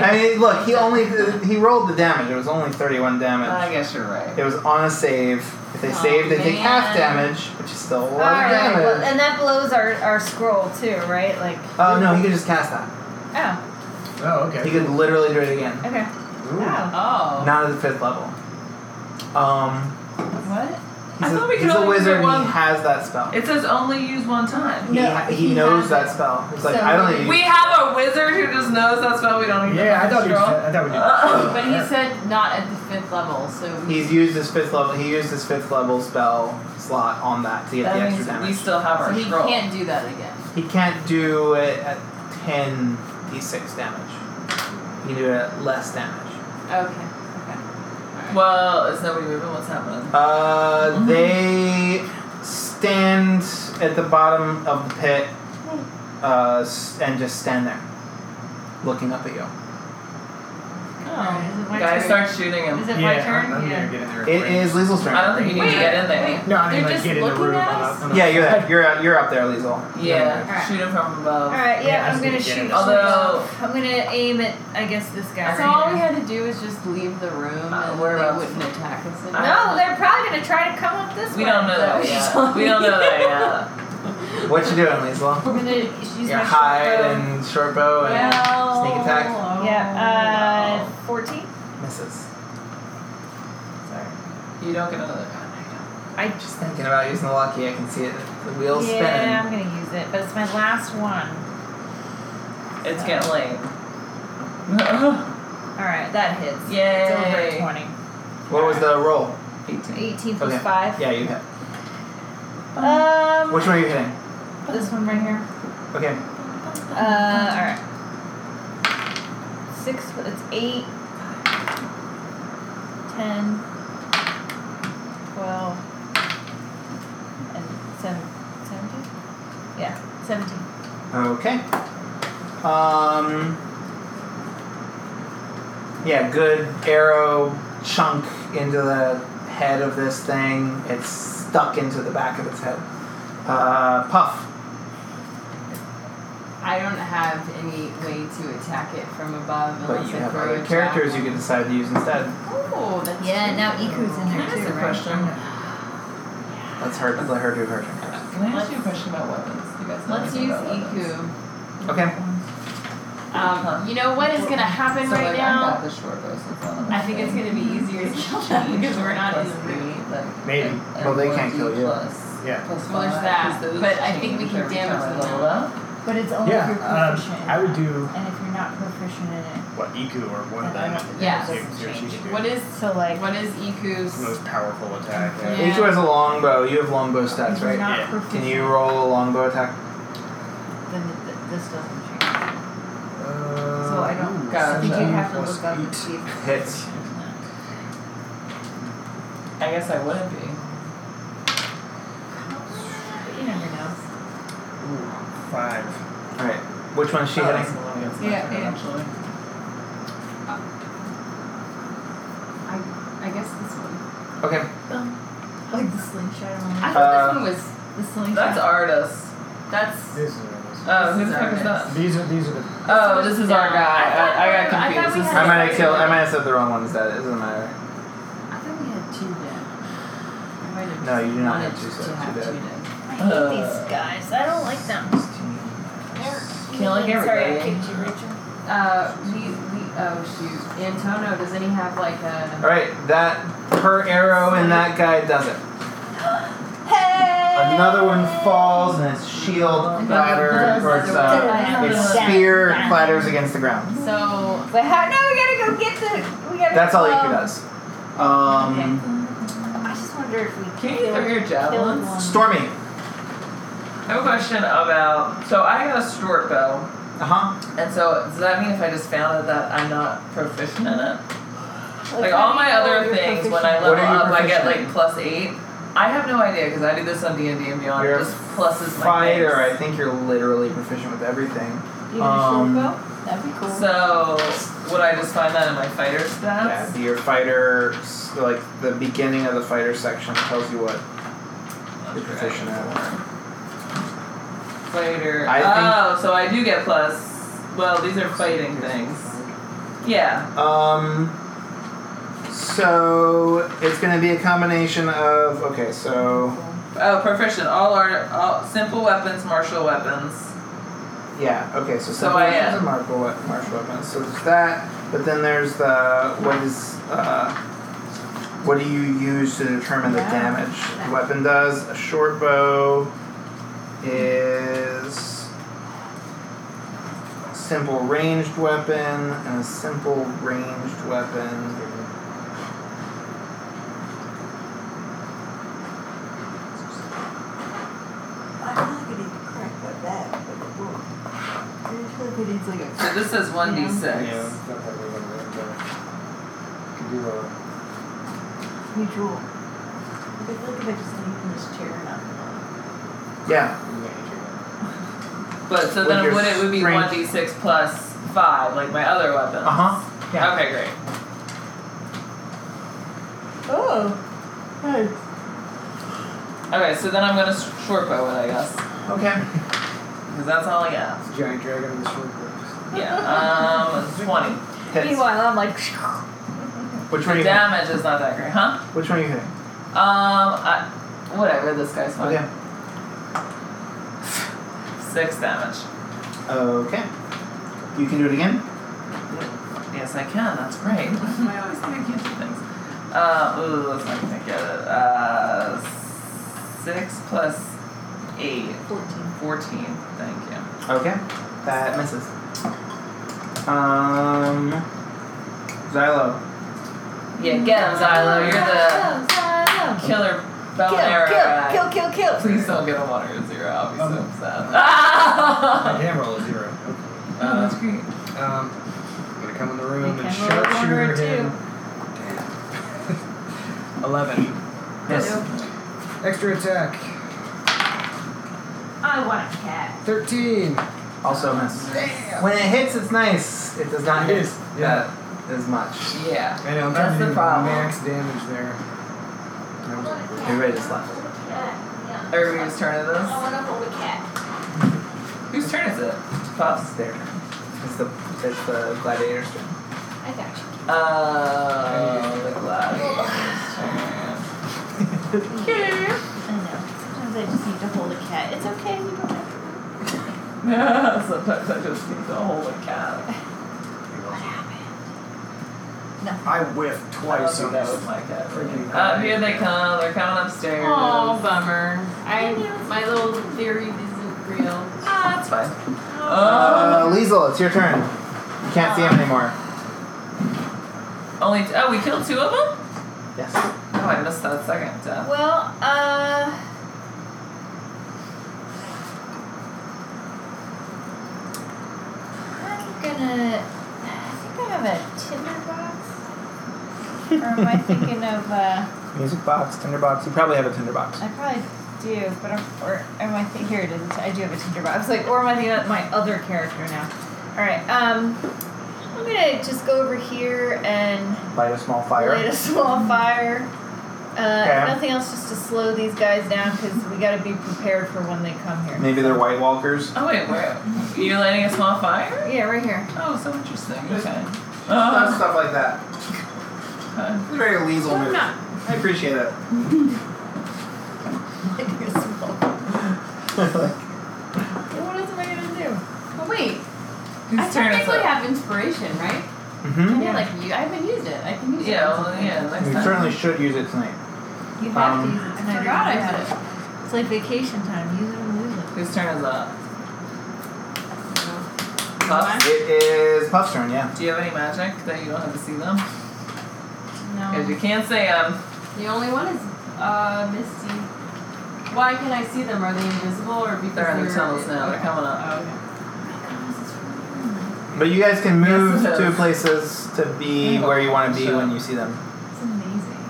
A: I mean, look. He only he rolled the damage. It was only thirty-one
B: I
A: damage.
B: guess you're right.
A: It was on a save. If they
J: Aw,
A: save, they take half
J: man.
A: damage, which is still a lot of
F: Oh, All right.
A: damage.
F: Well, and that blows our, our scroll too, right? Like.
A: Oh no, he could just cast that.
F: Oh.
H: Oh, okay.
A: He could literally do it again.
F: Okay.
H: Ooh.
F: Wow.
B: Oh.
A: Not at the fifth level. Um,
B: What?
A: he's
B: I
A: a
B: thought we could
A: he's a
B: only do
A: wizard. and
B: one-
A: He has that spell.
B: It says only use one time.
A: he,
F: No,
A: ha-
F: he
A: he knows
F: has
A: that
F: it.
A: spell. He's like,
F: So
A: I don't
F: he-
A: even.
B: We have a wizard who just knows that's why we don't need
H: Yeah, I
B: the
H: thought we
B: control.
H: said- I thought we did.
B: Uh,
J: But he said not at the fifth level, so we
A: he's used his fifth level. He used his fifth level spell slot on that to get
B: that
A: the
B: means
A: extra damage.
B: we still have
J: so
B: our
J: he
B: scroll.
J: can't do that again.
A: He can't do it at ten d6 damage. He can do it at less damage.
J: Okay.
B: Well, is nobody moving? What's happening? Mm-hmm.
A: Uh, they stand at the bottom of the pit uh, s- and just stand there, looking up at you.
F: Alright, is it my
B: Guys,
F: turn?
B: start shooting him.
F: Is
H: yeah,
F: it my
H: I'm,
F: turn?
H: I'm
F: yeah.
H: gonna get in there.
A: It is Liesel's turn.
B: I don't think you need to
J: Wait,
B: get in
H: No, I
B: there.
H: mean
J: They're
H: like
J: just
H: get in the
J: looking
H: room.
J: at
H: I'm not-
J: us?
H: I'm not-
A: Yeah, you're there. You're up, you're up there, Liesel.
B: Yeah,
F: Alright.
B: shoot him from above.
F: All right. Yeah.
H: Yeah, I
F: I'm
H: was
F: gonna
H: gonna get
F: shoot.
H: it.
B: Although-
F: I'm gonna aim at I guess this guy.
J: So
F: right
J: all we
F: here.
J: had to do was just leave the room
B: Uh,
J: and
B: we're
J: they
B: about-
J: wouldn't attack us anymore.
F: No, they're probably gonna try to come up this
B: We
F: way.
B: don't know that
J: Is that
B: yet.
J: what
B: We
J: you
B: don't
J: told
B: know
J: me?
B: that yet.
A: What you doing, Liesel?
F: I'm gonna use
A: Your
F: my
A: hide
F: short bow.
A: and short bow and
J: Well,
A: Sneak attack?
F: [LAUGHS] Yeah, uh, 14?
A: misses.
B: You don't get another.
F: I
A: Just thinking about using the lucky. I can see it. The wheels
F: yeah,
A: spinning.
F: I'm gonna use it, but it's my last one.
B: It's getting [LAUGHS] late.
F: Alright, that hits.
B: Yay.
F: It's over 20.
A: What was the roll?
B: 18.
F: 18 plus
A: Okay.
F: 5.
A: Yeah, you hit.
F: Um,
A: Which one are you hitting?
F: This one right here.
A: Okay.
F: Uh, alright. 6, it's 8, 10, 12, and 7, 17? Yeah, 17.
A: Okay. Um, yeah, good arrow chunk into the head of this thing. It's stuck into the back of its head. Uh, puff.
J: I don't have any way to attack it from above
A: But
J: unless
A: you
J: I
A: have
J: throw
A: other
J: a
A: characters you
J: javelin.
A: can decide to use instead.
J: Oh, that's
F: Yeah, now
J: true.
F: Iku's in
B: Can I
F: there too.
B: ask a
F: right?
B: question?
A: Let's her let her do her turn.
B: Can I ask you a question about weapons? You guys know
J: Let's use
B: anything about
D: E
B: weapons?
J: Iku.
A: Okay.
J: Um, you know what is gonna happen
B: So,
J: right
B: like, I
J: now?
B: got the short bow, so it's not
J: I think it's gonna be easier to kill [LAUGHS] them because we're not in the room.
B: room.
H: Maybe.
A: Well, they can't kill you.
B: Plus,
H: [LAUGHS] Yeah.
B: plus
J: Well, there's
B: five,
J: that,
B: 'cause those
J: but I think we
B: change
J: can
B: every
J: damage
B: time I
J: them.
B: level up.
F: But it's only
H: Yeah,
F: if you're
H: um,
F: proficient.
H: I would do
F: And if you're not proficient in it,
H: what Iku or one of
F: then I
H: them.
F: don't.
J: Yeah.
F: it doesn't
H: See what she
F: change.
H: can do.
J: What is
F: So like,
J: what is Iku's?
H: most powerful attack.
J: Yeah.
A: Iku has a longbow. You have longbow stats,
F: if you're
A: right?
F: not
H: Yeah. Can
F: proficient,
A: Can you roll a longbow attack?
F: then th- th- this doesn't change.
H: Uh,
F: So I don't.
B: Gotcha.
F: Did you have to
H: Plus
F: look up
H: eight.
F: and see? if-
A: [LAUGHS] Hits.
B: I guess I wouldn't be.
F: You never know.
H: Ooh, five.
A: All right. Which one's she
B: Oh,
A: hitting?
B: that's the one against my
J: Yeah,
B: turn,
J: yeah.
B: actually.
J: I guess this one.
A: Okay.
F: Like the slingshot. One.
J: I thought
A: Uh,
J: this one was.
F: the slingshot.
B: That's artists.
J: That's.
H: This is what
B: Oh,
J: This
B: who
J: is
B: the fuck is
J: artists.
B: that?
H: it is. These are these are the.
B: Oh, this is our
J: Yeah.
B: guy.
J: I thought
B: I, I
J: we-
B: got
J: I thought
B: confused.
J: we
B: This
J: had
B: is
A: I might have
J: Sorry.
A: killed. I might have said the wrong one. Is that it? Doesn't matter.
J: I thought we had two dead. I might have
A: No, you do not
J: wanted
A: have two
J: to
A: dead,
J: have
A: two dead.
J: two dead.
F: I
B: hate Uh, these
F: guys. I don't like them.
B: Can't like
D: Sorry, I
B: everybody.
D: kicked you,
O: [GASPS]
D: Rachel.
J: Uh, we we oh shoot. Antonio, does any have like a?
A: All right. That her arrow and that guy does it.
F: Hey!
A: Another one falls and its shield clatters or its, uh, its spear clatters against the ground.
J: So
F: But how? Now we gotta go get the. We gotta.
A: That's all Iku
F: well,
A: does. Um,
F: I just wonder if we
B: Can you
F: kill-
B: throw your
F: kill
B: javelins?
F: one.
A: Stormy.
B: I have a question about. So I got a short bow,
A: Uh huh.
B: and so does that mean if I just found out that I'm not proficient in it? Like
F: how
B: all
F: do
B: my
F: you know
B: other
F: you're
B: things, when I
F: proficient?
A: What
B: level
A: are you
B: up, I get
A: proficient in?
B: like plus eight. I have no idea because I do this on D and D and Beyond.
A: You're
B: it just pluses my
A: Fighter. I
B: things.
A: think you're literally proficient with everything.
F: You gonna
A: Um,
F: shoot a bow? That'd be cool.
B: So would I just find that in my fighter
A: Yeah,
B: stats?
A: the- your fighter, s- like the beginning of the fighter section, tells you what you're proficient at.
B: Fighter.
A: I think-
B: oh, so I do get plus. Well, these are fighting things. Yeah.
A: Um, so it's going to be a combination of okay, so
B: Oh, proficient. All are all simple weapons, martial weapons.
A: yeah, okay, so uh,
B: So
A: simple
B: I
A: weapons
B: am.
A: and martial, we- martial weapons. So there's that, but then there's the what is uh, what do you use to determine the
F: Yeah.
A: damage the weapon does? A short bow is simple ranged weapon and a simple ranged weapon.
O: I feel like it needs crack like that, but it won't. I feel like it needs like a.
B: So this is one d
H: Yeah,
B: six.
H: it's not that big of a range, but Could do a.
O: We draw. I feel like if I just lean in this chair and I'm
A: Yeah,
B: But so
A: With
B: then
A: your
B: would it would be
A: strength.
B: one d six plus five, like my other weapons.
A: Uh huh. yeah.
B: Okay, great.
O: Oh.
B: Okay, so then I'm gonna s- short bow it, I guess,
A: Okay.
B: because that's all I got.
E: It's a giant dragon in the short clips.
B: [LAUGHS] Yeah. Um, twenty.
A: Hits.
F: Meanwhile, I'm like, [LAUGHS]
A: Which
B: The
A: one are you hitting?
B: damage is not that great, huh?
A: Which one are you hitting?
B: Um, I, whatever. This guy's fine.
A: Okay.
B: Six damage.
A: Okay. You can do it again.
B: Yes, I can. That's [LAUGHS] great. I always think I can't do things. Uh, ooh, let's not gonna get it. Uh, six plus eight.
O: Fourteen.
B: Fourteen. Thank you.
A: Okay. That misses. Um. Xylo.
B: Yeah, get him, Xylo. You're the killer bow and arrow guy.
F: Kill, kill, kill, kill, kill.
B: Please don't get a one or a zero. I'll be so
E: Um,
B: upset.
E: I
B: Ah!
E: can roll a zero.
B: [LAUGHS] Oh, that's great.
E: Uh, Um, I'm gonna come in the room
F: You
E: and
F: can roll a one or a
E: sharpshooter him.
F: two.
E: Damn. [LAUGHS] Eleven.
A: Yes.
E: Extra attack.
F: I want a cat.
E: Thirteen.
A: Also miss. When it hits, it's nice. It does not
E: It
A: hit.
E: is, yeah.
A: Uh,
P: as much.
B: Yeah.
E: I know, I'm
B: That's
E: trying to
B: the
E: do
B: problem.
E: max damage there. That was
P: Everybody's left.
B: Everybody's turn it is.
D: want to hold a cat.
B: Whose turn is it? Puffs.
P: There. It's the it's the gladiator's turn.
D: I got you.
B: Uh, the gladiator's turn.
F: I know. Sometimes I just need to hold a cat. It's okay. We don't have
B: [LAUGHS]
F: to.
B: Sometimes I just need to hold a cat.
E: I
B: I
E: whiffed
B: don't
E: twice
B: think
E: on
B: that
E: this.
B: was my cat.
E: Freaking
B: Up here they come. They're coming upstairs.
Q: Oh, bummer.
D: I
Q: I
D: my little theory isn't real.
B: Ah, that's fine.
F: Oh,
A: Uh, Liesel, it's your turn. You can't see
F: Uh,
A: him anymore.
B: Only. T- oh, we killed two of them.
A: Yes.
B: Oh, I missed that second death.
F: Well, uh. I'm gonna. I think I have a tinderbox. or am I thinking of, uh.
P: Music box, tinderbox. You probably have a tinderbox.
F: I probably do, but I'm, or am I thi- here it is. I do have a tinderbox. Like, or am I thinking of my other character now? All right. Um, I'm gonna just go over here and
A: Light a small fire.
F: light a small fire. Uh,
A: Okay.
F: if nothing else, just to slow these guys down because we gotta be prepared for when they come here.
A: Maybe they're White Walkers.
B: Oh wait, where? You're lighting a small fire?
F: Yeah, right
D: [LAUGHS]
F: here.
B: Oh, so interesting.
A: Just-
B: Okay.
A: Lots of
F: Uh-huh.
B: Uh,
A: stuff like that. It's a very Liesel
F: I'm
A: move.
F: not.
A: I appreciate [LAUGHS] it.
F: What else am I gonna do?
D: But wait, I
B: whose turn is
D: technically
B: it?
D: have inspiration, right?
A: Mm-hmm.
D: I know, like you, I haven't used it. I can use
B: Yeah,
D: it.
B: well, yeah, next
A: You
B: time.
A: certainly should use it tonight.
F: You have
A: Um,
F: to use it tonight.
D: I
F: or
D: forgot I
F: you
D: had
F: have
D: it.
F: to. It's like vacation time. Use it or lose it.
B: Whose turn is that?
D: Mine?
B: Puffs?
A: It is Puff's turn, yeah.
B: Do you have any magic that you don't have to see them?
D: Um,
B: Because
D: No.
B: you can't say um, them.
D: The only one is uh Misty. Why can I see them? Are they invisible or because
B: They're in the tunnels now. They're coming up.
D: Oh, okay.
A: But you guys can move
B: Yes, it
A: to
B: is.
A: places to be
B: Yeah.
A: where you want to be
B: Sure.
A: when you see them.
F: It's amazing.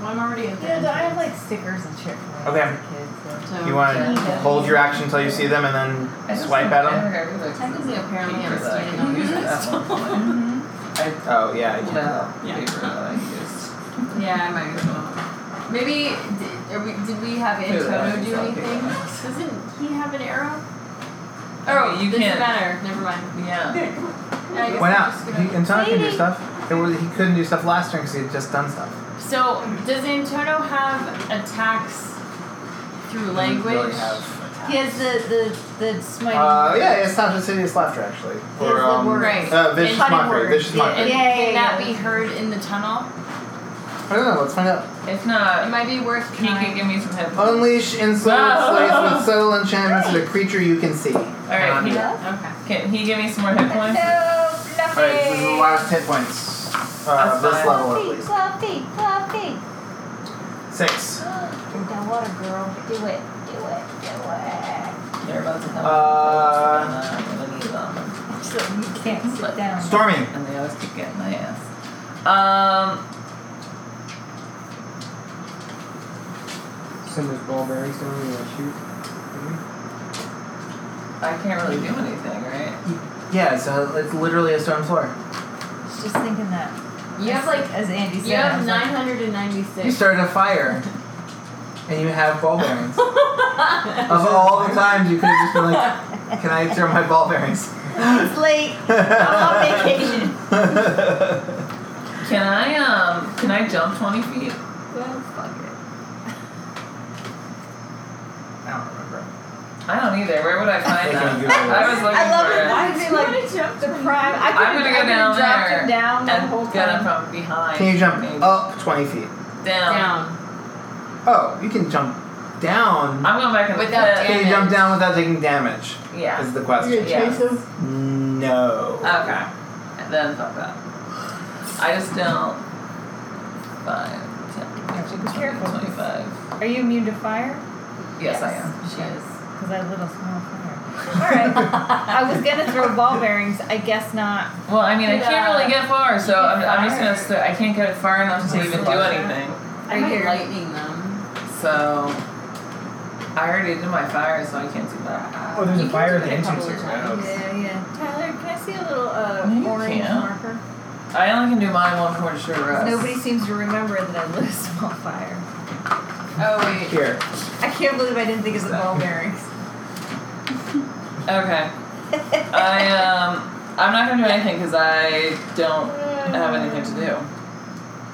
D: Well, I'm already in
F: You know,
D: there.
F: I have like stickers and shit for
A: Okay.
F: my kids. So.
D: So
A: You want
F: Okay.
A: to hold your action until you see them and then
B: I just
A: swipe
B: think-
A: at
B: I
A: them?
B: think I really like
D: Technically,
B: some
D: apparently,
B: paper
D: I'm
B: that I could
D: standing on
B: use [LAUGHS]
D: this
B: at one point.
A: Oh, yeah. I
B: I
A: can.
B: pulled out
D: Yeah.
B: paper that I used.
D: yeah, I might as well. Maybe did, are we, did we have
B: Clearly, I
D: Antonio
B: think
D: do
B: so.
D: anything? Doesn't he have an arrow?
B: I
D: Oh,
B: mean, you
D: this
B: can't-
D: is better. Never mind.
B: Yeah.
D: Yeah, I guess
A: Why
D: I'm
A: not?
D: just
A: He,
D: gonna-
A: Antonio can do stuff. There was, he couldn't do stuff last turn because he had just done stuff.
D: So, does Antonio have attacks through
A: He
D: language?
A: didn't really have
F: He has the the the smiting.
A: Uh, yeah, it's not just Insidious Laughter, actually.
F: He has
A: Or,
F: the
A: um,
F: word.
D: Right.
A: uh, Vicious
D: And-
A: Mockery. Vicious
D: Yeah,
A: Mockery.
D: and
F: Yeah, yeah,
D: can that
F: yeah.
D: be heard in the tunnel?
A: I don't know, let's find out.
B: If
D: It
B: not,
D: might be worth
B: he could
D: trying.
B: give me some head.
A: Unleash insolent slice with subtle enchantments at a creature you can see.
B: Alright, he,
D: Okay.
B: can he give me some more hit points?
F: No,
A: Alright, this is the
F: fluffy.
A: last hit points. Uh,
B: That's
A: this
B: fine.
A: level at
F: Fluffy,
A: least.
F: fluffy, fluffy.
A: Six.
F: Drink that water, girl. Do it, do it, do it. [LAUGHS]
B: They're about to come.
A: Uh,
B: I'm gonna need them.
F: So you can't sit down.
A: Stormy.
B: And they always keep getting my ass. Um,
E: Send those ball bearings down and I'll shoot.
B: I can't really do anything, right?
A: Yeah, so it's literally a stone floor.
F: She's just thinking that.
D: You have like
F: as Andy said.
D: you
F: I
D: have
F: was like,
D: 996.
A: You started a fire, and you have ball
B: [LAUGHS]
A: bearings. of all the times you could have just been like, "Can I throw my ball bearings?"
F: It's late. I'm
A: [LAUGHS]
F: on vacation.
B: Can I um? Can I jump twenty feet?
F: Well, fuck it.
A: I don't remember.
B: I don't either. Where would I find
A: They can
B: that?
A: Google
B: I was
A: it.
B: looking
F: I love
B: for
F: it.
B: it.
F: Why did like jump the prime? I
B: I'm
F: could've-
B: gonna
F: I
B: go
F: could've
B: down
F: dropped
B: there
F: him down the whole
B: and get him
F: time.
B: from behind.
A: Can you jump Oh.
B: maybe.
A: up twenty feet?
B: Down.
D: down.
A: Oh, you can jump down.
B: I'm going back in the
D: Without
B: pit.
A: Can you jump down without taking damage?
B: Yeah.
A: Is the question.
B: Yeah. Uh, chase
F: him?
A: No.
B: Okay. And then fuck that. I just don't. Five, ten,
F: have to be
B: 20,
F: careful.
B: 25.
F: Are you immune to fire?
B: Yes, I am.
D: She is.
F: Because I lit a small fire. All right. [LAUGHS] I was gonna throw ball bearings. I guess not.
B: Well, I mean, I can't really get far, so
F: You
B: I'm,
F: get
B: I'm just
F: far.
B: gonna. St- I can't get far enough to
A: Nice
B: even do
A: flush.
B: anything.
D: I
F: Right
D: might
F: here.
D: lightning them.
B: So I already did my fire, so I can't do that.
E: Oh, there's
D: You
E: a
D: can
E: fire
D: do
E: at the
D: it a
E: entrance Oh,
D: couple
E: here.
D: of
E: Wow.
F: yeah. Tyler, can I see a little
B: No,
F: uh,
B: you
F: orange
B: can't.
F: marker?
B: I only can do mine one point short rest.
F: Nobody seems to remember that I lit a small fire.
B: Oh wait.
A: Here.
F: I can't believe I didn't think of the ball bearings.
B: Okay. I um. I'm not gonna do anything because I don't have anything to do.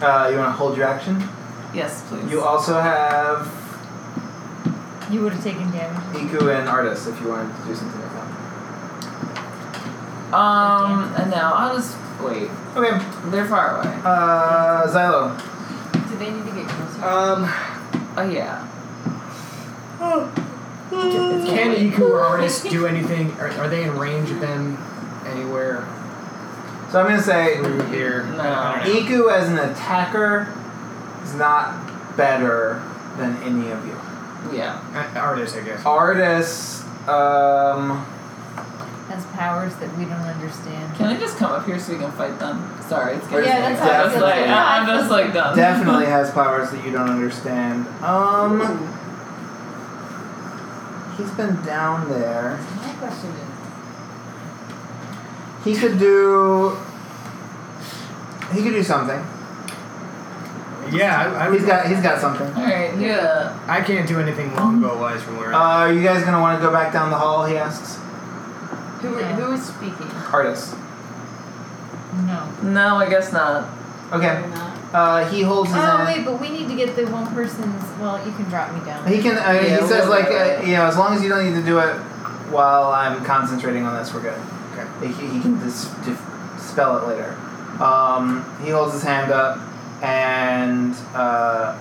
A: Uh, you want to hold your action?
B: Yes, please.
A: You also have
F: You would have taken damage.
A: Iku and Artis if you wanted to do something like that.
B: um. And now I'll just wait.
A: Okay.
B: They're far away.
A: Uh, Xylo.
D: Do they need to get closer?
A: Um,
B: Oh yeah.
E: Can Iku or Artis do anything? Are, are they in range of them anywhere?
A: so I'm gonna say
E: Through here? I don't know.
A: Iku as an attacker is not better than any of you.
B: Yeah.
E: Uh, Artis, I guess.
A: Artis, um,
F: Has powers that we don't understand.
B: Can I just come up here so we can fight them? Sorry, it's getting.
F: Yeah,
A: Where's
F: that's
A: the-
F: how I
B: I'm
F: feel
B: just
A: Definitely.
B: like
F: like
B: I'm just like
F: that.
B: done.
A: definitely has powers that you don't understand. Um, he's been down there.
D: My question is,
A: He could do. He could do something.
E: Yeah, I, I
A: He's
E: was.
A: got. He's got something.
B: All right. Yeah.
E: I can't do anything longbow wise from where.
A: Uh, are you guys gonna want to go back down the hall? He asks.
D: who, were- who was speaking?
A: Artis.
F: No.
B: No, I guess not.
A: Okay.
D: Or not?
A: Uh, he holds his
F: Oh
A: hand.
F: wait, but we need to get the one person's. Well, you can drop me down.
A: He can. Uh,
B: Yeah,
A: he says
B: we'll
A: like,
B: do
A: uh,
B: that.
A: you know, as long as you don't need to do it while I'm concentrating on this, we're good.
E: Okay.
A: He, he can dis- dif- spell it later. Um, he holds his hand up, and uh,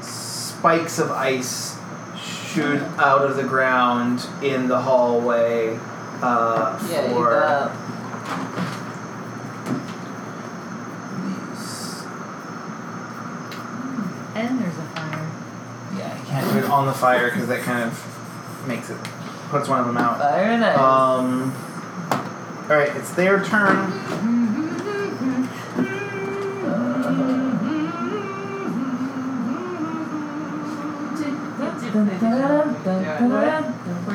A: spikes of ice shoot out of the ground in the hallway. Uh,
B: Yeah.
A: for
B: Eat up.
A: these.
F: And there's a fire.
B: Yeah. I
A: Can't put it on the fire because that kind of makes it puts one of them out.
B: Fire and ice.
A: Um. All right, it's their
B: [LAUGHS]
A: turn.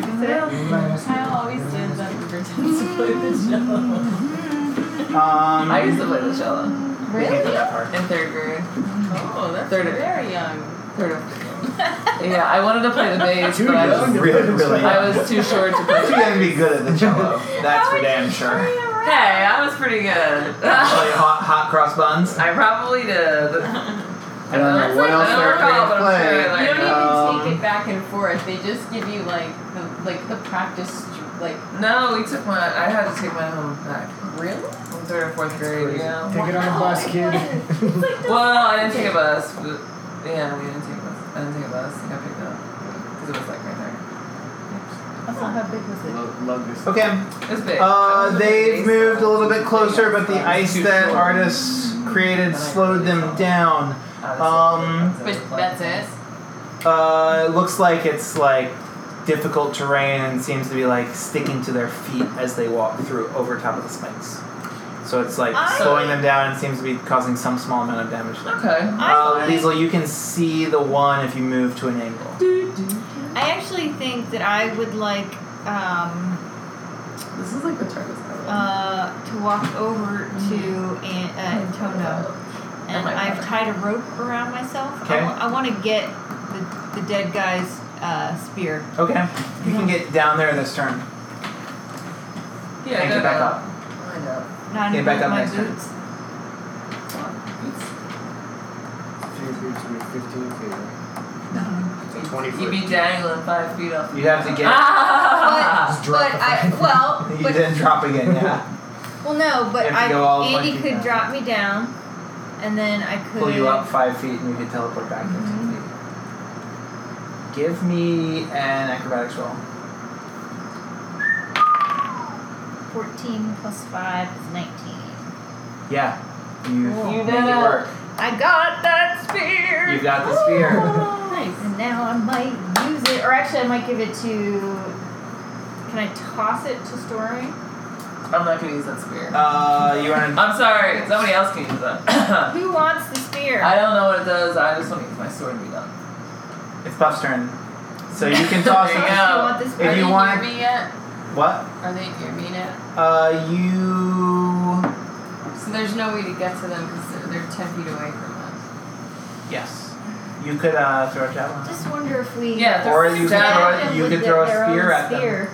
D: Kyle always stands up and pretends to play the cello.
A: Um,
B: I used to play the cello
A: Really? That part.
B: in third grade.
D: Oh, that's
B: Third of-
D: very young.
B: Third of Yeah, I wanted to play the bass,
E: Too
B: but I
E: young
B: was,
E: to
A: Really,
E: [LAUGHS]
A: really.
B: I was too short to play.
A: Too young to be good at the cello. That's for damn sure.
B: Hey, I was pretty [LAUGHS] good.
A: Play hot, hot cross buns.
B: I probably did.
A: I don't know what else
B: That's like
A: they're
B: another problem,
A: playing.
B: sure,
D: You don't even
A: Um,
D: take it back and forth. They just give you like the like the practice like
B: No, we took my. I had to take my home back
D: really.
B: from third or fourth grade.
A: [LAUGHS]
B: Yeah.
E: Take it on a bus, kid.
B: [LAUGHS] Well, I didn't take a bus. But yeah, we didn't take a bus. I didn't take a bus. I got picked up because it was like right
F: Also, how big was it?
E: love, love this.
A: okay,
B: there. It was big. I
A: uh,
B: was
A: they've
B: amazed.
A: moved a little bit closer, but the ice
B: Too
A: that
B: short.
A: artists created slowed them down. Um,
D: But that's it.
A: Uh, it looks like it's like difficult terrain and seems to be like sticking to their feet as they walk through over top of the spikes. So it's like
F: I-
A: slowing them down and seems to be causing some small amount of damage. to them.
B: Okay.
A: Uh,
F: I find-
A: Liesl, you can see the one if you move to an angle.
F: I actually think that I would like um,
B: This is like the darkest hour.
F: uh, to walk over to An- uh, Antonio, and
B: Oh my
F: I've
B: brother.
F: tied a rope around myself.
A: Okay.
F: I want to get the, the dead guy's uh, spear.
A: Okay, you can get down there this turn.
B: yeah,
A: and
B: no,
A: get back
B: no.
A: up. [LAUGHS]
B: I know.
F: Not
A: Get
F: even
A: back
F: with
A: up
F: my
A: next turn.
F: [LAUGHS] boots.
E: Three boots would be 15 feet. right? So 20
B: You'd be
E: foot.
B: dangling five feet off.
A: You have to
B: [LAUGHS]
A: get.
B: Ah!
E: Just drop
F: But I well,
A: [LAUGHS] You
F: but
A: didn't drop again, yeah.
F: well, no,
A: You
F: but
A: have to
F: I
A: go all the way
F: Andy
A: to
F: could
A: that.
F: drop me down, and then I could
A: Pull you up five feet and you can teleport back in ten feet. Give me an acrobatics roll.
F: Fourteen plus five is nineteen.
A: Yeah. You
F: Cool.
A: made it work.
F: I got that spear.
A: You got the spear.
F: And now I might use it, or actually, I might give it to. Can I toss it to Stormy?
B: I'm not gonna use that spear.
A: Uh, you want
B: I'm sorry. Somebody else can use [COUGHS] that.
F: Who wants the spear?
B: I don't know what it does. I just want to use my sword and be done.
A: to? It's Buff's turn. So you can toss
B: There
A: it.
B: you
F: Do you
B: go.
F: want the
A: If
F: spear?
D: Are
A: you
D: they
A: want-
D: near me yet?
A: What?
D: Are they near me yet?
A: Uh, you.
B: Just
R: So there's no way to get to them because they're, they're ten feet away from us.
A: Yes. You could uh, throw a javelin.
F: Just wonder if we.
R: Yeah,
A: Or you could
R: stab
A: throw
R: them
A: it, you
F: with
A: could
F: the-
A: throw a
F: their own
A: spear at them.
F: spear.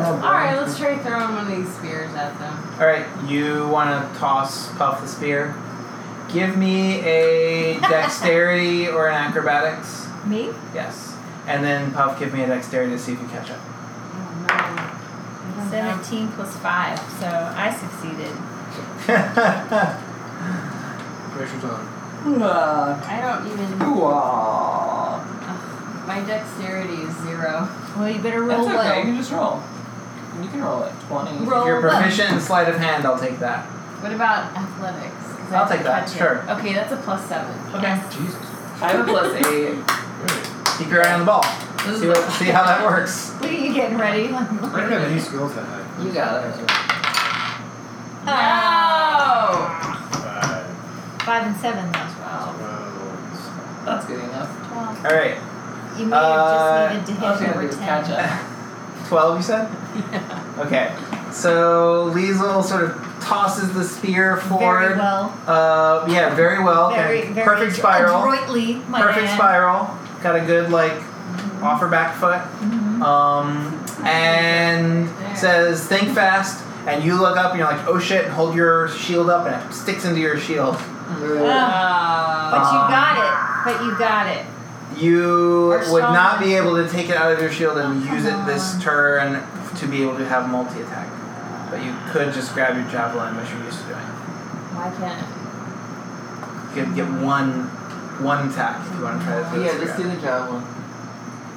R: All right, let's try throwing one of these spears at them.
A: All right, you want to toss puff the spear? Give me a dexterity
B: [LAUGHS]
A: or an acrobatics.
F: Me?
A: Yes. And then puff, give me a dexterity to see if you catch up. [LAUGHS]
R: Oh no.
F: 17 plus 5, so I succeeded.
E: Waste your time.
R: I don't even.
D: My dexterity is zero.
F: Well, you better
B: That's
F: roll
B: okay. You
F: low.
B: can just roll. You can roll at twenty.
A: if you're
F: Roll low.
A: proficient in sleight of hand, I'll take that.
D: What about athletics? 'Cause I
A: I'll
D: have to
A: take that,
D: catch it.
A: sure.
D: Okay, that's a plus seven.
B: Okay.
E: Jesus.
B: I have a plus eight.
A: Keep your eye on the ball.
B: This is
A: See, what, see how that works.
F: Look at you getting ready. [LAUGHS]
E: I don't have any skills that high.
B: You got it.
F: Oh!
S: Five,
F: 5 and 7, though.
B: Wow.
S: twelve.
B: That's good enough.
F: Well,
A: All right,
F: you may
A: Uh,
F: have just needed to
B: All
F: hit
B: she had to
F: over
B: do was
F: 10.
B: catch up.
A: 12 you said? Okay. So Liesl sort of tosses the spear forward.
F: Very well.
A: Uh, yeah, very well.
F: Very,
A: Okay.
F: very
A: Perfect spiral.
F: Adroitly, my
A: Perfect
F: man.
A: spiral. Got a good like
F: Mm-hmm.
A: off her back foot. Um, and says think fast. And you look up and you're like, oh shit, and hold your shield up and it sticks into your shield.
F: Ah, but you got it. But you got it.
A: You
F: Our
A: would not
F: strongest-
A: be able to take it out of your shield and
F: Oh,
A: use
F: come
A: it this
F: on.
A: turn to be able to have multi attack. But you could just grab your javelin, which you're used to doing.
D: Why can't
A: You could get one one attack if you want to try to throw
B: Yeah,
A: the
B: just do
A: spear.
B: the javelin.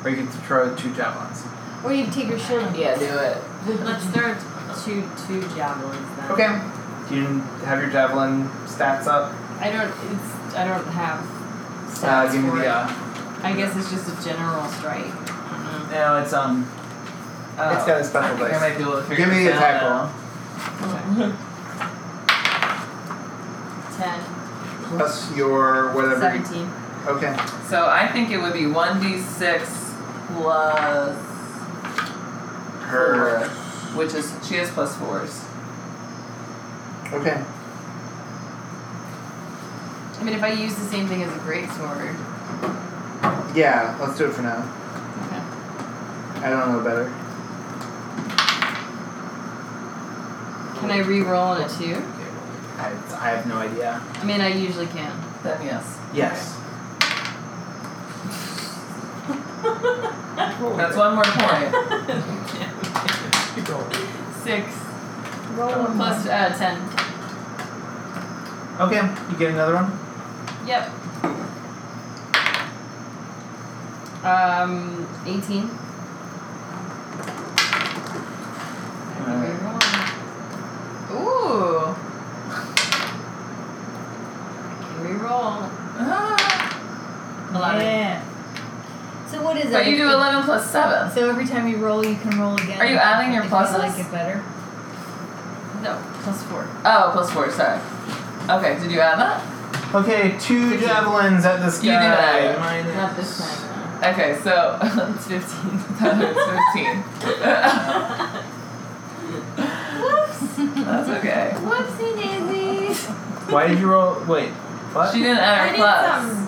A: Or you could throw two javelins.
F: Or you take your shield and
B: Yeah, do it.
D: Let's throw two two javelins then.
A: Okay. Do you have your javelin stats up?
D: I don't. It's. I don't have. Stats
A: Uh, give me
D: for
A: the.
D: it.
A: Uh,
D: I guess it's just a general strike.
A: no, it's um.
B: Oh.
A: It's got a special
B: I
A: dice.
B: might be able to figure
A: Give me the
B: this out
A: attack
B: now.
A: roll.
B: Mm-hmm.
D: Ten.
A: Plus your whatever.
D: Seventeen.
A: Okay.
B: [LAUGHS] So I think it would be one d six plus
A: Her.
B: four, which is she has plus fours.
A: Okay.
D: I mean, if I use the same thing as a greatsword.
A: Yeah, let's do it for now. I don't know better.
D: Can I re-roll on a two?
A: I, I have no idea.
D: I mean, I usually can.
B: Then yes,
A: Yes.
B: that's one more point.
D: Six
F: roll them.
D: plus uh, ten.
A: Okay, you get another one.
D: Yep. Um, eighteen.
A: Mm-hmm.
D: Ooh. Can we roll? Eleven.
F: Yeah. So what is it?
B: But you do eleven plus seven.
F: So every time you roll, you can roll again.
B: Are you adding your
F: if
B: pluses?
F: You like it better.
D: No, plus four.
B: Oh, plus four. Sorry. Okay, did you add that?
A: Okay, two javelins at this
B: You do
A: guy.
B: that.
A: Minus-
D: Not this time.
B: Okay, so [LAUGHS]
D: It's fifteen.
B: it's fifteen.
A: [LAUGHS]
B: That's okay.
R: Whoopsie daisy.
A: Why did you roll? Wait, what?
B: She didn't add
R: I
B: her
R: need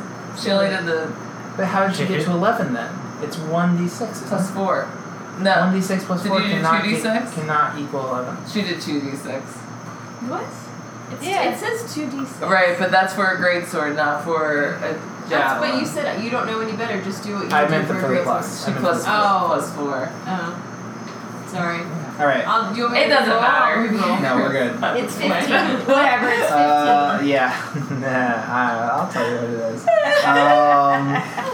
B: plus. She only did the
A: But how did you get to 11 then? It's 1d6.
B: plus four.
A: One
B: No,
A: d six plus
B: Did
A: four
B: you do
A: cannot
B: 2d6?
A: e- cannot equal eleven.
B: she did two d six.
R: What? It's
F: Yeah.
R: It says two d six.
B: Right, but that's for a great sword, not for a javelin.
R: That's what you said. You don't know any better. Just do what you
A: I
R: do
A: meant
R: for
A: the
R: a
A: three
R: great
A: plus. I
B: She
A: meant
B: plus
A: the-
B: oh.
R: Oh.
B: plus four.
R: Oh. Sorry.
A: All right. Uh,
R: I'll, you want me
B: It
R: to
B: doesn't
R: roll?
B: matter.
A: No, we're good.
B: [LAUGHS]
F: It's 15. Whatever, it's 15.
A: Uh, yeah. [LAUGHS] nah, I, I'll tell you what it is. Um,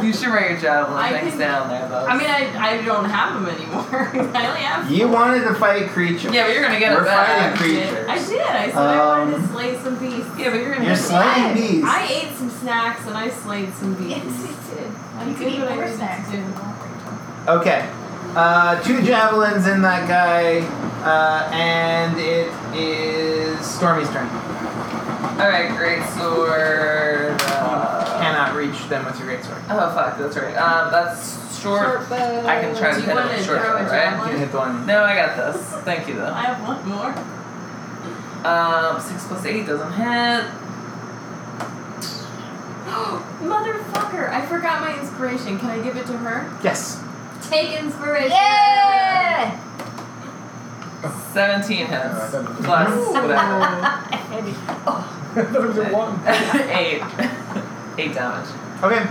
B: You should write your javelin
R: I
B: things
R: can-
B: down there though.
R: I mean, I, I don't have them anymore. [LAUGHS] I only have.
A: you wanted to fight creatures.
B: yeah, but you're gonna get
A: We're
B: it back.
A: fighting creatures.
R: I did. I said I wanted to
A: Um,
R: slay some beasts.
B: Yeah, but you're gonna
A: You're
B: get it
A: slaying bees.
R: I ate some snacks and I slayed some bees.
F: Yes, you did.
R: I
F: You
R: did
F: could eat
R: what I
F: more
R: needed
F: snacks.
R: to do.
A: Okay. Uh, two javelins in that guy, uh, and it is Stormy's turn.
B: All right, great sword. Uh,
A: Cannot reach them with your greatsword.
B: oh fuck, that's right. Um, that's short.
F: Short bow.
B: I can try
R: Do
B: to
R: you
B: hit it
R: wanna
B: with short
R: throw a
A: You
B: bow, right?
R: javelin?
A: can hit the one.
R: [GASPS]
B: No, I got this. Thank you
R: I
B: though.
R: have one more.
B: Um, six plus eight doesn't hit.
D: Motherfucker, I forgot my inspiration. Can I give it to her?
A: Yes.
D: Take inspiration.
O: Yeah!
B: Seventeen hits. Plus whatever.
E: [LAUGHS]
B: [LAUGHS]
E: that was a one.
B: eight. [LAUGHS] Eight damage.
A: Okay.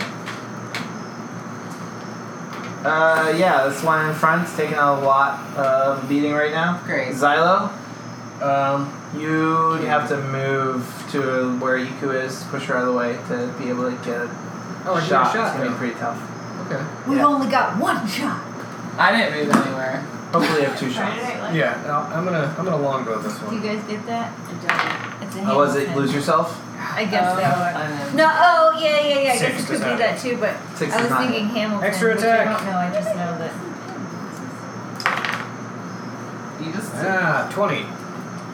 A: Uh, yeah, this one in front's taking a lot of beating right now.
B: Great.
A: Xylo, um, you'd have to move to where Iku is, push her out of the way to be able to get a
E: Oh, I did a
A: shot.
E: shot,
A: It's gonna be
E: yeah.
A: pretty tough.
E: Okay.
F: We've
A: Yeah.
F: only got one shot.
B: I didn't move anywhere.
A: Hopefully, you have two
D: Friday
A: shots.
D: Night Lights.
E: Yeah, I'll- I'm gonna I'm gonna longbow this
O: Do you
E: one.
O: guys get that?
J: I
O: It's a
A: Oh, was it
O: hand
A: lose yourself?
O: I guess
B: Um,
O: that one.
B: I'm in.
O: No, oh, yeah, yeah, yeah. I
E: Six
O: guess it
E: does
O: could
E: that.
O: be that too, but
A: Six
O: I
A: is
O: was
A: not.
O: thinking Hamilton.
E: Extra
O: which
E: attack.
O: I don't know, I just know that.
B: You just
E: Ah, 20.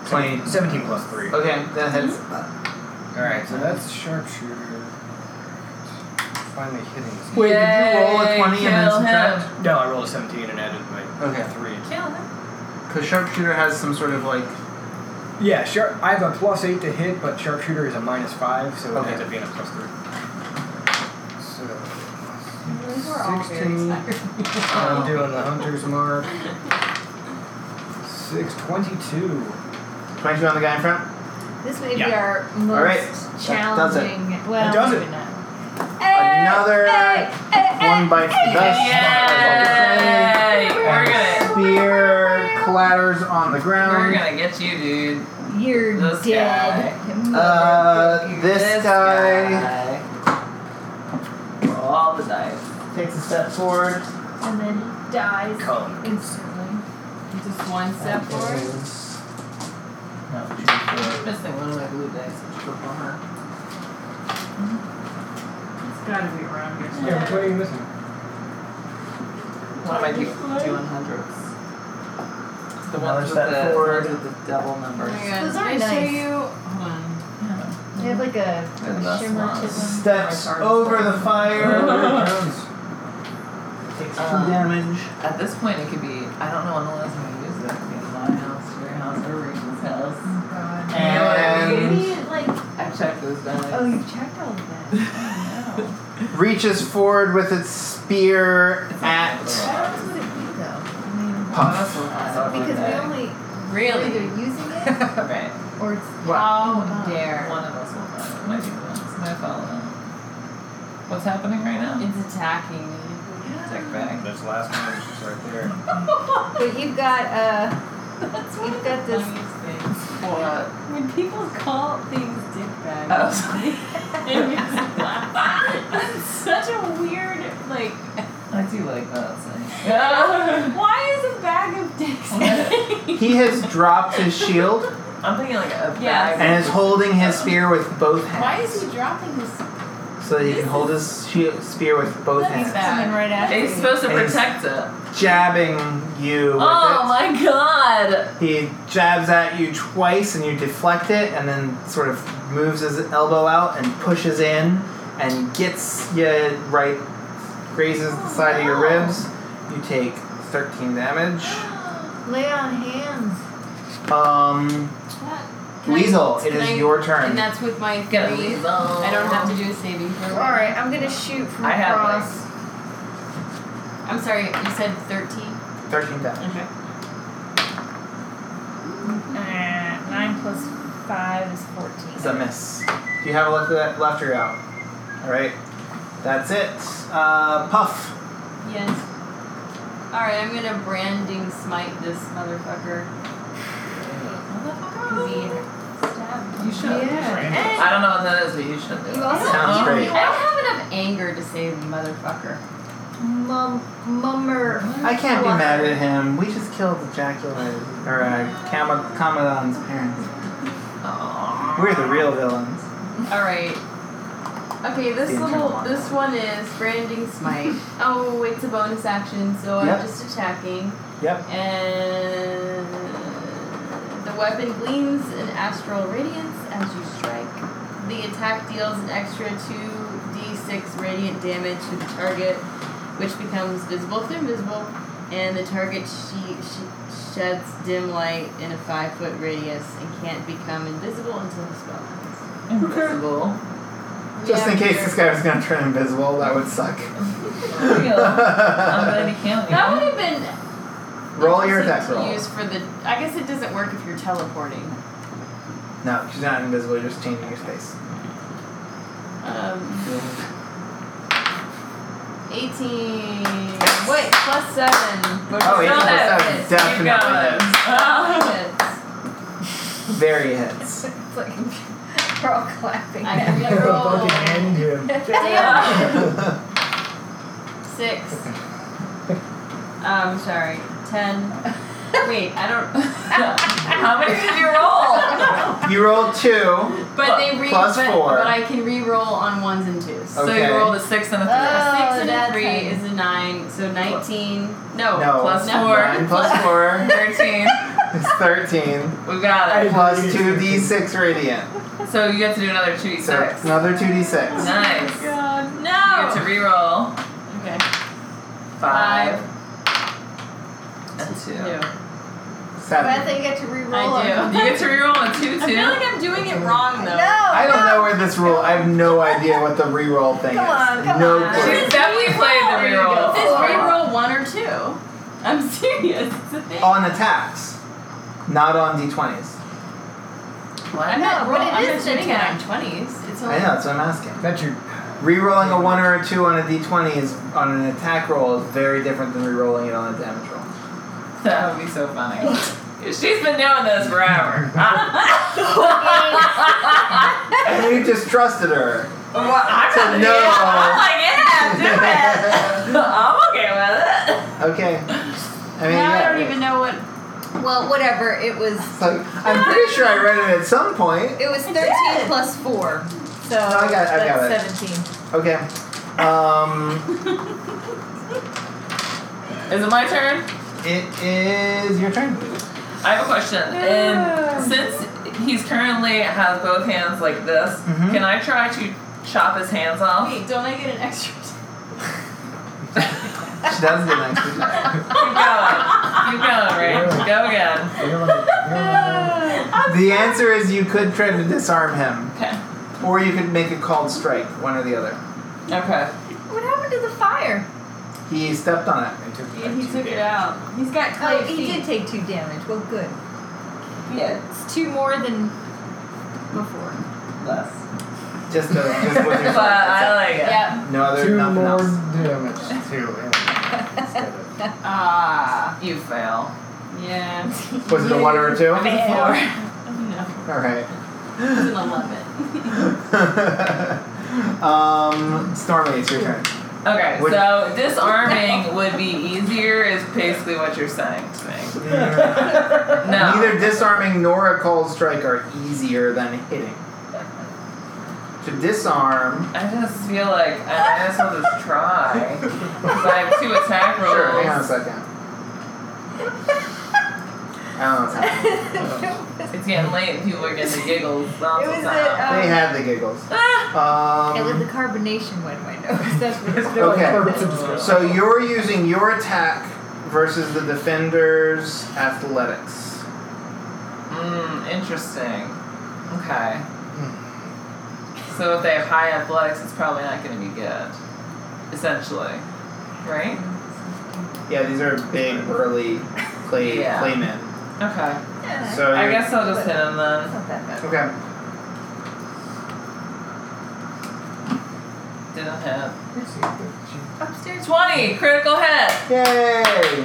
A: 20.
E: 17 plus 3.
A: Okay, that hits.
E: Alright, so that's sharpshooter. Finally hitting this.
A: Wait, did you roll a
B: Yay,
A: 20 and then
B: kill him.
A: subtract?
E: No, I rolled a 17 and added my
A: Okay.
E: 3.
B: kill him.
A: Because sharpshooter has some sort of like.
E: Yeah, sharp. I have a plus 8 to hit, but sharpshooter is a minus 5, so
A: Okay.
E: it ends up being a plus 3. So.
D: These were all very
E: 16.
D: exciting.
A: Um,
E: I'm doing the hunter's mark. 622.
A: 22 on the guy in front?
O: This may be
E: Yeah.
O: our most
A: right. That does it.
O: challenging. Well,
E: That does it.
O: maybe not.
A: Another one bites the dust.
B: Yay! We're gonna
A: Spear clatters on the
B: we're
A: ground.
B: gonna get you, dude.
O: You're
B: This guy.
O: dead.
A: Uh, this guy
B: guy. Roll all the dice.
A: takes a step forward.
O: And then dies
E: Come.
O: instantly.
D: Just one step forward.
A: Is- no, two, four.
B: Missing one of my blue dice. Which will bummer.
F: It's gotta be around here.
E: Yeah, what are you missing?
B: What am I do- doing hundreds? It's the
A: Another
B: ones with
A: step
B: the,
A: forward.
B: ones with the double numbers.
D: Those
O: Those aren't
D: I
O: nice.
D: show you? Hold on.
O: They have like a,
B: And
O: a
B: that's
O: shimmer
B: not-
O: to them.
A: Steps over the
B: [LAUGHS] Uh-huh.
A: fire. Takes two
B: Uh,
A: damage.
B: At this point, it could be I don't know when the last time I used it. It could be my house, your house, or Rachel's house.
O: Oh, God.
A: And
O: Maybe, like,
B: I've checked those dice.
O: oh, you checked all of
B: [LAUGHS]
O: that. Oh,
A: reaches forward with its spear at
O: no. How else would it be, though? I mean,
A: Puff.
O: because we
B: [LAUGHS]
O: only
D: Really?
O: either using it
B: right.
O: or it's
J: How dare.
B: One of us will die. It might be the ones my fellow. What's happening right now?
J: It's attacking
D: [LAUGHS]
J: me.
B: Check back.
E: That's last one just right there.
O: But you've got [LAUGHS] uh,
J: That's
O: you've got this.
B: What?
J: When people call things dick
B: Oh,
J: bags,
B: sorry.
J: it
O: [LAUGHS]
J: makes me laugh.
D: [LAUGHS]
J: That's such a weird, like,
B: I do like that
D: [LAUGHS]
B: saying.
J: why is a bag of dicks a
A: he has dropped his shield
B: I'm thinking like a
J: Yes.
B: bag.
A: and is holding his spear with both hands.
D: Why is he dropping this?
A: So that he can hold his shi spear with both
D: Let me
A: hands,
D: back.
O: Coming right after
B: He's
O: you.
B: supposed to
A: It's-
B: protect it.
A: jabbing you with
B: Oh my god!
A: it. He jabs at you twice, and you deflect it, and then sort of moves his elbow out and pushes in, and gets you right, grazes the side of your
D: Oh,
A: ribs. You take thirteen damage.
O: Lay on hands.
A: Um,
D: Can I-
A: Weasel, it
D: can
A: is
D: I-
A: your turn.
D: And that's with my
B: Get a
D: three.
B: leave.
D: I don't have to do a saving throw.
O: All right, I'm gonna shoot from
B: I have
O: across.
D: I'm sorry. You said thirteen.
A: Thirteen damage.
D: Okay.
O: Uh, nine plus five is fourteen.
A: It's a miss. Do you have a left that left or out? All right, that's it. Uh, puff.
D: Yes. All right. I'm gonna branding smite this motherfucker. Cause he stabbed.
B: You should.
O: Yeah.
B: I don't know what that is, but you should do
O: You
B: it.
O: also
A: Sounds
O: you-
A: great.
O: you
D: I don't have enough anger to say motherfucker.
O: Mum, mummer.
A: I can't be mad at him. We just killed ejaculated or uh, Cam- Commandant's parents. We're the real villains.
D: All right. Okay, this
A: The internal
D: little
A: one.
D: this one is branding smite. oh, it's a bonus action, so
A: Yep.
D: I'm just attacking.
A: Yep.
D: And the weapon gleams an astral radiance as you strike. The attack deals an extra two d6 radiant damage to the target, which becomes visible through invisible.
J: and the target she, she sheds dim light in a five foot radius and can't become invisible until the spell ends.
B: Invisible.
A: Just
D: Yeah,
A: in case
D: we're-
A: this guy was gonna turn invisible, that would suck.
B: For real. I'm gonna be killing
D: That
B: [LAUGHS]
D: would
B: you.
D: have
A: [LAUGHS]
D: been
A: roll your
D: interesting
A: attack
D: to
A: roll.
D: Use for the. I guess it doesn't work if you're teleporting.
A: No, she's not invisible. You're just changing your space.
D: Um, 18. Wait, plus 7. But
A: Oh, 18
D: it's not
A: plus
D: that
A: seven
D: good.
A: definitely
D: Ah.
A: very hits. [LAUGHS]
F: It's like
O: [LAUGHS]
F: we're all clapping
D: I
F: now.
D: can
E: [LAUGHS] Put a
D: get roll.
E: bucket
D: [LAUGHS]
E: hand to him.
D: Damn. Six.
J: Um, sorry, ten. Wait, I don't.
D: How many did you roll?
A: you rolled two.
D: [LAUGHS] but they re-
A: Plus
D: but,
A: four. Oh,
D: but I can re-roll on ones and twos.
B: So
A: Okay.
B: you rolled a six and a three.
J: a
O: Oh,
J: six and a
O: that's
J: three
O: how you-
J: is a nine, so nineteen.
D: No.
A: No.
B: Plus
D: No.
B: four.
A: Nine plus four
B: Thirteen.
A: is thirteen.
B: [LAUGHS] We got it.
A: Plus two d six radiant.
B: So you get to do another two d
A: So
B: six.
A: another two d six.
B: Nice.
D: Oh,
B: You
D: God.
B: get to
D: No.
B: reroll
D: Okay.
B: five.
D: Five.
B: And two.
D: Two.
F: But I
A: Seven.
F: think you get to re-roll.
D: I do.
F: them.
B: You get to reroll a two
D: I feel like
B: two.
D: I'm doing it wrong though.
F: No,
A: I don't
F: no.
A: know where this roll. I have no idea what the reroll thing
F: Come
A: is.
F: on, come
A: no
F: on.
A: clue.
B: She's definitely played the reroll.
D: This
F: Four.
D: reroll one or two. I'm [LAUGHS] serious. It's a [LAUGHS] thing.
A: on attacks, not on d20s.
D: I'm
F: No,
D: not
F: but
D: roll-
F: it
D: I'm
F: is
D: not doing it on
F: attack.
D: twenties. It's only
A: I know, that's what I'm asking.
E: That's your.
A: Rerolling a one or a two on a d20 is on an attack roll is very different than rerolling it on a damage roll.
B: That would be so funny. She's been doing
A: [LAUGHS]
B: this forever. [LAUGHS]
A: And you just trusted her.
B: Well, I'm
A: So
B: not-
A: no.
B: yeah, I'm like, yeah,
A: [LAUGHS]
B: do it. I'm okay with it.
A: Okay. I mean,
D: now
A: yeah.
D: I don't even know what
O: Well, whatever. It was
A: It's like, I'm pretty sure I read it at some point.
O: it was
D: I
O: thirteen
D: did.
O: plus four. So
A: No, I got it, I
O: that's
A: got it.
O: seventeen.
A: Okay. Um,
B: Is it my turn?
A: it is your turn.
B: I have a question. And
F: Um,
B: since he's currently has both hands like this,
A: Mhm.
B: can I try to chop his hands off?
D: Wait, don't I get an extra
A: She does get an extra attack.
B: Keep going. Keep going, Ray. Go again.
E: You're like, you're like,
A: The answer is you could try to disarm him,
B: Okay.
A: or you could make a called strike, one or the other.
B: Okay.
O: What happened to the fire?
A: He stepped on it.
E: I took
D: Yeah,
E: like
D: he
E: two
D: took it
E: damage.
D: out. He's got
O: Oh,
D: clay
O: he
D: feet.
O: did take two damage. Well, good.
B: Yeah.
O: It's two more than before.
B: Less.
A: Just, uh, just
B: [LAUGHS]
A: with your
B: But
A: sword, that's
B: I like it.
D: Yep.
A: it. No other,
E: Two
A: nothing
E: more
A: else.
E: damage.
A: [LAUGHS]
E: Two. yeah. Instead of-
D: Ah.
B: You fail.
D: Yeah.
A: Was it a one or a two?
D: It was a four.
F: [LAUGHS]
A: Um,
D: no.
A: All right.
D: It was an eleven.
A: [LAUGHS] um, Stormy, it's your turn.
B: Okay,
A: Would-
B: so disarming would be easier, is basically what you're saying to me. No.
A: Neither disarming nor a cold strike are easier than hitting. To disarm,
B: I just feel like I might as well just try. Because I have two attack rolls.
A: sure. Hang on a second. I don't know what's happening.
B: It's getting late and people are getting the giggles. It
O: It was
B: time.
O: at, um,
A: They had the giggles.
B: Ah.
O: It was the
A: Um,
O: carbonation went my
F: [LAUGHS]
O: nose. That's what it was.
A: okay.
B: Uh,
A: So you're using your attack versus the defender's athletics. uh,
B: Mm, interesting. Okay. So if they have high athletics, it's probably not going to be good. Essentially. Right?
A: Yeah, these are big, burly clay
B: Yeah.
A: claymen.
B: Okay.
O: Yeah,
A: So
B: I
A: you're-
B: guess I'll just hit him
O: it's
B: then.
O: not that bad.
A: Okay.
B: Didn't hit.
O: Upstairs.
B: 20!
A: [LAUGHS]
B: Critical hit!
A: Yay!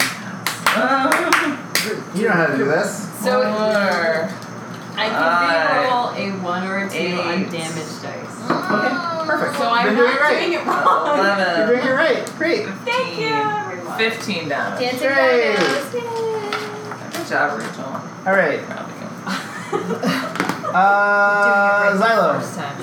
B: Um,
A: You know how to do this.
J: So
B: four.
J: I
B: Aye.
J: can re-roll a one or a two on
B: Eight.
J: damaged dice.
A: Perfect.
D: So I'm
A: Been doing it
D: not
A: right.
D: doing
A: [LAUGHS]
D: it wrong.
A: You're doing it
B: Eleven.
A: right. Great.
D: Thank you, everyone.
B: 15 down.
O: Dancing
A: Great.
O: dominoes.
B: Good job, Rachel.
A: All right.
B: Probably good.
O: Doing
A: Uh,
O: it right the
A: Xylo.
O: first time.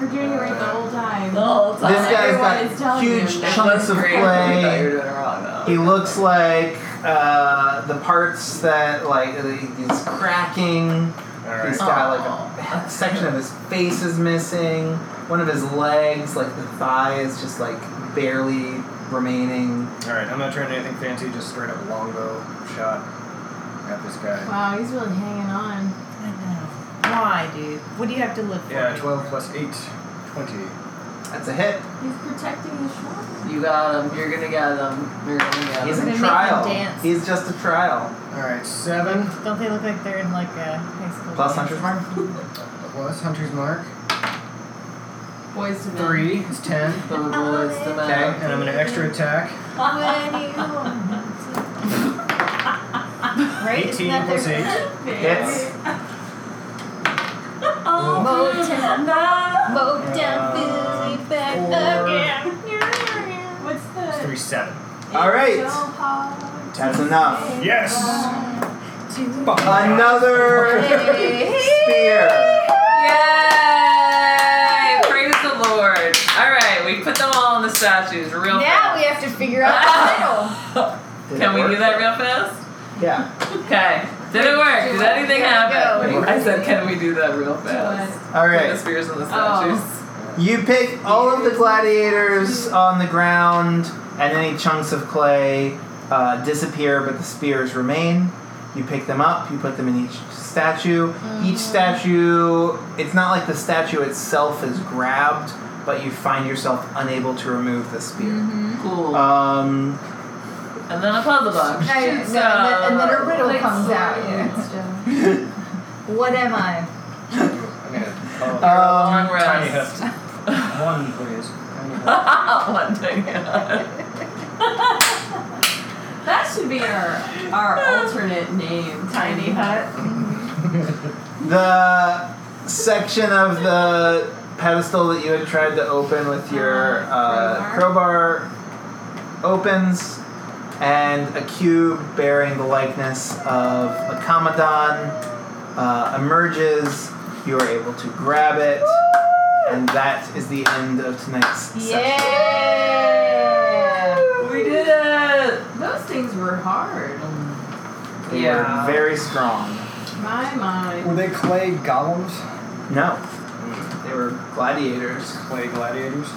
D: We're doing it right the whole time.
B: No, it's
A: This
B: not.
A: guy's
D: Everyone is
A: got
D: telling
A: huge
D: you that.
A: chunks of
B: Great. I thought you were
A: clay.
B: doing it wrong, though.
A: He looks like uh, the parts that like uh, he's cracking. He's
E: Alright.
A: got like a section of his face is missing. One of his legs, like the thigh, is just like barely remaining.
E: Alright, I'm not trying anything fancy, just straight up longbow shot at this guy.
D: Wow, he's really hanging on.
F: I know. Why, dude? What do you have to live for?
E: Yeah, 12 plus 8, 20.
A: That's a hit.
D: He's protecting the shore.
B: You got him. You're gonna get him. You're gonna get
A: He's
B: him.
A: a
F: We're gonna make him
A: trial.
F: dance.
A: He's just a trial.
E: Alright, 7
F: Don't they look like they're in like a high school?
A: Plus
F: dance?
A: hunter's mark.
E: plus Hunter's Mark.
B: Boys to men.
E: 3 is 10.
B: The boys to men.
A: Okay.
E: And I'm going to extra attack.
F: When you want to. right? Isn't
E: 18
F: that
E: plus 8.
F: their-
A: Hits. Oh
F: Motown.
E: Uh,
F: Motown fills me back
E: four.
F: again.
D: What's
E: It's
D: the?
E: going to be 7.
A: All right. That's enough. [LAUGHS]
E: Yes!
A: Another spear.
B: Yay! Praise the Lord. All right, we put them all on the statues real
F: Now we have to figure out
B: fast.
A: Did
B: [LAUGHS] Can
A: it
B: we
A: work?
B: do that real fast?
A: Yeah.
B: Okay. Did it work? Did anything happen? I said, can we do that real fast?
A: All
B: Put the
A: right.
B: spears on the statues.
A: You pick all of the gladiators on the ground, and any chunks of clay uh, disappear, but the spears remain. You pick them up, you put them in each statue. Each statue, it's not like the statue itself is grabbed, but you find yourself unable to remove the spear.
B: Cool.
A: Um,
B: and then a puzzle box.
F: I know, and
B: So-
F: then, and then a riddle
B: Like,
F: comes
B: so-
F: out. What am I?
E: I'm going to. Oh,
A: um,
B: Long
E: tiny
F: [LAUGHS]
B: rest.
E: one, please. Tiny hip.
B: One thing. [LAUGHS]
D: That should be our our alternate name, Tiny Hut.
E: [LAUGHS]
A: the section of the pedestal that you had tried to open with your uh, crowbar opens, and a cube bearing the likeness of a Kamadan uh, emerges. You are able to grab it, and that is the end of tonight's session.
F: Yeah.
B: We did it.
D: Those things were hard.
A: They were
B: Yeah.
A: very strong.
D: My mind.
E: Were they clay golems?
A: No, they were gladiators,
E: Clay gladiators?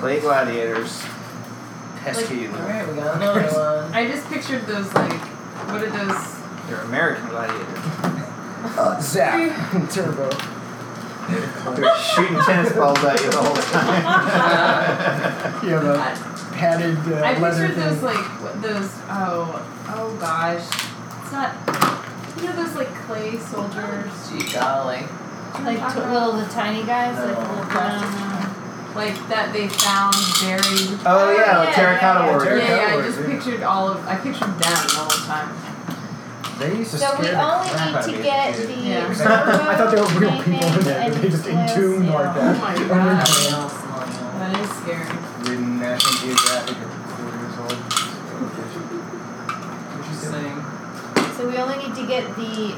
A: clay gladiators.
E: Pesky.
B: All right, we got
A: [LAUGHS]
B: another one.
D: I just pictured those like, what are those?
A: They're American gladiators.
E: Uh, zap. [LAUGHS] Turbo.
A: They're shooting tennis balls at you the whole
F: [LAUGHS]
A: time.
E: You have a padded uh,
D: I
E: leather
D: pictured
E: thing.
D: those like what- those oh oh gosh, it's not you know those like clay soldiers
B: Gee golly.
F: Like t- little the tiny guys, like little brown.
D: like that they found buried.
A: oh yeah, like
F: yeah,
A: terracotta
F: yeah, yeah.
A: warrior.
D: Yeah, yeah, I
E: Terracotta
D: just
E: warriors, yeah.
D: pictured all of I pictured them the whole time.
E: they used to
F: So
E: scare
F: we
E: the
F: only
E: crap out
F: need
E: of me
F: to
E: as a kid.
F: get the.
B: Yeah.
E: [LAUGHS] I thought they were real people in there,
F: and
E: but they just
F: glass
E: entombed like that.
F: seal.
D: Oh my
E: Under
D: God.
E: the-
D: That is scary.
E: reading National Geographic at four years old.
F: [LAUGHS]
B: Interesting.
F: So we only need to get the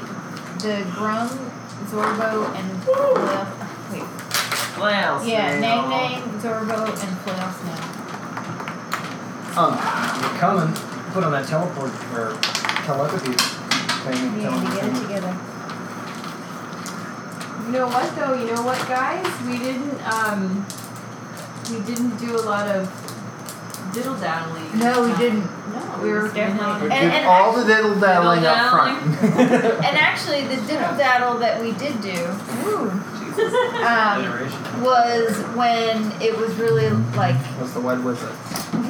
F: the Grum, Zorbo, and Flail. Wait.
B: Flannels.
F: Yeah,
B: you
F: Nang
B: know.
F: Nang, Zorbo, and Flail Snail.
A: Um,
E: You're coming. Put on that teleport or telepathy thing.
F: We need to
E: [LAUGHS]
F: get it [LAUGHS]
E: telepathy.
F: together.
D: You know what though? You know what, guys? We didn't um, we didn't do a lot of diddle daddling.
F: No, we didn't.
D: No,
F: We were definitely-
A: we
F: And-
A: did
F: and
A: all the diddle daddling up front.
F: And actually, the diddle daddle that we did do um, was when it was really like [LAUGHS]
A: What's the wed wizard? [LAUGHS]
F: was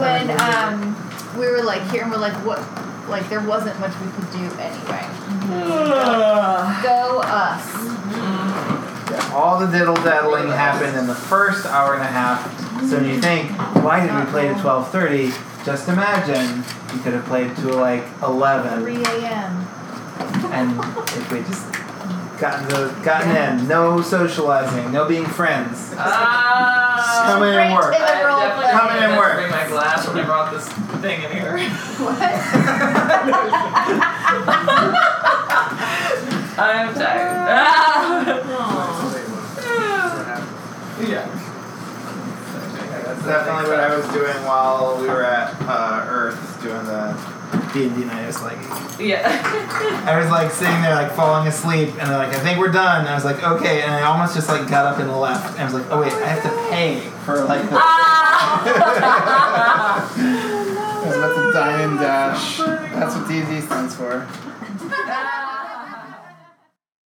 F: when um, we were like here and we're like what like there wasn't much we could do anyway.
B: Mm.
F: Go us.
A: all the diddle daddling happened in the first hour and a half. So when you think, why did we play to twelve thirty? Just imagine you could have played to like eleven,
F: 3 a.m.
A: and if we just gotten the gotten in, no socializing, no being friends.
B: Ah.
A: Come in and
F: Great
A: work.
F: in the role
B: I definitely
A: Come in
B: didn't
A: and work.
B: Bring my glass when I brought this thing in here. [LAUGHS] I'm tired. Ah. [LAUGHS]
A: Yeah. That's definitely what I was doing while we were at uh, Earth doing the D and D night. I was like,
B: Yeah.
A: I was like sitting there like falling asleep, and they're like, I think we're done. And I was like, okay, and I almost just like got up and left. And I was like, oh wait, I have to pay for like. The- [LAUGHS]
B: Ah!
A: I was about to dine and dash. That's what D and D stands for.
B: Ah!